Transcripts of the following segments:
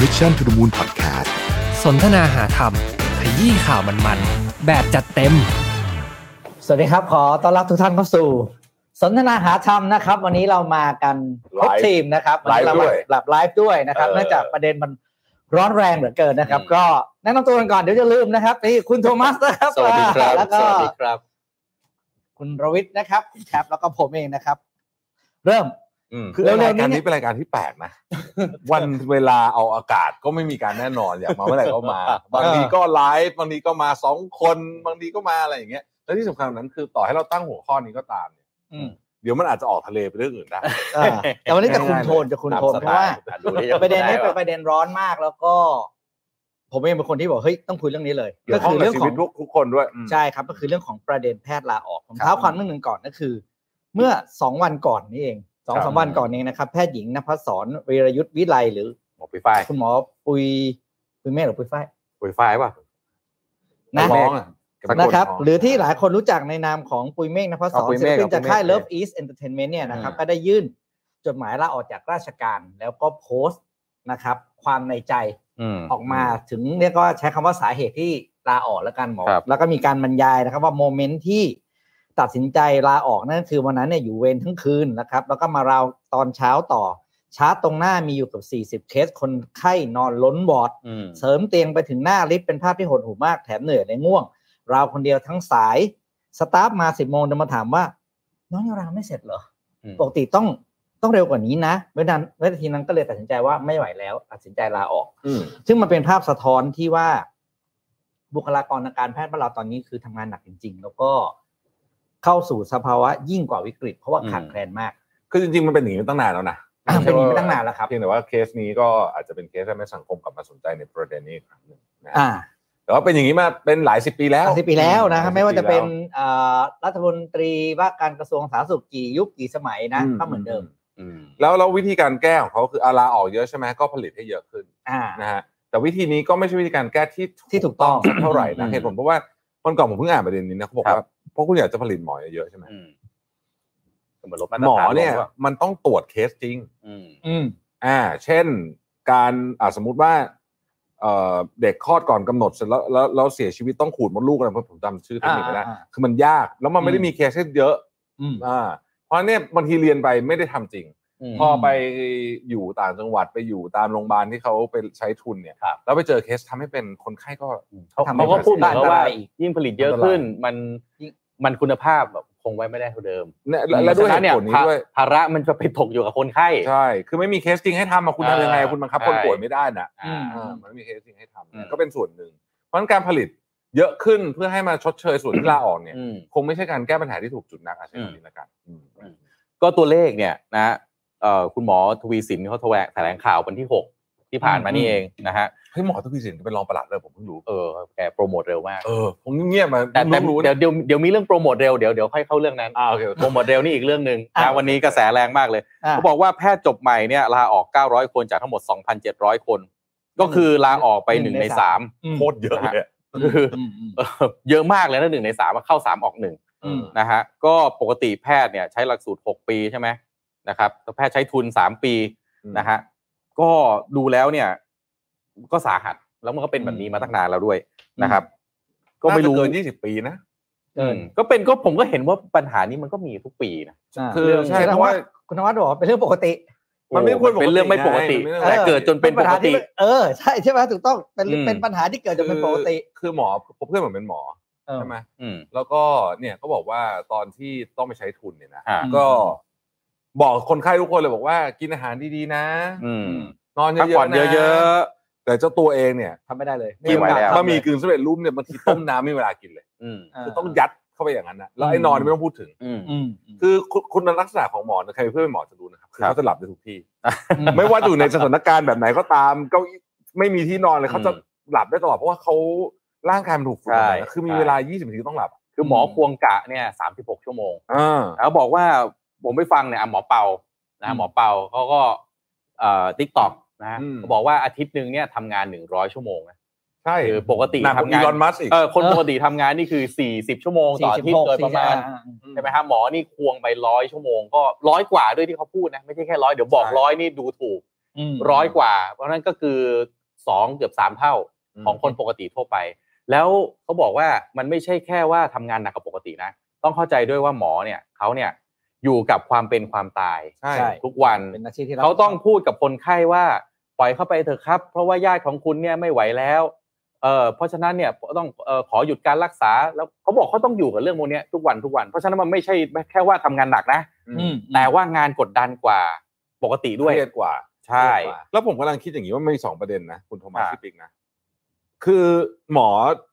Mission to the Moon Podcast สนทนาหาธรรม ขยี้ข่าวมันๆ แบบจัดเต็ม สวัสดีครับ ขอต้อนรับทุกท่านเข้าสู่ สนทนาหาธรรมนะครับ วันนี้เรามากันครบ Live ทีมนะครับ ไลฟ์ นนี้เรา ด้วย หลับไลฟ์ด้วยนะครับ เออ เนื่องจากประเด็นมันร้อนแรงเหลือเกินนะครับ อืม ก็แนะนำตัวกันก่อนเดี๋ยวจะลืมนะครับนี่คุณโทมัสนะครับ สวัสดีครับ แล้ว ส ก็ วัสดีครับ คุณรวิทย์นะครับคุณแท็บแล้วก็ผมเองนะครับ เริ่ม อืม คือ แล้ว เร็วๆราย นี้ การ เนี่ย นี้เป็นรายการที่แปลกนะ วันเวลาเอาอากาศก็ไม่มีการแน่นอนอยาก มาเมื่อไหร่ก็มา บางทีก็ไลฟ์บางทีก็มาสองคนบางทีก็มาอะไรอย่างเงี้ยและที่สำคัญกว่านั้นคือต่อให้เราตั้งหัวข้อนี้ก็ตามเนี่ย อืม เดี๋ยวมันอาจจะออกทะเลไปเรื่องอื่นได้ อ่าแต่วันนี้จะคุมโทน ง่ายๆเลย จะคุมโทนเพตามสไตราะล์ว่า อ่ะดูที่จะ ประเด็นนี้ ได้ เป็น ว่า ประเด็นร้อนมากแล้วก็ ผมเองเป็นคนที่บอกเฮ้ยต้องคุยเรื่องนี้เลย เกี่ยวข้องกับชีวิตทุกทุกคนด้วยอืม ใช่ครับ ก็คือเรื่องของประเด็นแพทย์ลาออกผม ครับ เท้าความเรื่องหนึ่งก่อนก็คือ เมื่อสองวันก่อนนี่เองสอง ครั สาม บ วันก่อนเองนะครับ แพทย์หญิงนภัสสรวีรยุทธวิไลหรือ หมอปุยฝ้าย คุณหมอปุยปุยเมฆหรือปุยฝ้าย ปุยฝ้ายป่ะ นะ น้องอะ นะครับ สกลทง หรือที่หลายคนรู้จักในนามของปุยเมฆนภัสส เอา ร ปุย ศิ เม ล ฆ ปินจากค่าย เอาปุยเมฆ Love East Entertainment เนี่ยนะครับ อืม ก็ได้ยื่นจดหมายลาออกจากราชการ แล้วก็โพสต์นะครับ ความในใจ อืม ออกมาถึงเรียกว่าใช้คำว่าสาเหตุที่ลาออกแล้วกันหมอ ครับ แล้วก็มีการบรรยายนะครับว่าโมเมนต์ที่ตัดสินใจลาออกนั่นคือวันนั้นเนี่ยอยู่เวรทั้งคืนนะครับ แล้วก็มาเราตอนเช้าต่อชาร์จตรงหน้ามีอยู่เกับ 40 เคสคนไข้นอนล้นวอร์ด อืม เสริมเตียงไปถึงหน้าลิฟต์เป็นภาพที่หดหู่มากแถมเหนื่อยในง่วง เราคนเดียวทั้งสายสตาฟมาสิบโมงเดินมาถามว่า น้องยังราไม่เสร็จเหรออ ม ปกติต้องต้องเร็วกว่านี้นะเมื่อนั้นเมื่อทีนั้นก็เลยตัดสินใจว่าไม่ไหวแล้วตัดสินใจลาออก อืม ซึ่งมันเป็นภาพสะท้อนที่ว่าบุคลากรทางการแพทย์บ้านเราตอนนี้คือทำงานหนักจริง ๆ แล้วก็เข้าสู่สภาวะยิ่งกว่าวิกฤต เพราะว่า อืม ขาดแคลนมาก คือจริงๆมันเป็นอย่างนี้มาตั้งนานแล้วนะ อ่ะเป็นอย่างนี้มาตั้งนานแล้วครับ เพียงแต่ว่าเคสนี้ก็อาจจะเป็นเคสที่ทำให้สังคมกลับมาสนใจในประเด็นนี้อีกครั้งหนึ่งนะฮะ อ่า แต่ว่าเป็นอย่างนี้มาเป็นหลายสิบปีแล้ว สามสิบปีแล้วนะครับ หลย ไม่ว่าจะ ปี เป็น แล้ว อ่ารัฐมนตรีว่าการกระทรวงสาธารณสุขกี่ยุคกี่สมัยนะก็เหมือนเดิม แล้วแล้ววิธีการแก้ของเขาคืออาลาออกเยอะใช่ไหมก็ผลิตให้เยอะขึ้น อ่า นะฮะแต่วิธีนี้ก็ไม่ใช่วิธีการแก้ที่ ที่ถูกต้อง สักเท่าไหร่ อื นะ ม เหตุผลเพราะว่าวันก่อนผมเพิ่งอ่านประเด็นนี้นะเขาบอกว่าเพราะคุณอยากจะผลิตหมอเยอะๆใช่ไหม อืมเหมือนลดมาตร หมอ ฐาน เนี่ย ลงว่า มันต้องตรวจเคสจริง อืม อืม อ่า เช่นการอ่าสมมุติว่าเอ่อเด็กคลอดก่อนกำหนดเสร็จแล้วแล้วแล้วเสียชีวิตต้องขูดมดลูกอะไรผมจำชื่อเทคนิคไม่ได้ อ่าอ่าอ่า คือมันยากแล้วมันไม่ได้มีเคสให้เยอะ อืม อ่าเพราะเนี่ยบางทีเรียนไปไม่ได้ทำจริง อืม พอไปอยู่ต่างจังหวัดไปอยู่ตามโรงพยาบาลที่เขาไปใช้ทุนเนี่ย ครับ แล้วไปเจอเคสทำให้เป็นคนไข้ก็ เขา ทำให้ เขาก็พูดเหมือนกันว่า ได้อีก ยิ่งผลิตเยอะขึ้น มันมันคุณภาพแบบคงไว้ไม่ได้เท่าเดิม เนี่ยและและด้วย พ เห ราะฉะ ตุผลนี้ ภา ด้วย ภาระมันจะไปตกอยู่กับคนไข้ ใช่ คือไม่มีเคสจริงให้ทำมาคุณ เออ ทำยังไงอะคุณบังคับคน ใช่ ป่วยไม่ได้นะ อ่า อื อ่ามันไม่มีเคสจริงให้ทำ อืม ก็เป็นส่วนหนึ่ง เพราะฉะนั้นการผลิตเยอะขึ้นเพื่อให้มาชดเชยส่วนที่ลาออกเนี่ย อืม คงไม่ใช่การแก้ปัญหาที่ถูกจุดนักอาชีพนี้ละกันอืม อืม ก็ตัวเลขเนี่ยนะเอ่อคุณหมอทวีสินเขาแถลงแถลงข่าววันที่หกที่ผ่านมานี่เองนะฮะ เฮ้ยหมอทวีสินเป็นรองปลัดเลยผมเพิ่งรู้ เออแกโปรโมทเร็วมาก เออผมเงียบมา แต่แต่ เพิ่งรู้ เดี๋ เนี่ย ยวเดี๋ยวเดี๋ยวมีเรื่องโปรโมทเร็วเดี๋ยวเดี๋ยวค่อยเข้าเรื่องนั้น อ่าโอเคโอเค โปรโมทเร็วนี่อีกเรื่องหนึ่ง อ่ะ นะวันนี้กระแสแรงมากเลย อ่า เขาบอกว่าแพทย์จบใหม่เนี่ยลาออก 900 คนจากทั้งหมด 2,700 คน ก็คือลาออกไป 1 ใน อืม โคตรเยอะเลยอะ 3 คือ อืมอืม เอ่อเยอะมากเลยนะหนึ่งในสามอะเข้า 3 ออก1 อืม นะฮะก็ปกติแพทย์เนี่ยใช้หลักสูตร 6 ปีใช่ไหมนะครับแต่แพทย์ใช้ทุน 3 ปีนะฮะก็ดูแล้วเนี่ย ก็สาหัสแล้วมันก็เป็นแบบนี้มาตั้งนานแล้วด้วยนะครับ ก็ไม่รู้ น่าจะเกิน 20 ปีนะ เกิน อืมก็เป็นก็ผมก็เห็นว่าปัญหานี้มันก็มีทุกปีนะ อ่า คือ เรื่อง ใช่ แสด เพ ง ราะ ว่า ว่า คุณนวัดบอกว่าเป็นเรื่องปกติ มันไม่ควรปกติ เป็นเรื่องไม่ปกติ ไง แต่เกิดจนเป็นปก ญหา ติ ที่เออใช่ใช่ไหมถูกต้องเป็น อืม เป็นปัญหาที่เกิดจากเป็นปกติ คือคือหมอผมเพื่อนผมเป็นหมอ เออ ใช่ไหม อืม แล้วก็เนี่ยเขาบอกว่าตอนที่ต้องไปใช้ทุนเนี่ยนะ อ่า อืม ก็บอกคนไข้ทุกคนเลยบอกว่ากินอาหารดีๆนะ อืม นอนเย พัก อะๆ ผ่อน นะ เยอะๆ แต่เจ้าตัวเองเนี่ย ทำไม่ได้เลย กินไหวแล้ว บะหมี่กึ่งสำเร็จรูปเนี่ยบางทีต้มน้ำไม่มีเวลากินเลย อืม คือต้องยัดเข้าไปอย่างนั้นนะแล้วไอ้นอนไม่ต้องพูดถึง อืม อืม คือคุณคุณลักษณะของหมอนะใครเป็นเพื่อนเป็นหมอจะรู้นะครับคือ ครับ เขาจะหลับในทุกที่ อื ไม่ว่าอยู่ในสถานการณ์แบบไหนก็ตามเก้าอี้ไม่มีที่นอนเลยเขาจะ อืม หลับได้ตลอดเพราะว่าเขาร่างกายมันถูกฝึกมา ใช่ นะคือมี ใช่ เวลา 20นาทีต้องหลับ คือหมอควงกะเนี่ยสามสิบหกชั่วโมง อ่า แล้วบอกว่าผมไปฟังเนี่ยอ่ะหมอเปานะหมอเปาเขาก็เอ่อทิกตอกนะฮะ อืม เขาบอกว่าอาทิตย์หนึ่งเนี่ยทำงานหนึ่งร้อยชั่วโมงนะ ใช่ คือปกติ หนักก ทำ ว่าอี งาน ลอนมัสก์อีก เออคนปกติทำงานนี่คือสี่สิบชั่วโมงต่ออาที่ 46 เกินประมาณ อ่อ่ ใช่ไหมครับหมอนี่ควงไปร้อยชั่วโมงก็ร้อยกว่าด้วยที่เขาพูดนะไม่ใช่แค่ร้อยเดี๋ยวบอกร้อยนี่ดูถูก ม ร้อยกว่า เพราะฉะนั้นก็คือสองเกือบสามเท่า ของคนปกติทั่วไป แล้วเขาบอกว่ามันไม่ใช่แค่ว่าทำงานหนักกว่าปกตินะ ต้องเข้าใจด้วยว่าหมอเนี่ยเขาเนี่ยอยู่กับความเป็นความตาย ใช่ ใช่ ทุกวัน เป็นอาชีพที่รับ เขาต้องพูดกับคนไข้ว่าปล่อยเข้าไปเถอะครับ เพราะว่าญาติของคุณเนี่ยไม่ไหวแล้วเอ่อเพราะฉะนั้นเนี่ยต้องเอ่อขอหยุดการรักษาแล้วเขาบอกเขาต้องอยู่กับเรื่องพวกเนี้ยทุกวันทุกวัน เพราะฉะนั้นมันไม่ใช่แค่ว่าทำงานหนักนะ อืม แต่ว่างานกดดันกว่าปกติด้วย เครียดกว่า ใช่ แล้วผมกำลังคิดอย่างนี้ว่ามันมีสองประเด็นนะ คุณโทมัส า พี่ปิ๊กนะ คือหมอ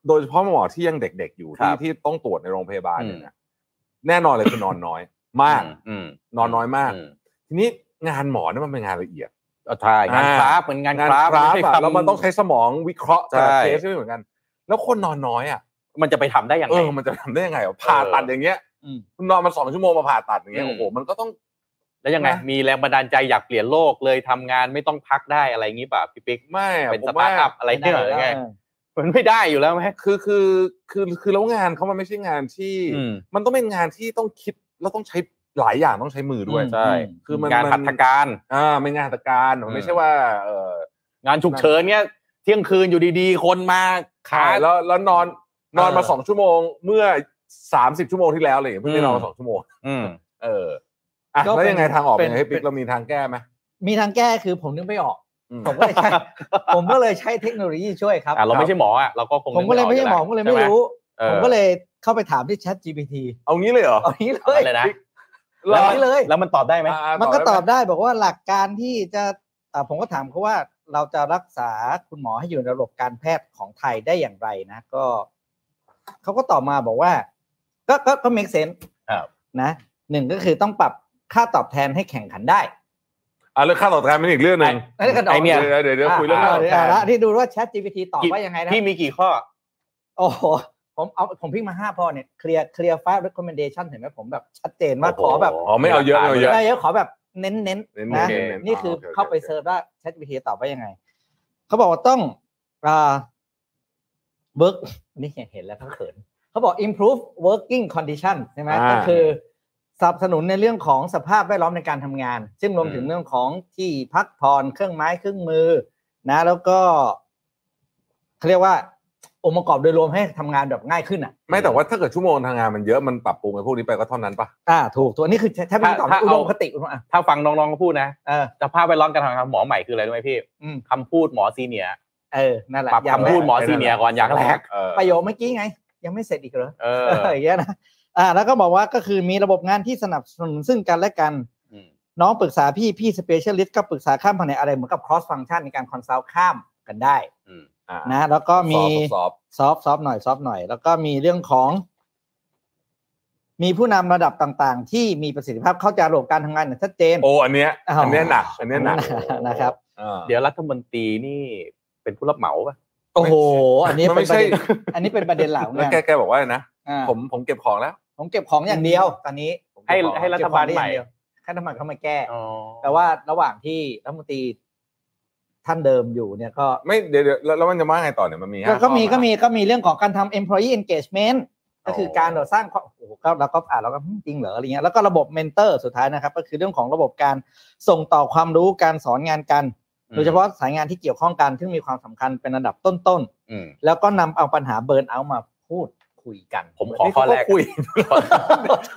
โดยเฉพาะหมอที่ยังเด็กๆอยู่ ครั ที่ บ ที่ต้องตรวจในโรงพยาบาลเนี่ย อืม นะแน่นอนเลยคือนอนน้อย มาก อืม นอนน้อยมาก อืม ทีนี้งานหมอเนี่ยมันเป็นงานละเอียด อ่ะใช่งาน อ่า คราฟต์เหมือนงาน งาน คราฟ คราฟต์ ไใช่ อะ ทำ แล้วมันต้องใช้สมองวิเคราะห์แต่ละ ใช่ เคสไม่เหมือนกัน แล้วคนนอนน้อยอ่ะ มันจะไปทำได้อย่าง เอ ไร อมันจะทำได้ยังไงวะผ่าตัดอย่างเงี้ย อืม คุณนอนมาสองชั่วโมงมาผ่าตัดอย่างเงี้ย อืม โอ้โหมันก็ต้อง แล้วยังไง นะ มีแรงบันดาลใจอยากเปลี่ยนโลกเลยทำงานไม่ต้องพักได้อะไรอย่างงี้ป่ะพี่ปิ๊ก ไม่อะ เป็น ผ ส ม ตา ว่า ร์ทอัพอะไร ม่เนี่ด้ยหรือไง เออ มันไม่ได้อยู่แล้วไหม คือคือคือคือแล้วงานเขามันไม่ใช่งานที่ อืม มันต้องเป็นงานที่ต้องคิดแล้วต้องใช้หลายอย่างต้องใช้มือด้วย ใช่ คือมัน งาน มัน หัตถการ อ่าไม่งานหัตถการ อื มัน ม ไม่ใช่ว่าเออง านฉุกเฉินเนี่ยเที่ยงคืนอยู่ดีๆ คนมา ขา ขาย แล้วแล้วนอนนอนมา เออ สองชั่วโมง เมื่อสามสิบชั่วโมงที่แล้วอะไรอย่างเงี้ยเพิ่งได้ อืม นอนมาสองชั่วโมง อืม เอออ่ะ ก็ แล้เป็วน ยังไงทางออกเป็นยังไงให้ เป็น ปิ๊กเรามีทางแก้ไหม มีทางแก้คือผมนึกไม่ออก อืม ผมก็เลยใช้ ผมก็เลยใช้เทคโนโลยีช่วยครับ อ่ะเราไม่ใช่หมออ่ะเราก็คง ผมก็เลยไม่ใช่หมอผมก็เลยไม่รู้ ออ ผมก็เลยเข้าไปถามที่ Chat GPT เอางี้เลยเหรอ เอาอย่างนี้เล เอา ย เลยนะ เอาอย่างนี้เลย แล้วมันตอบได้ไหม อ่า มันก็ตอบ ได้ไห ได้บอกว่าหลักการที่จะอ่าผมก็ถามเขาว่าเราจะรักษาคุณหมอให้อยู่ในระบบการแพทย์ของไทยได้อย่างไรนะ ก็เขาก็ตอบมาบอกว่า ก็ก็ก็ make sense ครับ นะหนึ่งก็คือต้องปรับค่าตอบแทนให้แข่งขันได้ อ่ะเรื่องค่าตอบแทนเป็นอีกเรื่องหนึ่ง ไอ้ไอ้กระดอก เดี๋ยวเดี๋ยวเดี๋ยวคุยเรื่องค่า อ่า ตอบแท แต่ น ละที่ดูว่า Chat GPT ตอบว่ายังไงนะ พี่มีกี่ข้อ โอ้โหผมเอาผมพิมพ์มาห้าพอเนี่ยเคลียร์เคลียร์ไฟล์ recommendation เห็นไหมผมแบบชัดเจนมากขอแบบ อ๋อไม่เอาเยอะไม่เอาเยอะ ได้เยอะขอแบบเน้นๆน เน้นๆ ะ เน้นๆ นี่คือ โอเคโอเค เข้าไปเซิร์ชว่า ChatGPT ตอบว่ายังไง เขาบอกว่าต้องอ่า work นี่เห็นแล้วก็เขินเขาบอก improve working condition ใช่ไหม อ่า ก็คือสนับสนุนในเรื่องของสภาพแวดล้อมในการทำงาน ซึ่งรวม อืม ถึงเรื่องของที่พักผ่อนเครื่องไม้เครื่องมือ นะ แล้วก็เขาเรียกว่าองค์ประกอบโดยรวมให้ทำงานแบบง่ายขึ้นอ่ะ ไม่แต่ว่าถ้าเกิดชั่วโมงทางงานมันเยอะมันปรับปรุงไอ้พวกนี้ไปก็เท่านั้นปะ อ่า ถูกตัวนี้คือแทบไม่ตอบ ถ้า อุ เอา ดมคติอุดมอ่ะ ถ้าฟังน้องๆก็พูดนะ เออ สภาพไปร้อนการทำงานหมอใหม่คืออะไรรู้ไหมพี่ อืม คำพูดหมอซีเนียร์ เออนั่นแหละ ปรับ อย่าง คำ แร พูด ก หมอซีเนียร์ก่อนอย่างแรก เออ ประโยคเมื่อกี้ไง ยังไม่เสร็จอีกเหรอ เอ เอ อ ออย่างเงี้ยนะอ่า แล้วก็บอกว่าก็คือมีระบบงานที่สนับสนุนซึ่งกันและกัน อืม น้องปรึกษาพี่ พี่สเปเชียลิสต์ก็ปรึกษาข้ามแผนกอะไรเหมือนกับ cross function ในการ consult ข้ามกันได้ อืม อ่ะ นะ แล้วก็มี สอบสอบ ซอฟซอฟหน่อยซอฟหน่อย แล้วก็มีเรื่องของ มีผู้นำระดับต่างๆ ที่มีประสิทธิภาพเข้าใจระบบการทำงานอย่างชัดเจน โอ้อันเนี้ย อ้าว อันเนี้ยหนัก อันเนี้ยหนัก นะครับ อ่า เดี๋ยวรัฐมนตรีนี่เป็นผู้รับเหมาป่ะ โอ้โห อันนี้ มัน เป็ ไม่ นประเด็น ใช่ อันนี้เป็นประเด็นหลัก แล้ว งาน แกแกบอกว่าอะไรนะ อ่า ผมผมเก็บของแล้ว ผมเก็บของอย่างเดียวตอนนี้ ผม ให้ เก็บของ ให้รัฐบาลใหม่ เก็บของได้อย่งเดียวให้รัฐบาลเข้ามาแก้ อ๋อ แต่ว่าระหว่างที่รัฐมนตรีท่านเดิมอยู่เนี่ยก็ ไม่เดี๋ยวเดี๋ยวแล้วแล้วมันจะว่าไงต่อเนี่ยมันมี ก็ ห้า ก็ ข้อ มี นะ ก็มีก็มีเรื่องของการทำ employee engagement ก็คือการเราสร้างความโอ้โหก็เราก็อ่านเราก็หึจริงเหรออะไรเงี้ยแล้วก็ระบบ mentor สุดท้ายนะครับ ก็คือเรื่องของระบบการส่งต่อความรู้การสอนงานกัน โดยเฉพาะสายงานที่เกี่ยวข้องกันซึ่งมีความสำคัญเป็นอันดับต้น อืม ๆ แล้วก็นำเอาปัญหาเบิร์นเอามาพูดคุยกัน ผมขอ นี่ ข้อ เขา แรก คุย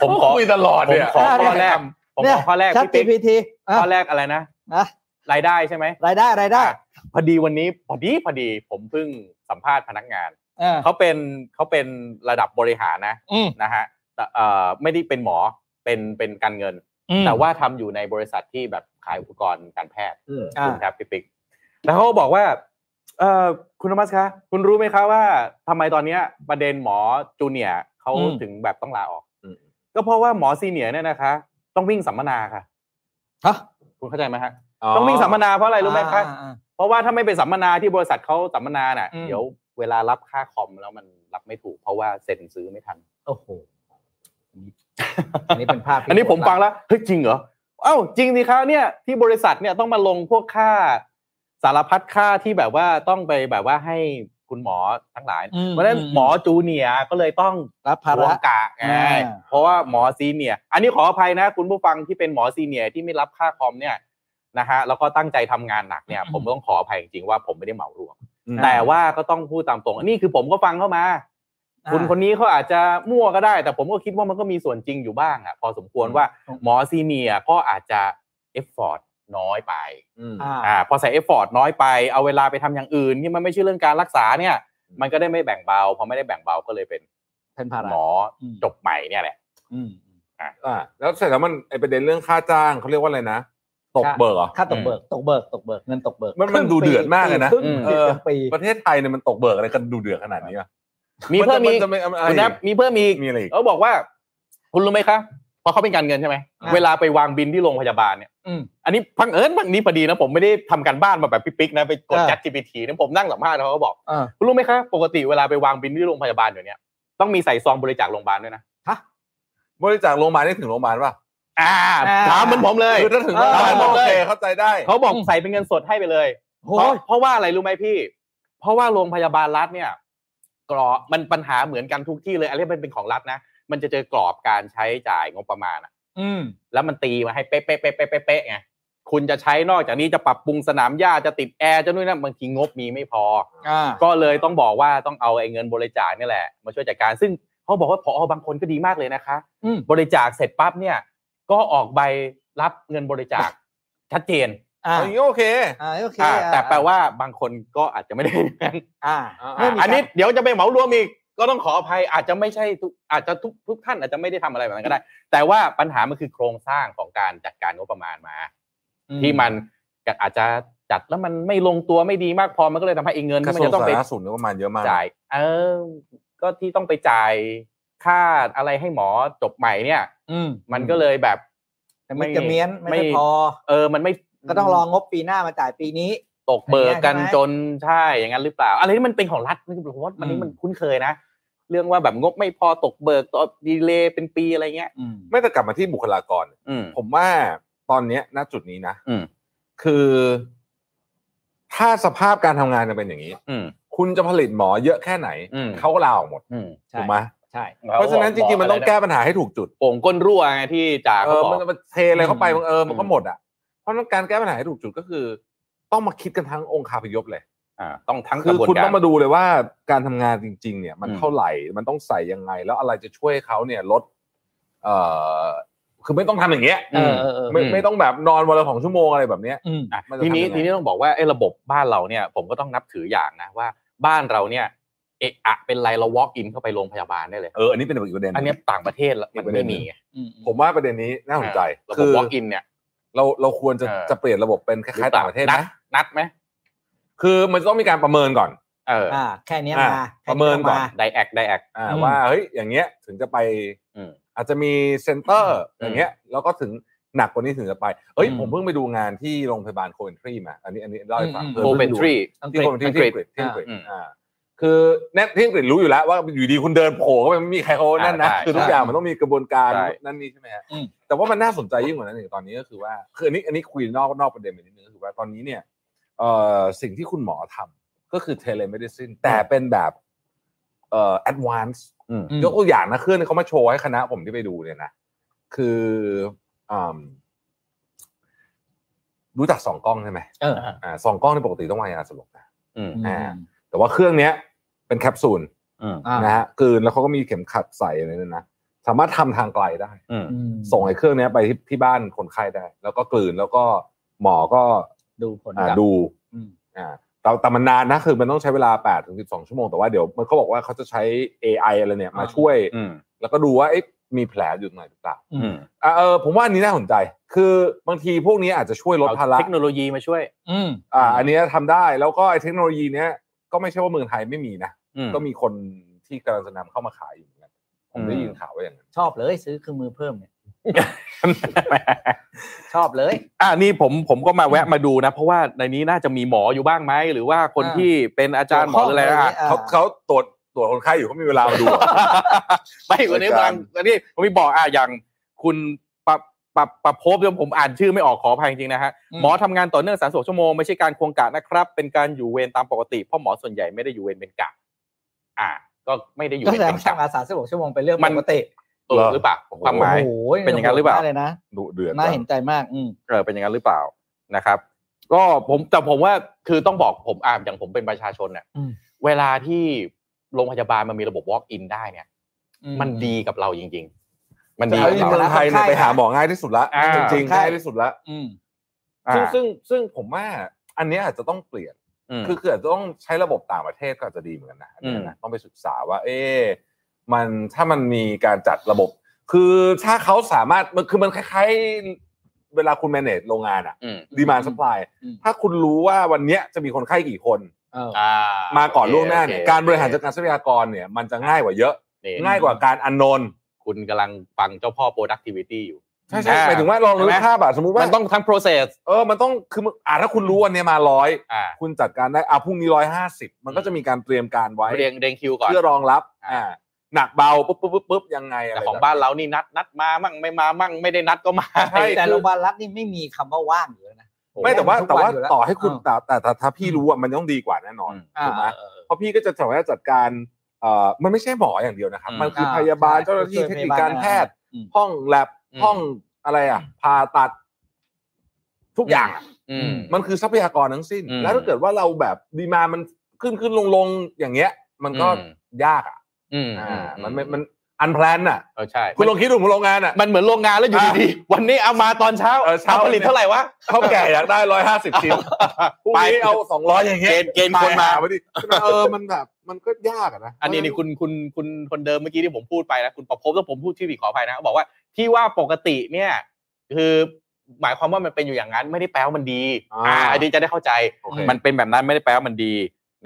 ผมขอ คุยตลอดเนี่ย ผมขอข้อแรก เนี่ย ผมขอข้อแรก ชัด พี่ปิ๊ก GPT อ่ะ ข้อแรกอะไรนะ นะ รายได้ใช่ไหม รายได้รายได้ อ่ะพอดีวันนี้พอดีพอดีผมเพิ่งสัมภาษณ์พนักงาน อ่ะ เขาเป็นเขาเป็นระดับบริหารนะ อืม นะฮะแต่เอ่อไม่ได้เป็นหมอเป็นเป็นการเงิน อืม แต่ว่าทำอยู่ในบริษัทที่แบบขายอุปกรณ์การแพทย์ อ่ะ คุณครับพี่ปิ๊กแล้วเขาก็บอกว่า เออคุณธรรมัสคะ คุณรู้ไหมคะว่าทำไมตอนเนี้ยประเด็นหมอจูเนียร์เขา อืม ถึงแบบต้องลาออก อืม ก็เพราะว่าหมอซีเนียร์เนี่ยนะคะ ต้องวิ่งสัมมนาค่ะ ฮะ คุณเข้าใจไหมฮะต้องวิ่งสัมมนาเพราะอะไรรู้ไหมคะ อ่า เพราะว่าถ้าไม่ไปสัมมนาที่บริษัทเขาสัมมนาน่ะ อืม เดี๋ยวเวลารับค่าคอมแล้วมันรับไม่ถูก เพราะว่าเซ็นซื้อไม่ทัน โอ้โห อันนี้เป็นภาพที่ อันนี้ผม โหดร้าย ฟังแล้วเฮ้ยจริงเหรอเอ้าจริงสิครับเนี่ยที่บริษัทเนี่ยต้องมาลงพวกค่าสารพัดค่าที่แบบว่าต้องไปแบบว่าให้คุณหมอทั้งหลาย อืม เพราะฉะนั้น อืม หมอจูเนียร์ก็เลยต้อง รับภา ทว ระ งกะไง อ่า เพราะว่าหมอซีเนียร์อันนี้ขออภัยนะ คุณผู้ฟังที่เป็นหมอซีเนียร์ที่ไม่รับค่าคอมเนี่ย นะฮะแล้วก็ตั้งใจทำงานหนักเนี่ย ผมต้องขออภัยจริงๆว่าผมไม่ได้เหมารวม อืม แต่ว่าก็ต้องพูดตามตรงอันนี้คือผมก็ฟังเข้ามา อ่า คุณคนนี้เขาอาจจะมั่วก็ได้ แต่ผมก็คิดว่ามันก็มีส่วนจริงอยู่บ้างอ่ะพอสมควรว่าหมอซีเนียร์ก็อาจจะเอฟฟอร์ดน้อยไป อืม อ่า อ่าพอใส่เอฟฟอร์น้อยไปเอาเวลาไปทำอย่างอื่นที่มันไม่ใช่เรื่องการรักษาเนี่ย มันก็ได้ไม่แบ่งเบาพอไม่ได้แบ่งเบาก็เลยเป็น เป็นภาระ หมออ ม จบใหม่เนี่ยแหละ อืม อ่าแล้วเสร็จแล้วมันไอประเด็นเรื่องค่าจ้างเขาเรียกว่าอะไรนะ ตก ค่า เบิกเหรอ ค่าตกเบิกตกเบิกตกเบิกเงินตกเบิก มันมันดูเดือดมากเลยนะ ครึ่ง อืม ปีครึ่งปี ประเทศไทยเนี่ยมันตกเบิกอะไรกันดูเดือดขนาดนี้วะ มีเพิ่ม น อีก จะนจะ คุณแอฟมีเพิ่มอีก มีอะไรอีก เขาบอกว่า คุณรู้ไหมคะเพราะเขาเป็นการเงินใช่ไหม อ่า เวลาไปวางบินที่โรงพยาบาลเนี่ย อืม อันนี้พังเอิญพังนี้พอดีนะผมไม่ได้ทำการบ้านมาแบบพี่ปิ๊กนะไปกด อ่า Chat GPT นะผมนั่งสัมภาษณ์เขาก็บอก เออ คุณรู้ไหมคะปกติเวลาไปวางบินที่โรงพยาบาลเดี๋ยวนี้ต้องมีใส่ซองบริจาคโรงพยาบาลด้วยนะ บริจาคโรงพยาบาลได้ถึงโรงพยาบาลป่ะ อ่า อ่า ถามเหมันผมเลย คือถ้าถึงโรงพยาบาล เออ โอเคเข้าใจได้ เขาบอกใส่เป็นเงินสดให้ไปเลย โอ้ เพราะ ย เพราะว่าอะไรรู้ไหมพี่ เพราะว่าโรงพยาบาลรัฐเนี่ยกรอบมันปัญหาเหมือนกันทุกที่เลยอะไรมันเป็นของรัฐนะ มันจะเจอกรอบการใช้จ่ายงบประมาณอะ อืม แล้วมันตีมาให้เป๊ะเป๊ะเป๊ะเป๊ะเป๊ะเป๊ะไงคุณจะใช้นอกจากนี้จะปรับปรุงสนามหญ้าจะติดแอร์จะนู่นนั่นบางทีงบมีไม่พอ อ่า ก็เลยต้องบอกว่าต้องเอาไอ้เงินบริจาคนี่แหละ มาช่วยจัดการ ซึ่งเขาบอกว่าพอบางคนก็ดีมากเลยนะคะ อืม บริจาคเสร็จปั๊บเนี่ย ก็ออกใบรับเงินบริจาค ชัดเจน อ่า อย่างนี้โอเค อ่าโอเค อ่าแต่แปล อ่ ว่าบางคนก็อาจจะไม่ ได้อย่างนั้น อ่า อ่า ไม่มี อันนี้ กา เดี๋ยวจะไปเหมารวมอีกก็ต้องขออภัยอาจจะไม่ใช่ทุกอาจจะทุกทุกท่านอาจจะไม่ได้ทำอะไรแบบนั้นก็ได้ แต่ว่าปัญหามันคือโครงสร้างของการจัดการงบประมาณมา ร ที่มันอาจจะจัดแล้วมันไม่ลงตัวไม่ดีมากพอมันก็เลยทำให้ไอ้เงิน กระ ที่มันจะทรวงต้อง สา ไป ธารณสุขเนี่ยประมาณเยอะมาก จ่าย เออ ก็ที่ต้องไปจ่ายค่าอะไรให้หมอจบใหม่เนี่ย อืม มันก็เลยแบบ แต่ไม่จะเมียนไม่ได้พอ เออ มันไม่ ก็ต้องรองบปีหน้ามาจ่ายปีนี้ ตกเบิกกัน อย่างเงี้ยใช่ไหม จนใช่ อย่างนั้นหรือเปล่า อะไรที่มันเป็นของรัฐนี่คือผมว่ามัน อื นี่ ม มันคุ้นเคยนะ เรื่องว่าแบบงบไม่พอตกเบิกต่อดีเลย์เป็นปีอะไรเงี้ย อืม ไม่แต่กลับมาที่บุคลากร อืม ผมว่าตอนเนี้ยณจุดนี้นะ อืม คือ ถ้าสภาพการทำงานจะเป็นอย่างนี้ อืม คุณจะผลิตหมอเยอะแค่ไหน อืม เขาก็ลาออกหมด อืม ใช่ ถูกไหม ใช่ เพราะฉะนั้นจริงๆมันต้องแก้ปัญหาให้ถูกจุด โป่งก้นรั่วไงที่จ่า เอ เขา อ บอก มันมันเทอะไรเข้าไป อืม มันเออมันก็ อืม หมดอ่ะ เพราะฉะนั้นการแก้ปัญหาให้ถูกจุดก็คือ ต้องมาคิดกันทั้งองค์คาพยพเลย อ่าต้องทั้งก คื ระ อบ วน คุณ กา ต้ ร องมาดูเลยว่าการทำงานจริง ๆ เนี่ย มัน อืม เท่าไหร่ มันต้องใส่ยังไง แล้วอะไรจะช่วยเขาเนี่ยลด เอ่อคือไม่ต้องทำอย่างเงี้ย เออเออเออ ไม่ไม่ต้องแบบนอนวันละสองชั่วโมงอะไรแบบเนี้ย อืม อ่ะ มันจะ ทีนี้ ทำยังไง ทีนี้ต้องบอกว่าไอ้ระบบบ้านเราเนี่ย ผมก็ต้องนับถืออย่างนะว่า บ้านเราเนี่ยเอะอะเป็นไรเราวอล์กอินเข้าไปโรงพยาบาลได้เลย เอออันนี้เป็นอีกประเด็นห อัน ง เนี้ยต่างประเทศละมันไม่มีไง อืม ผมว่าประเด็นนี้น่าสนใจ ระบบ คือ วอล์กอินเนี่ย เราเราควรจะ เออ จะเปลี่ยนระบบเป็นคล้ายๆต่างประเทศ นัด นะ นัดไหม คือมันต้องมีการประเมินก่อน เออ อ่า แค่เนี้ย อ่ะ มา ประเมินก่อน แค่ยา ไดแอคไดแอค อ่า อืม ว่าเฮ้ยอย่างเงี้ยถึงจะไป อืม อาจจะมีเซ็นเตอร์ อืม อย่างเงี้ยแล้วก็ถึงหนักกว่านี้ถึงจะไปเอ้ย อืม ผมเพิ่งไปดูงานที่โรงพยาบาลโคเวนทรีมาอันนี้อันนี้เล่าให้ฟัง อืม ออ โคเวนทรี อังก ที่ ฤษ โคเวนทรี อังก ที่ ฤษอังกฤษที่อังกฤษ อ่า อ่าคือแน่ที่อังกฤษรู้อยู่แล้วว่าอยู่ดีคุณเดินโผล่เข้าไปไม่มีใครเขานั่นนะ อ่าใช่ คือทุกอย่างมันต้องมีกระบวนการ ใช่ นั่นนี่ใช่ไหมฮะ อืม แต่ว่ามันน่าสนใจยิ่งกว่านั้นอีกตอนนี้ก็คือว่าคืออันนี้อันนี้คุยนอกนอกประเด็นไปนิดนึงก็คือว่าตอนนี้เนี่ย เอ่อสิ่งที่คุณหมอทำก็คือเทเลเมดิซินแต่เป็นแบบเอ่อแอดวานซ์ อืม ยกตัวอย่างนะเพื่อนเขามาโชว์ให้คณะผมที่ไปดูเนี่ยนะ คืออืมรู้จักสองกล้องใช่ไหม เออ อ่าสองกล้องในปกติต้องวางยาสลบนะ อืม อ่า อ่า แต่ว่าเครื่องเนี้ย เป็นแคปซูล อืม อ่า นะฮะกลืนแล้วเขาก็มีเข็มขัดใส่อะไรเนี่ยนะ สามารถทำทางไกลได้ อืม อืม ส่งไอ้เครื่องเนี้ยไปที่ที่บ้านคนไข้ได้ แล้วก็กลืนแล้วก็หมอก็ ดูผล อ่าก ลับ ดู อืม อ่าแต่แต่มันนานนะคือมันต้องใช้เวลา8ถึง12 ชั่วโมง แต่ว่าเดี๋ยวมันเขาบอกว่าเขาจะใช้ AI อะไรเนี่ย มา อ่า ช่วย อืม แล้วก็ดูว่าเอ๊ะมีแผลอยู่ตรงไหนหรือเปล่า อืม อ่าเออผมว่าอันนี้น่าสนใจ คือบางทีพวกนี้อาจจะช่วยลดภาระ เทคโนโลยีมาช่วย อืม อ่าอันเนี้ยทำได้แล้วก็ไอ้เทคโนโลยีเนี้ยก็ไม่ใช่ว่าเมืองไทยไม่มีนะ อืม ก็มีคนที่กำลังจะนำเข้ามาขายอยู่เหมือนกันผมได้ อืม ยินข่าวว่าอย่างนั้น ชอบเลยซื้อเครื่องมือเพิ่มเนี่ย ชอบเลย อ่านี่ผมผมก็มาแวะมาดูนะ เพราะว่าในนี้น่าจะมีหมออยู่บ้างไหม หรือว่าคน อ่า ที่เป็นอาจารย์หมอหรืออะไรอ่ะ เขาเขาตรวจตรวจคนไข้อยู่เขามีเวลามาดู ไม่วันนี้บางวันนี้ผมมีบอกอ่ะอย่างคุณปะปะปะโพบเดี๋ยวผมอ่านชื่อไม่ออกขออภัยจริงๆนะฮะ อืม หมอทำงานต่อเนื่องสามสิบชั่วโมงไม่ใช่การควงกะนะครับ เป็นการอยู่เวรตามปกติเพราะหมอส่วนใหญ่ไม่ได้อยู่เวรเป็นกะ อ่า ก็ไม่ได้อยู่ ก็ เวร แสดง เป็ว่าทากนะ งอาสาสมัครชั่วโมงเป็นเรื่อง มั ป น กติ เออหรือเปล่าความห โอ้ มาย โห เป็นอย่างนั้นหรือเปล่า โดมกเลยนะ ดูเดือด น่าเห็นใจมาก อืม เออเป็นอย่างนั้นหรือเปล่า นะครับ ก็ผมแต่ผมว่าคือต้องบอกผมอ่าอย่างผมเป็นประชาชนเนี่ย อืม เวลาที่โรงพยาบาลมันมีระบบ walk in ได้เนี่ย มันดีกับเราจริง ๆ มันดี แต่ กับ ที่ เรา เมืองไทยเนี่ยไปหาหมอง่ายที่สุดละ อ่า จริงๆ ใช่ ง่ายที่สุดละ อืม อ่า ซึ่งซึ่งซึ่งผมว่าอันเนี้ยอาจจะต้องเปลี่ยน ม คือเกิดต้องใช้ระบบต่างประเทศก็อาจจะดีเหมือนกันนะอันนี้นะต้องไปศึกษาว่า เอ๊ะมันถ้ามันมีการจัดระบบ คือถ้าเขาสามารถมันคือมันคล้ายๆเวลาคุณ manage โรงงานอะ อืม demand supply อืม ถ้าคุณรู้ว่าวันเนี้ยจะมีคนไข้กี่คน เออ อ่ มาก่อนล่วงหน้าเนี่ย โอค การบริหารจัดการทรัพยากรเนี่ย มันจะง่ายกว่าเยอะ นี่ ง่ายกว่าการอันนน คุณกำลังฟังเจ้าพ่อ productivity อยู่ ใช่ใช่ อ่า หมายถึงว่าลองนึ ใช่ ก ไหม ภาพอะสมมุติว่า มันต้องทั้ง process เออมันต้องคือมึงอ่าถ้าคุณรู้วันเนี้ยมาร้อย อ่า คุณจัดการได้อ่ะพรุ่งนี้ร้อยห้าสิบมันก็จะมีการเตรียมการไว้ เรียงเรียงคิวก่อน เพื่อรองรับ อ่า อ่า หนักเบาปุ๊บปุ๊บปุ๊บปุ๊บยังไงอะไร แต่ของบ้านเรานี่นัดนัดมามั่งไม่มามั่งไม่ได้นัดก็มา ใช่ แต่ คือ โรงพยาบาลรัฐนี่ไม่มีคำว่าว่างอยู่แล้วนะ ไม่แต่ว่า ทุกวัน แต่ว่า อยู่แล้ว ต่อให้คุณ อ่า แต่แต่แต่ถ้าพี่รู้อ่ะมันต้องดีกว่าแน่นอน อืม ถูกไหม อ่า เออ เพราะพี่ก็จะสามารถจัดการเอ่อมันไม่ใช่หมออย่างเดียวนะครับ อืม มันคืออา พยาบาล ใช่ เจ้าหน้าที่ ผู้ช่วย เทคนิพคยาบาล การแพทย์ อืม ห้องแลบ อืม ห้องอะไรอ่ะผ่าตัด ทุกอย่างอะ อืม มันคือทรัพยากรทั้งสิ้น อืม แล้วถ้าเกิดว่าเราแบบดีมามันขึ้นขึ้นลงลงอย่างเงี้ย มันก็ อืม ยากอ่ะ อืม อ่ามันไม่มันอันแพลนอ่ะ เออใช่ คุณลองคิดดูโรงงานอ่ะ มันเหมือนโรงงานแล้วอยู่ อ่ะ ดีๆวันนี้เอามาตอนเช้า เออเช้า ผลิตเท่าไหร่วะ เท่าแก่อยากได้ร้อยห้าสิบชิ้นพรุ่งนี้เอาสองร้อยอย่างเงี้ย เกณฑ์เกณฑ์คนมา ไปหไปดิเออมันแบบมันก็ยากอะนะ อันนี้นี่คุณคุณคุณคนเดิมเมื่อกี้ที่ผมพูดไปนะคุณประพบแล้วผมพูดชื่อผิดขออภัยนะเขาบอกว่าที่ว่าปกติเนี่ย คือหมายความว่ามันเป็นอยู่อย่างนั้นไม่ได้แปลว่ามันดีอันนี้จะได้เข้าใจ โอเค มันเป็นแบบนั้นไม่ได้แปลว่ามันดี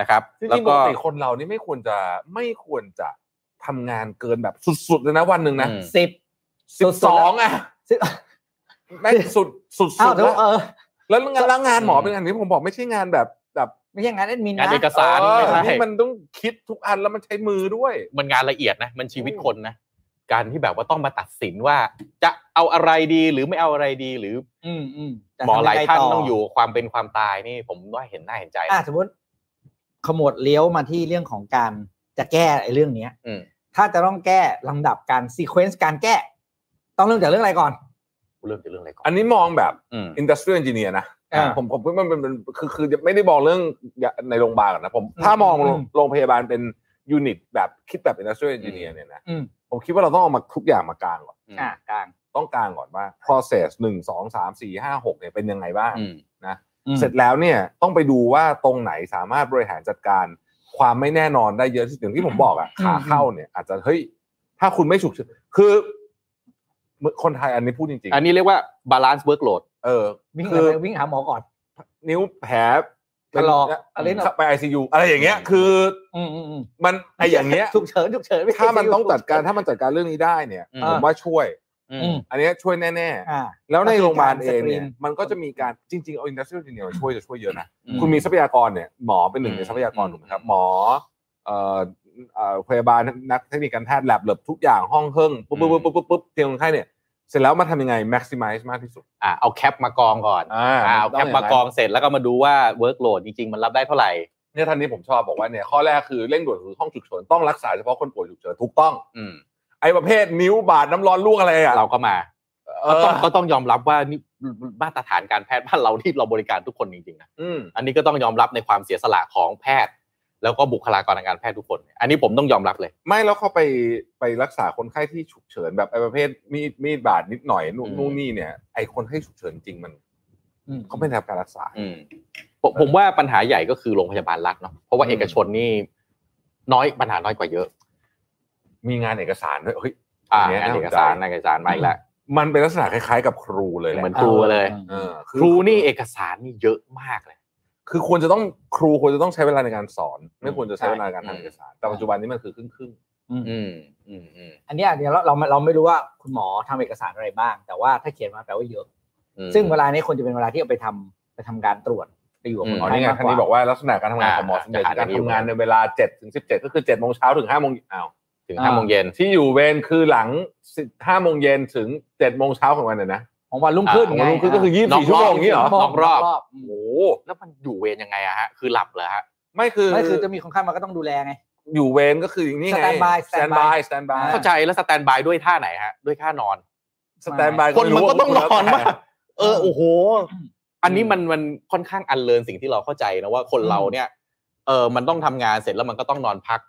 นะครับ จ แล้ว ริงๆป ก็ กติคนเรานี่ไม่ควรจะไม่ควรจะทำงานเกินแบบสุดๆเลยนะวันหนึ่งนะ อืม สิบ สิบสองอ่ะ สิบ แม่ งสุดสุด อ้า สุ ว ด เดี๋ยวเออ แล้วแล้วงานแล้วงานหมอ อืม เป็นอันนี้ผมบอกไม่ใช่งานแบบแบบ ไม่ใช่งานแอดมิน งาน นะ เอกสาร เออ ไม่ใช่ นี่มันต้องคิดทุกอันแล้วมันใช้มือด้วย มันงานละเอียดนะมันชีวิตคนนะการที่แบบว่าต้องมาตัดสินว่า จะเอาอะไรดีหรือไม่เอาอะไรดี หรือ อืมอืมจะ หมอหลายท่าน ทำะไร ต้องอยู่ความเป็นความตายนี่ผมว่าเห็นหน้าเห็นใจ อ่ะสมมติขมวดเลี้ยวมาที่เรื่องของการจะแก้ไอ้เรื่องเนี้ย อืม ถ้าจะต้องแก้ลำดับการซีเควนซ์การแก้ ต้องเริ่มจากเรื่องอะไรก่อน เรื่องจะเรื่องอะไรก่อ อั น นนี้มองแบบ อืม อินดัสเทรียลเอนจิเนียร์นะ อ่า ผมผมเพิ่งมันเป็นคือคือจะไม่ได้มองเรื่องในโรงพยาบาลหรอกนะผม อืม ถ้ามองโรง อืม โรงพยาบาลเป็นยูนิตแบบคิดแบบอินดัสเทรียลเอนจิเนียร์เนี่ยนะ อืม ผมคิดว่าเราต้องเอามาทุกอย่างมากลางก่อน อืม อ่ะกลาง ต้องกลางก่อนว่า process หนึ่งสองสามสี่ห้าหกเนี่ยเป็นยังไงบ้าง อืม อืม เสร็จแล้วเนี่ยต้องไปดูว่าตรงไหนสามารถบริหารจัดการความไม่แน่นอนได้เยอะที่สุดอย่างที่ผมบอกอะ อืม ขาเข้าเนี่ย อาจจะเฮ้ยถ้าคุณไม่ฉุกเฉินคือคนไทยอันนี้พูดจริง อันนี้เรียกว่า balance workload ๆเออ วิ่ง คือ ไปวิ่งหาหมอก่อน นิ้วแผล ถลอก เป็น อะไรนะ เข้าไปไอซียูอะไรอย่างเงี้ย คือ อืมอืมอืม มันไออย่างเงี้ย ฉุกเฉินฉุกเฉินไใช่ ถ้ามันต้องจัดการถ้ามันจัดการเรื่องนี้ได้เนี่ย อืม ผมว่าช่วย อื อื ม ม อันเนี้ยช่วยแน่ อ่า ๆ แล้วในโรงพยาบาลเอง สกรี เนี่ย น มันก็จะมีการจริง ๆ เอาอินดัสเทรียลเนียช่วยจะช่วยเยอะนะ อืม คุณมีทรัพยากรเนี่ยหมอเป็นหนึ่ง อืม ในทรัพยากร อืม ถูกไหมครับหมอเอ่อเอ่อพยาบาลนักเทคนิคการแพทย์แลบเลิบทุกอย่างห้องเครื่องปุ๊บ อื ปุ๊มบปุ๊บปุ๊บปุ๊บเตียงคนไข้เนี่ยเสร็จแล้วมาทำยังไง maximize มากที่สุด อ่าเอาแคปมากองก่อน อ่า อ่าเอา ต้ แคปมากองเสร็จแล้วก็มาดูว่า workload จริงๆ มันรับได้เท่าไหร่ เนี่ยท่านนี้ผมชอบบอกว่าเนี่ยข้อแรกคือเร่งด่วนคือห้องฉุกเฉินต้องรักษาเฉพาะคนป่วยฉุกเฉินถูกต้อง อืม ไอ้ประเภทนิ้วบาดน้ำร้อนลวกอะไรอ่ะ เราก็มา เอ ก็ต้อองก็ต้องยอมรับว่านี่มาตรฐานการแพทย์บ้านเราที่เราบริการทุกคนจริงๆนะ อืม อันนี้ก็ต้องยอมรับในความเสียสละของแพทย์ แล้วก็บุคลากรทางการแพทย์ทุกคน อันนี้ผมต้องยอมรับเลย ไม่แล้วเขาไปไปรักษาคนไข้ที่ฉุกเฉินแบบไอ้ประเภทมีดมีดบาดนิดหน่อยนู่น อืม นู่นนี่เนี่ย ไอ้คนไข้ฉุกเฉินจริงมัน อืม เขาไม่ได้รับการรักษา อืมผมผมว่าปัญหาใหญ่ก็คือโรงพยาบาลรัฐเนาะเพราะว่า อืม เอกชนนี่น้อยปัญหาน้อยกว่าเยอะ มีงานเอกสารด้วยเฮ้ย อ่า เย งาน น่ เอก สใจ สารงานเอกสารมาอีกแล้ว มันเป็นลักษณะคล้ายๆกับครูเลยแหละ เหมือน ครูเลย เอออ ครูนี่เอกสารนี่เยอะมากเลย คือควรจะต้องครูควรจะต้องใช้เวลาในการสอน ไม่ควรจะใช้เวลาในการ ใช่ ทำเอกสาร แต่ปัจจุบันนี้มันคือครึ่งครึ่ง อืมอืมอืม อันเนี้ยเดี๋ยวเราเราเราไม่รู้ว่าคุณหมอทำเอกสารอะไรบ้าง แต่ว่าถ้าเขียนมาแปลว่าเยอะ อืม ซึ่งเวลานี้ควรจะเป็นเวลาที่เอาไปทำไปทำการตรวจไปอยู่กับค อื น ม อ๋อ ไข้ นี่ไง มาก ท่าน กว่า นี้บอกว่าลักษณะการทำงานของหมอส่วนใหญ่คือการทำงานในเวลา7จ็ดถึงสิก็คือ7จ็ดโมงเช้าถึง5้าโมงอ้าว ถึงห้าโมงเย็น ที่อยู่เวรคือหลังห้าโมงเย็นถึงเจ็ดโมงเช้าของวันน่ะนะ ของวันรุ่งขึ้น อ่า ไง ของวันรุ่งขึ้นก็คือ24 นก ชั่วโมงอย่างนี้เหรอ ชั่วโม นอกรอบ นก โอ้โห แล้วมันอยู่เวรยังไงอะฮะ คือหลับเหรอฮะ ไม่คือ ไม่คือจะมีคนไข้มาก็ต้องดูแลไง อยู่เวรก็คืออย่างนี้ไง standby สแตนบาย standby สแตนบาย เข้าใจแล้วสแตนบายด้วยท่าไหนฮะ ด้วยท่านอน สแตนบาย คนมันก็ต้องนอนมากเออโอ้โห อันนี้มันมันค่อนข้างอันเลินสิ่งที่เราเข้าใจนะว่าคนเราเนี่ยเออมันต้องทำงานเสร็จแล้วมันก็ต้องนอนพัก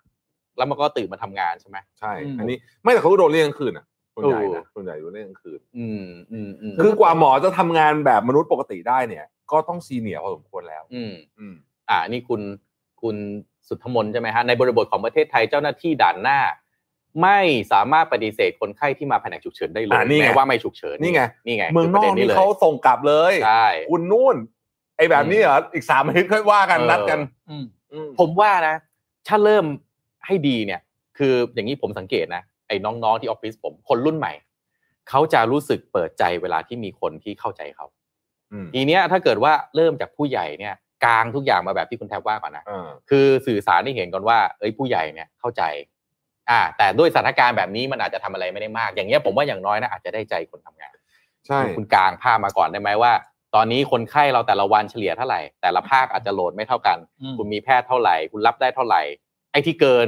แล้วมันก็ตื่นมาทำงานใช่ไหม ใช่ อืม อันนี้ไม่แต่เขาโดนเรียกกลางคืนอ่ะส่วนใหญ่ โอ้ นะส่วนใหญ่โดนเรียกกลางคืน อืมอืมอืม คือกว่าหมอจะทำงานแบบมนุษย์ปกติได้เนี่ย ก็ต้องซีเนียร์พอสมควรแล้ว อืม อืม อ่านี่คุณคุณสุทธมนต์ใช่ไหมฮะในบริบทของประเทศไทยเจ้าหน้าที่ด่านหน้า ไม่สามารถปฏิเสธคนไข้ที่มาแผนกฉุกเฉินได้เลย อ่านี่ไง แม้ว่าไม่ฉุกเฉิน นี่ไง นี่ไง เมืองนอกนี่ คืประด็ เขาส่งกลับเลย ใช่ คุณนู่น ไอ้แบบนี้เหรออีกสามอาทิ ตย์ค่อยว่ากัน เออ นัดกัน อืม อืม ผมว่านะ ถ้าเริ่มให้ดีเนี่ย คืออย่างนี้ผมสังเกตนะ ไอ้น้องๆที่ออฟฟิศผมคนรุ่นใหม่ เขาจะรู้สึกเปิดใจเวลาที่มีคนที่เข้าใจเขา อืม ทีเนี้ยถ้าเกิดว่าเริ่มจากผู้ใหญ่เนี่ยกลางทุกอย่างมาแบบที่คุณแทบว่าก่อนนะ เออ คือสื่อสารให้เห็นก่อนว่า เอ้ยผู้ใหญ่เนี่ยเข้าใจ อ่า แต่ด้วยสถานการณ์แบบนี้มันอาจจะทำอะไรไม่ได้มาก อย่างเงี้ยผมว่าอย่างน้อยนะอาจจะได้ใจคนทำงาน ใช่ คุณกลางภาพมาก่อนได้ไหมว่า ตอนนี้คนไข้เราแต่ละวันเฉลี่ยเท่าไหร่ แต่ละภาคอาจจะโหลดไม่เท่ากัน อืม คุณมีแพทย์เท่าไหร่ คุณรับได้เท่าไหร่ ไอ้ที่เกิน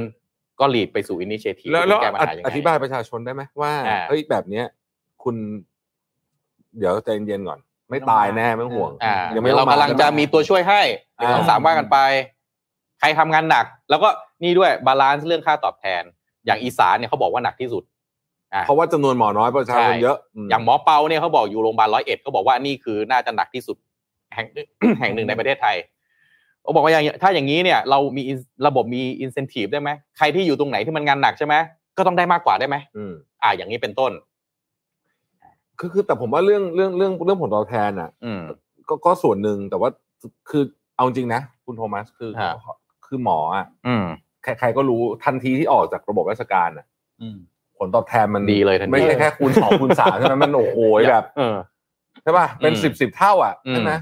ก็หลีดไปสู่อินิเชทีฟ แล้วแล้ว แก้ปัญหายังไง อธิบายประชาชนได้ไหมว่า อ่า เฮ้ยแบบเนี้ย คุณ เดี๋ยวใจเย็นๆก่อน ไม่ตายแน่ไม่ต้องห่วง อ่า ยังไม่ เดี๋ยวต้องมากเราำลังจะมีตัวช่วยให้หนึ่งสองสามว่ากันไป ใครทำงานหนัก แล้วก็นี่ด้วยบาลานซ์เรื่องค่าตอบแทน อย่างอีสานเนี่ยเขาบอกว่าหนักที่สุดอ่ เพราะว่าจำนวนหมอน้อยประชาชน ใช่ เยอะม อย่างหมอเปาเนี่ยเขาบอกอยู่โรงพยาบาลร้อยเอ็ดเขาบอกว่านี่คือน่าจะหนักที่สุด แห่ง แห่งหนึ่งในประเทศไทยเขาบอกว่าอย่างถ้าอย่างนี้เนี่ยเรามี in- ระบบมีอินเซนティブได้ไหมใครที่อยู่ตรงไหนที่มันงานหนักใช่ไหมก็ต้องได้มากกว่าได้ไหม อืม อ่า อย่างนี้เป็นต้น คือคือแต่ผมว่าเรื่องเรื่องเรื่องเรื่องผลตอบแทนอ่ะ อืม ก็ก็ส่วนหนึ่งแต่ว่าคือเอาจริงนะ คุณโทมัสคือ ฮะ คือหมออ่ะ อืม ใครใครก็รู้ทันทีที่ออกจากระบบราชการอ่ะ อืม ผลตอบแทนมัน ดีเลยทันที ไม่ใช่แค่คูณสองคูณสามใช่ไหมมันโอ้โหแบบ เออ ใช่ป่ะเป็น อืม สิบสิบเท่าอ่ะ อืม ใช่ไหม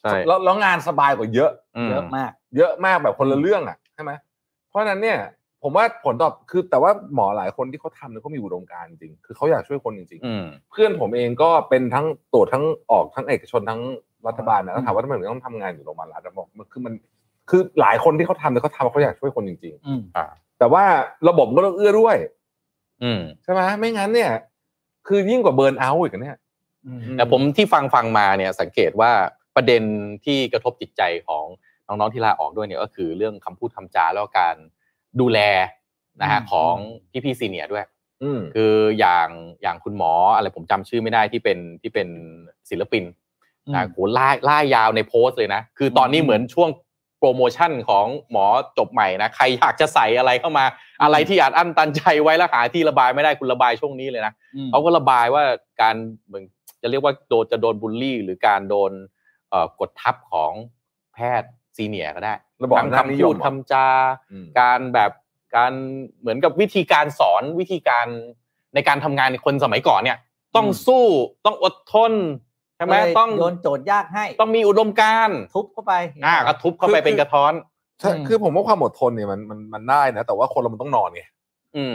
ใช่ แล้วแล้วงานสบายกว่าเยอะ ม เยอะมาก เยอะมากแบบคนละเรื่องอ่ะใช่ไหมเพราะฉะนั้นเนี่ย ผมว่าผลตอบคือแต่ว่าหมอหลายคนที่เขาทำเนี่ยเขามีอุดมการณ์จริงคือเขาอยากช่วยคนจริงๆ อืม เพื่อนผมเองก็เป็นทั้งตรวจทั้งออกทั้งเอกชนทั้งรัฐบาลอืมนะแล้วถามว่าทำไมถึงต้องทำงานอยู่โรงพยาบาลรัฐบอกมันคือมันคือหลายคนที่เขาทำเนี่ยเขาทำเขาอยากช่วยคนจริง อืม ๆ แต่ว่าระบบก็ต้องเอื้อด้วย อืม ใช่ไหมไม่งั้นเนี่ย คือยิ่งกว่าเบิร์นเอาท์อีกนะเนี่ย อืม แต่ผมที่ฟังฟังมาเนี่ยสังเกตว่าประเด็นที่กระทบจิตใจของน้องๆที่ลาออกด้วยเนี่ยก็คือเรื่องคำพูดคำจาแล้วก็การดูแลนะฮะ อืม ของพี่พี่ซีเนียร์ด้วย อืม คืออย่างอย่างคุณหมออะไรผมจำชื่อไม่ได้ที่เป็นที่เป็นศิลปินนะโหล่ายล่ายยาวในโพสต์เลยนะ คือตอนนี้เหมือนช่วงโปรโมชั่นของหมอจบใหม่นะใครอยากจะใส่อะไรเข้ามา อะไรที่อาจอั้นตันใจไว้แล้วหาที่ระบายไม่ได้คุณระบายช่วงนี้เลยนะ อืม เขาก็ระบายว่าการเหมือนจะเรียกว่าโดนจะโดนบูลลี่ หรือการโดนเอ่อกดทับของแพทย์ซีเนียร์ก็ได้ ระบอบ ทั้ง อำนาจนิ คำ ย พู ม ด อะ คำจา อืม การแบบการเหมือนกับวิธีการสอนวิธีการในการทำงานคนสมัยก่อนเนี่ย ต้อง อืม สู้ต้องอดทนใช่ไหม เลย ต้อง โยนโจทย์ยากให้ ต้องมีอุดมการณ์ ทุบเข้าไป อ่ากระทุบเข้าไปเป็นกระท้อน ใช่ อืม คือผมว่าความอดทนเนี่ยมันมันมันได้นะ แต่ว่าคนเรามันต้องนอนไง อืม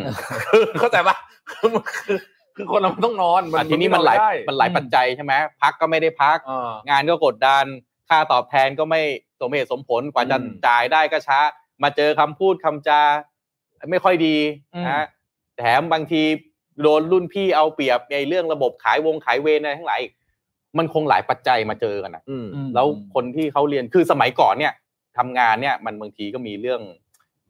คือ เข้าใจปะคือมันคือคือคนเรามันต้องนอน อ่ะทีนี้มันหลายมันหลายปัจจัยใช่ไหมพักก็ไม่ได้พัก อ่า งานก็กดดัน ค่าตอบแทนก็ไม่สมเหตุสมผล กว่าจะ อืม จ่ายได้ก็ช้า มาเจอคำพูดคำจา ไม่ค่อยดีนะฮะแถมบางทีโดนรุ่นพี่เอาเปรียบในเรื่องระบบขายวงขายเวรอะไรทั้งหลายอีกมันคงหลายปัจจัยมาเจอกันนะ อืม อืม แล้วคนที่เขาเรียนคือสมัยก่อนเนี่ยทำงานเนี่ยมันบางทีก็มีเรื่อง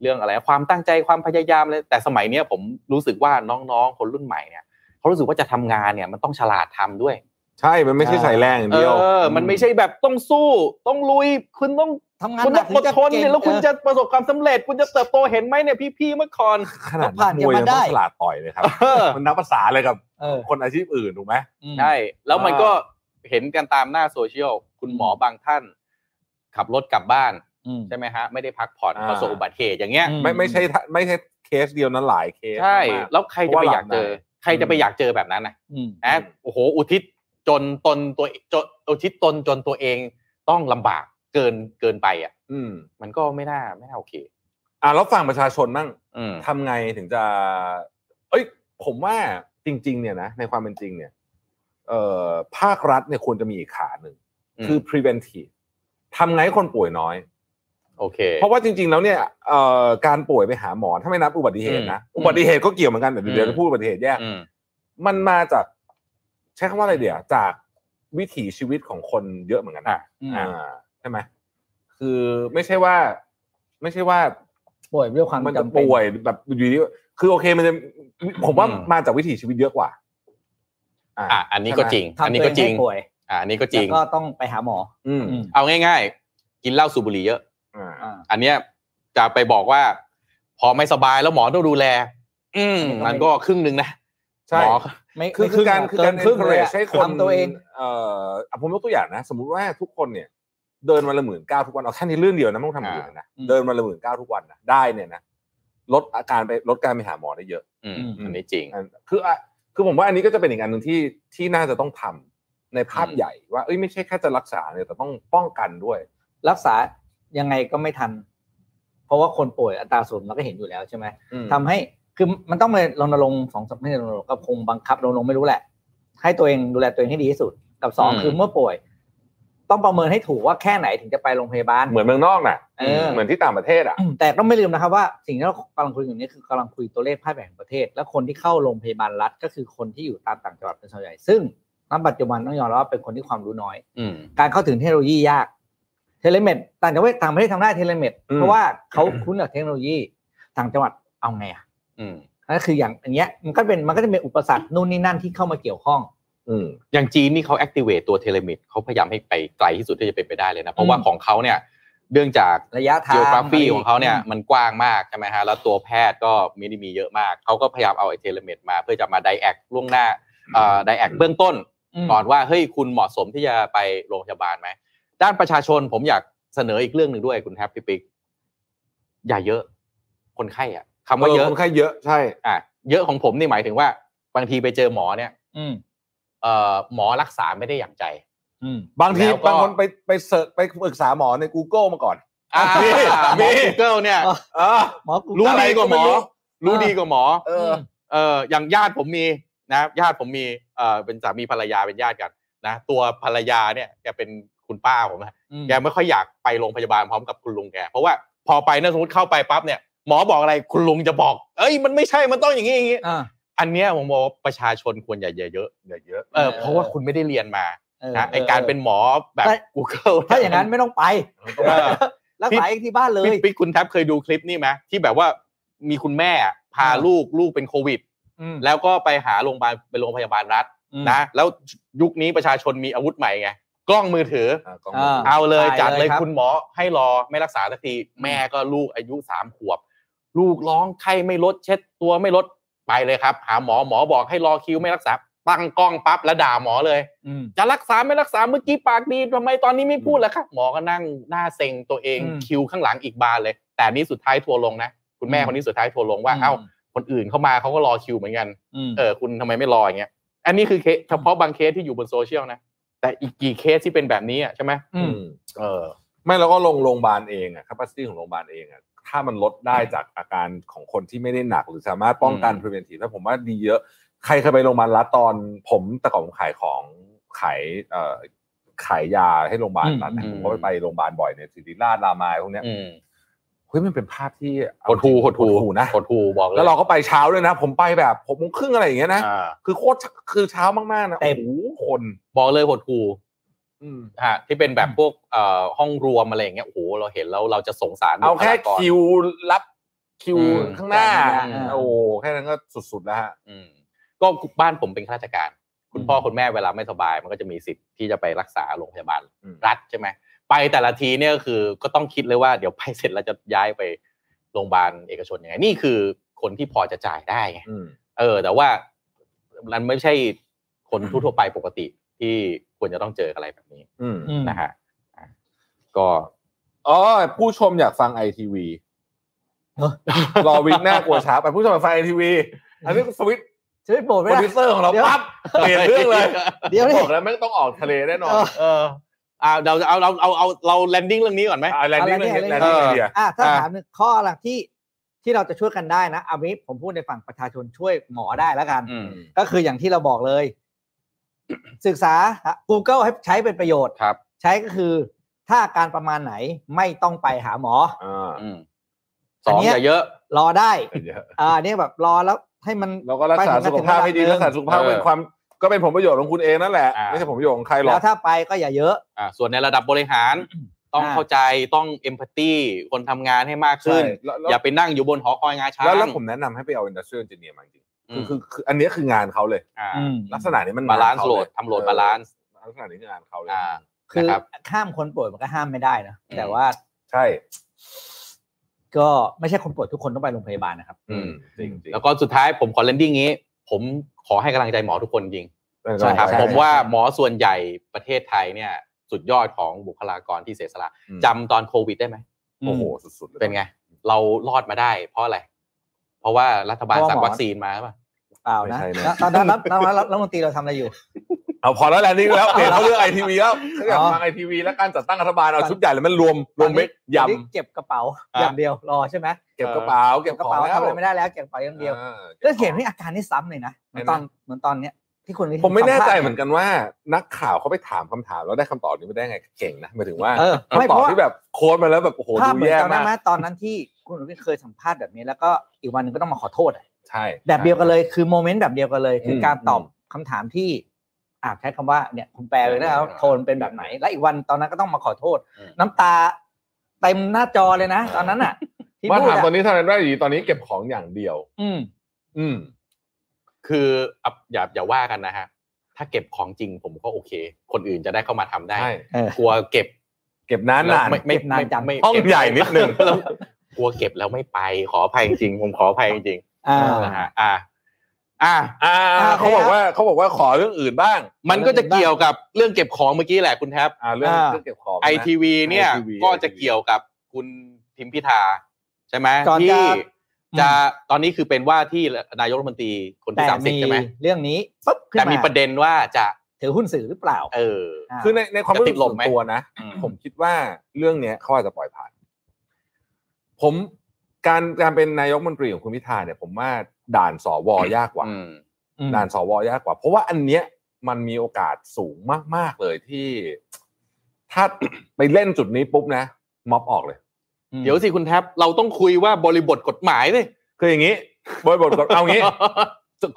เรื่องอะไร ความตั้งใจความพยายามเลยแต่สมัยเนี้ยผมรู้สึกว่าน้องๆ คนรุ่นใหม่เนี่ยเขารู้สึกว่าจะทำงานเนี่ยมันต้องฉลาดทำด้วย ใช่ มันไม่ใช่ใส่แรงอย่าง เอ เดียว อ มันไม่ใช่แบบต้องสู้ ต้องลุย คุณต้อง ทำงาน คุณ ห ต้ นั อก ง ถึ อง ดทนเนี่ยแล้วคุณจะ เอ ประสบความสำเร็จ คุณจะเติบโตเห็นไหมเนี่ยพี่ๆเมื่อก่อน ขนาด ผ่าน มวยยักันงมาได้ ต้องฉลาดต่อยเลยครับ เออ มันนับภาษาเลยกับ อเออ คนอาชีพอื่นถูกไหม อืม ใช่ แล้วมัน อ่า ก็เห็นกันตามหน้าโซเชียล คุณหมอบางท่าน ขับรถกลับบ้านใช่ไหมฮะ ไม่ได้พักผ่อนประสบอุบัติเหตุอย่างเงี้ย อื ไม่ไม่ใช่ท่าไม่ใช่เคสเดียวนั้นหลายเคส ใช่ มาก แล้วใครจะไปอยากเจอ เพราะว่าหลับใน ใครจะไปอยากเจอแบบนั้นนะ อืม นะ อืม โอ้โห อุทิศจนตนตัวจนอุทิศตนจนตัวเองต้องลำบากเกินเกินไปอ่ะ อืม มันก็ไม่น่าไม่น่าโอเค อ่ะแล้วฝั่งประชาชนมั่ง อืม ทำไงถึงจะ เอ้ย ผมว่าจริง ๆ เนี่ยนะ ในความเป็นจริงเนี่ย เอ่อภาครัฐเนี่ยควรจะมีอีกขาหนึ่ง คือ preventive ทำไงให้คนป่วยน้อย โอเค เพราะว่าจริง ๆ แล้วเนี่ยเอ่อการป่วยไปหาหมอถ้าไม่นับอุบัติเหตุนะ อืม อุบัติเหตุก็เกี่ยวเหมือนกันแต่เดี๋ยว อืม จะพูดอุบัติเหตุแยก อืม มันมาจาก ใช้คำว่าอะไรเดี๋ยวจาก วิถีชีวิตของคนเยอะเหมือนกันนะ อ่ะ อืม อ่าใช่ไหมคือไม่ใช่ว่า ไม่ใช่ว่า ป่วยด้วยความ มันจะ จำเป็น ป่วยแบบอยู่ดีคือโอเคมันจะผมว่า อืม มาจากวิถีชีวิตเยอะกว่า อ่า อ่ะอันนี้ก็จริง ทำ อันนี้ก็จริง ตัวเให้ป่วย อ่ะอันนี้ก็จ แล้ ริง วก็ต้องไปหาหมอ อืม ออืม เอาง่าย ๆ กินเหล้าสูบบุหรี่เยอะ อ่า อ่า อันเนี้ยจะไปบอกว่า พอไม่สบายแล้วหมอต้องดูแล อืม อันนี้มันก็ไม่ก็ครึ่งหนึ่งนะ ใช่ หมอ ไม่ คือ ไม่ คือ รึ่ง การ ห คือการ เกินครึ่งเลย encourage อะ ให้คน ทำตัวเอง เอ่ออ่ะผมยกตัวอย่างนะ สมมุติว่าทุกคนเนี่ย เดินวันละหมื่นเก้าทุกวันเอาแค่นี้เรื่องเดียวนะไม่ต้องทำอย่างอื่นเลยนะ อืม เดินวันละหมื่นเก้าทุกวันนะได้เนี่ยนะลดอาการไปลดการไปหาหมอได้เยอะ อืม อืม อันนี้จริง อันคืออ่ะคือผมว่าอันนี้ก็จะเป็นอีกอันหนึ่งที่ที่น่าจะต้องทำในภาพ อืม ใหญ่ว่าเอ้ยไม่ใช่แค่จะรักษาเนี่ยแต่ต้องป้องกันด้วย รักษายังไงก็ไม่ทัน เพราะว่าคนป่วยอัตราส่วนเราก็เห็นอยู่แล้วใช่ไหม อืม ทำให้คือมันต้องไปรณรงค์สองสามไม่ใช่รณรงค์ก็คงบังคับรณรงค์ไม่รู้แหละ ให้ตัวเองดูแลตัวเองให้ดีที่สุด กับสอง อืม คือเมื่อป่วย ต้องประเมินให้ถูกว่าแค่ไหนถึงจะไปโรงพยาบาล เหมือนเมืองนอกน่ะ เออ เหมือนที่ต่างประเทศอ่ะ แต่ต้องไม่ลืมนะครับว่าสิ่งที่เรากำลังคุยอยู่นี้คือกำลังคุยตัวเลขภาพแบ่งประเทศ และคนที่เข้าโรงพยาบาลรัฐ ก็คือคนที่อยู่ตามต่างจังหวัดเป็นส่วนใหญ่ซึ่งณปัจจุบันต้องยอมรับว่าเป็นคนที่ความรู้น้อย อืม การเข้าถึงเทคโนโลยียาก เทเลเมดต่างจังหวัดต่างประเทศทำได้เทเลเมด อืม เพราะว่าเขาคุ้นกับเทคโนโลยีต่างจังหวัดเอาไงอ่ะ อืม นั่นคืออย่างอย่างเงี้ยมันก็เป็นมันก็จะเป็นอุปสรรคนู่นนี่นั่นที่เข้ามาเกี่ยวข้อง อืม อย่างจีนนี่เขา activate ตัวเทเลมิดเขาพยายามให้ไปไกลที่สุดที่จะเป็นไปได้เลยนะ เพราะว่า อืม ของเขาเนี่ยเนื่องจาก ระยะทาง geography ของเขาเนี่ยมันกว้างมากใช่ไหมฮะแล้วตัวแพทย์ก็มีมีเยอะมาก เขาก็พยายามเอาไอเทเลเมดมาเพื่อจะมาไดแอคล่วงหน้าไดแอคเบื้องต้น ม ก่อนว่าเฮ้ยคุณเหมาะสมที่จะไปโรงพยาบาลไหม ด้านประชาชนผมอยากเสนออีกเรื่องหนึ่งด้วยคุณแทบพี่ปิ๊กอย่าเยอะคนไข้อะคำว่าเยอะ เออคนไข้เยอะใช่ อ่ะเยอะของผมนี่หมายถึงว่า บางทีไปเจอหมอเนี่ย อืม เอ่อหมอรักษาไม่ได้อย่างใจ อืม บางที แล้วก็ บางคนไปไปเสิร์ชไปปรึกษาหมอใน Google มาก่อน อ่า มี หม มี อ Google เนี่ย อ๋อ เออ หมอกู รู้ อะไร ดีกว่าหมอ ก็ไม่รู้ รู้ดีกว่าหมอ เออ เอออย่างญาติผมมีนะญาติผมมีเออเป็นสามีภรรยาเป็นญาติกันนะ ตัวภรรยาเนี่ยแกเป็นคุณป้าผมนะ แกไม่ค่อยอยากไปโรงพยาบาลพร้อมกับคุณลุงแก เพราะว่าพอไปนะสมมติเข้าไปปั๊บเนี่ยหมอบอกอะไรคุณลุงจะบอก เอ้ยมันไม่ใช่มันต้องอย่างนี้อย่างนี้ อ่า อันเนี้ยผมบอกว่าประชาชนควรอย่าเยอะ อย่าเยอะ ๆเออเพราะว่าคุณไม่ได้เรียนมา เออ นะไอการเป็นหมอแบบ แต่ Google ถ้าอย่างนั้นไม่ต้องไป เออ รักษาเองที่บ้านเลย พี่ปิ๊กคุณแท็บเคยดูคลิปนี่ไหมที่แบบว่ามีคุณแม่พา อ่า ลูกลูกเป็นโควิด อืม แล้วก็ไปหาโรงพยาบาลไปโรงพยาบาลรัฐ อืม นะ แล้วยุคนี้ประชาชนมีอาวุธใหม่ไงกล้องมือถือ อ่ะกล้อง อ่า มือถือ เอาเลย ตาย จัดเล เลย ยครับ คุณหมอให้รอไม่รักษาสักทีแม่ก็ลูกอายุสามขวบ ลูกร้องไข้ไม่ลดเช็ดตัวไม่ลดไปเลยครับ หาหมอหมอบอกให้รอคิวไม่รักษาตั้งกล้องปั๊บแล้วด่าหมอเลย อืม จะรักษาไม่รักษาเมื่อกี้ปากดีทำไมตอนนี้ไม่พูดแล้วครับหมอก็นั่งหน้าเซ็งตัวเอง อืม คิวข้างหลังอีกบานเลย แต่นี้สุดท้ายทัวร์ลงนะคุณแม่ อืม คนนี้สุดท้ายทัวร์ลงว่าเอ้าคนอื่นเข้ามาเขาก็รอคิวเหมือนกัน ม เออคุณทำไมไม่รออย่างเงี้ย อันนี้คือเคสเฉพาะบางเคสที่อยู่บนโซเชียลนะ แต่อีกกี่เคสที่เป็นแบบนี้อ่ะใช่ไหม อื อืม เออ ไม่แล้วก็ลงโรงพยาบาลเองอะ capacity ของโรงพยาบาลเองอะ ถ้ามันลดได้จากอาการของคนที่ไม่ได้หนัก หรือสามารถป้องกัน อืม preventive แล้วผมว่าดีเยอะ ใครเคยไปโรงพยาบาลรัฐตอนผมแต่ก่อนผมขายของขายเอ่อขายยาให้โรงพยาบาลรัฐนะ อืม ผมก็ไปโรงพยาบาลบ่อยเนี่ยสิริราชรามายพวกเนี้ย อืม เฮ้ยมันเป็นภาพที่ หดหูหดหู นะ หดหูบอกเลย แล้วเราก็ไปเช้าด้วยนะ ผมไปแบบหกโมงครึ่งอะไรอย่างเงี้ยนะ อ่า คือโคตรคือเช้ามากๆนะ เต็ม โอ้โหคน บอกเลยหดหู อืม ฮะที่เป็นแบบพวกเอ่อห้องรวมอะไรอย่างเงี้ยโอ้โหเราเห็นแล้วเราจะสงสาร เอาแค่ บุรร คิวรับคิว อืม ข้างหน้า อืม โอ้โหแค่นั้นก็สุดๆแล้วฮะ อืมก็บ้านผมเป็นข้าราชการ คุณพ่อคุณแม่เวลาไม่สบาย มันก็จะมีสิทธิ์ที่จะไปรักษาโรงพยาบาล อืม รัฐใช่ไหมไปแต่ละทีเนี่ยก็คือก็ต้องคิดเลยว่าเดี๋ยวไปเสร็จแล้วจะย้ายไปโรงพยาบาลเอกชนยังไงนี่คือคนที่พอจะจ่ายได้ไง อืม เออแต่ว่ามันไม่ใช่คนทั่วๆไปปกติที่ควรจะต้องเจออะไรแบบนี้ อืม อืม นะฮะอ่ะก็ อ๋อผู้ชมอยากฟังไอทีวี เนอะ รอวิกหน้ากลัวช้าไปผู้ชมอยากฟังไอทีวีอันนี้สวิตช์ ชีวิตโบด โป ไม่ ร ได้ ดิวเซอร์ของเรา เดี๋ยว ปั๊บเปลี่ยนเรื่องเลย เดี๋ยว บ นี่ อกแล้วไม่งต้องออกทะเลแน่นอน เออ เอออ่าเราจะเอาเราเอาเอาเราแลนดิ้งเรื่องนี้ก่อนไหม เอาแลนดิ้ง เอา เลย landing แลนดิ้งไอเดีย อ่ะถ้า อ่ะ ถามหนึ่งข้อหลักที่ที่เราจะช่วยกันได้นะเอานี้ผมพูดในฝั่งประชาชนช่วยหมอได้แล้วกัน อืม ก็คืออย่างที่เราบอกเลย ศึกษาหา Google ให้ใช้เป็นประโยชน์ ครับ ใช้ก็คือ ถ้าอาการประมาณไหนไม่ต้องไปหาหมอ อืมสอง อันเนี้ย อย่าเยอะ รอได้ อ่าเนี่ยแบบรอแล้วให้มัน เราก็รักษาสุขภาพให้ดี ไปถึงระดับหนึ่ง รักษาสุขภาพ เออ เป็นความ ก็เป็นผลประโยชน์ของคุณเองนั่นแหละ อ่า ไม่ใช่ผลประโยชน์ของใครหรอ แล้ ก วถ้าไปก็อย่าเยอะ อ่าส่วนในระดับบริหารต้อง อ่า เข้าใจต้องเอมพัตตีคนทำงานให้มากขึ้น ใช่แล้วแล้ว อย่าไปนั่งอยู่บนหอคอยงาช้าง แล้วแล้วผมแนะนำให้ไปเอา industrial engineer มาจริงๆคือคือคืออันเนี้ยคืองานเขาเลย อ่า อืม ลักษณะนี้มัน บาลานซ์ งเขเย โหลดทำโหลดบาลานซ์ เออลักษณะนี้คืองานเขาเลย อ่า คือ นะครับ ห้ามคนป่วยมันก็ห้ามไม่ได้นะ อืม แต่ว่า ใช่ ก็ไม่ใช่คนป่วยทุกคนต้องไปโรงพยาบาลนะครับ อืม จริงจริง แล้วก็สุดท้ายผมขอเลนดิ้งนี้ ผมขอให้กำลังใจหมอทุกคนจริง ใช่ นะครับ ใช่ ผมว่าหมอส่วนใหญ่ประเทศไทยเนี่ย สุดยอดของบุคลากรที่เสียสละ อืม จำตอนโควิดได้ไหม โอ้โหสุดๆลย เป็นไง เรารอดมาได้ เพราะอะไร เพราะว่ารัฐบาลสั่งวัคซีนมาป่ะ เปล่านะแล้วตอนนั้นรับตอนนั้นรัฐมนตรีเราทำอะไรอยู่ เอาพอแล้วแหละนี่แล้วเปลี่ยนเขาเรื่องไอทีวีแล้วเขาอยาก อ๋อ ฟังไอทีวีและการจัดตั้งรัฐบาลเอาชุดใหญ่เลยมันรวมรวม ตอนนี้ เม็ดย นี่เก็บกระเป๋า อ่ะ อย่างเดียวรอใช่ไหม ำเก็บกระเป๋าเก็บ กระ ของ เป๋า แล้ว ทำอะไรไม่ได้แล้วเก็บกระเป๋าอย่างเดียว อ่า ก็เห็นนี่อาการนี่ซ้ำเลยนะเหมือนตอน เห็นไหม เหมือนตอนเนี้ยที่คุณวิ ผมไม่แน่ใจเหมือนกันว่า นักข่าวเขาไปถามคำถามแล้วได้คำตอบนี้ไม่ได้ไงเก่งนะหมายถึงว่า เออไม่เพคำตอบ ราะว่า ที่แบบโค้ดมาแล้วแบบโอ้โห ภาพ ดู เหมือน แย่ ตอนนั้นไหม มาก ตอนนั้นที่คุณวิทย์เคยสัมภาษณ์แบบนี้แล้วก็อีกวันหนึ่งก็ต้องมาขอโทษอะ ใช่ แบบ ใช่ เดียวกันเลยคือโมเมนต์แบบเดียวกันเลย คืออ ม การตอบ อืม คำถามที่อาใช้คำว่าเนี่ยคุณแปลเลย ใช่ นะครับ ใช่ โทนเป็นแบบไหน และอีกวันตอนนั้นก็ต้องมาขอโทษ อืม น้ำตาเต็มหน้าจอเลยนะ ตอนนั้นอ่ะที่ มา พูด ถามตอน อะ นี้เท่านั้นว่าอยู่ดีตอนนี้เก็บของอย่างเดียว อืม อืม คืออ่ะอย่าอย่าว่ากันนะฮะ ถ้าเก็บของจริงผมก็โอเค คนอื่นจะได้เข้ามาทำได้ ใช่ กลัวเก็บ เก็บนาน แล้ นาว ไม่ น ไม่ เก็บนาน ไม่ จัง ไม่ ห้อง เก็บ ใหญ่นิดนึง แล้ว กลัวเก็บแล้วไม่ไปขออภัยจริงๆผมขออภัยจริง อ่า ๆนะฮะอ่า อ่า อ่า อ่า เขาบอกว่าเขาบอกว่าขอเรื่องอื่นบ้าง มันก็จะเกี่ยวกับเรื่องเก็บของเมื่อกี้แหละคุณแท็บ อ่าเรื่อง อ่า เรื่องเก็บของนะ ไอทีวีเนี่ย ITV ก็จะเกี่ยวกับคุณทิมพิธา ใช่ไหม ก่อนจะ ที่จะตอนนี้คือเป็นว่าที่นายกรัฐมนตรีคน แต่ ที่สามสิบ มี ใช่ไหม เรื่องนี้ปุ๊บขึ้น แต่มี มา ประเด็นว่าจะ ถือหุ้นสื่อหรือเปล่า เออ า คือในในความรู้สึก จะติดลมส่วน ไหม ตัวนะ อ ผมคิดว่าเรื่องเนี้ยเขาอาจจะปล่อยผ่าน ผมการการเป็นนายกรัฐมนตรีของคุณพิธาเนี่ยผมว่าด่านสวอยากกว่า อืม ด่านสวยากกว่า เพราะว่าอันเนี้ยมันมีโอกาสสูงมาก ๆ เลยที่ ถ้า ไปเล่นจุดนี้ปุ๊บนะ ม็อบออกเลย เดี๋ยวสิคุณแท็บเราต้องคุยว่าบริบทกฎหมายเลย คืออย่างนี้บริบทกฎเอางี้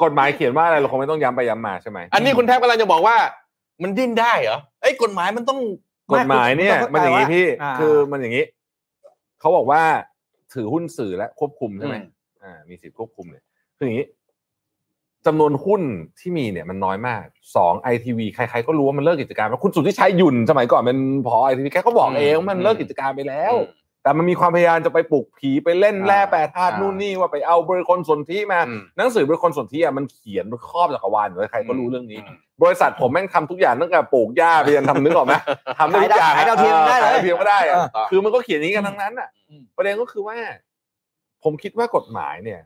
กฎหมายเขียนว่าอะไรเราคงไม่ต้องย้ำไปย้ำมาใช่ไหม อันนี้คุณแท็บกำลังจะบอกว่า มันดิ้นได้เหรอไอ้ยกฎหมายมันต้อง กฎหมายเนี่ย ไม่คุณต้อง มันอย่างนี้พี่ อ่า คือมันอย่างนี้เขาบอกว่าถือหุ้นสื่อและควบคุมใช่ไหม อืม อ่า มีสิทธิควบคุมเลยคืออย่างนี้จำนวนหุ้นที่มีเนี่ยมันน้อยมากสองไอทีวีใครๆก็รู้ว่ามันเลิกกิจการไปแล้วคุณสุทธิชัยหยุ่นสมัยก่อนเป็นพอไอทีวีแกก็บอกเองว่ามันเลิกกิจการไปแล้ว แต่มันมีความพยายามจะไปปลุกผีไปเล่นแร่แปรธาตุ อ่านู่ นู่นนี่ว่าไปเอาบริคนสนธิมา อืม หนังสือบริคนสนธิอ่ะมันเขียนครอบจักรวาลอยู่เลยใครก็รู้เรื่องนี้ อืม บริษัทผมแม่งทำทุกอย่างตั้งแต่ปลูกหญ้าไปยันทำนึกออกไหมทำได้ทุกอย่าง ขายดาวเทียมได้เลย ขายดาวเทียมก็ได้อะ ถูกต้อง คือมันก็เขียนอย่างนี้กันทั้งนั้นอ่ะ อืม ประเด็นก็คือว่า ผมคิดว่ากฎหมายเนี่ย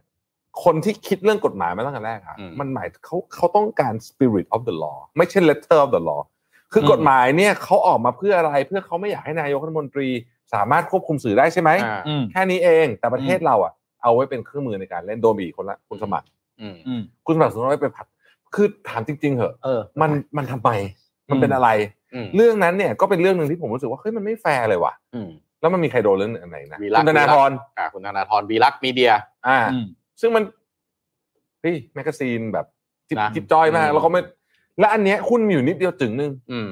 คนที่คิดเรื่องกฎหมายมาตั้งแต่แรกอะ อืม มันหมายเขาเขาต้องการ spirit of the law ไม่ใช่ letter of the law คืออกฎหมายเนี่ยเขาออกมาเพื่ออะไร เพื่อเขาไม่อยากให้นายกรัฐมนตรี สามารถควบคุมสื่อได้ใช่ไหม อ่า อืม แค่นี้เองแต่ประเทศเราอ่ะเอาไว้เป็นเครื่องมือในการเล่นโดนบีคนละคุณสมัคร อืม อืม คุณสมัครสมมติว่าไปผัด คือถามจริง ๆเหอะ เออ มันมันทำไมมันเป็น อืม อะไร อืม เรื่องนั้นเนี่ยก็เป็นเรื่องหนึ่งที่ผมรู้สึกว่าเฮ้ยมันไม่แฟร์เลยว่ะ อืม แล้วมันมีใครโดนเรื่องไหนนะ วีระ คุณธนาธร อ่าคุณธนาธรวีรักษ์มีเดีย อ่า อืม ซึ่งมันเฮ้ยแมกกาซีนแบบจิบ นะ จิบจอยมาก อืม แล้วเขาไม่และอันเนี้ยหุ้นมีอยู่นิดเดียวจึงหนึง อืม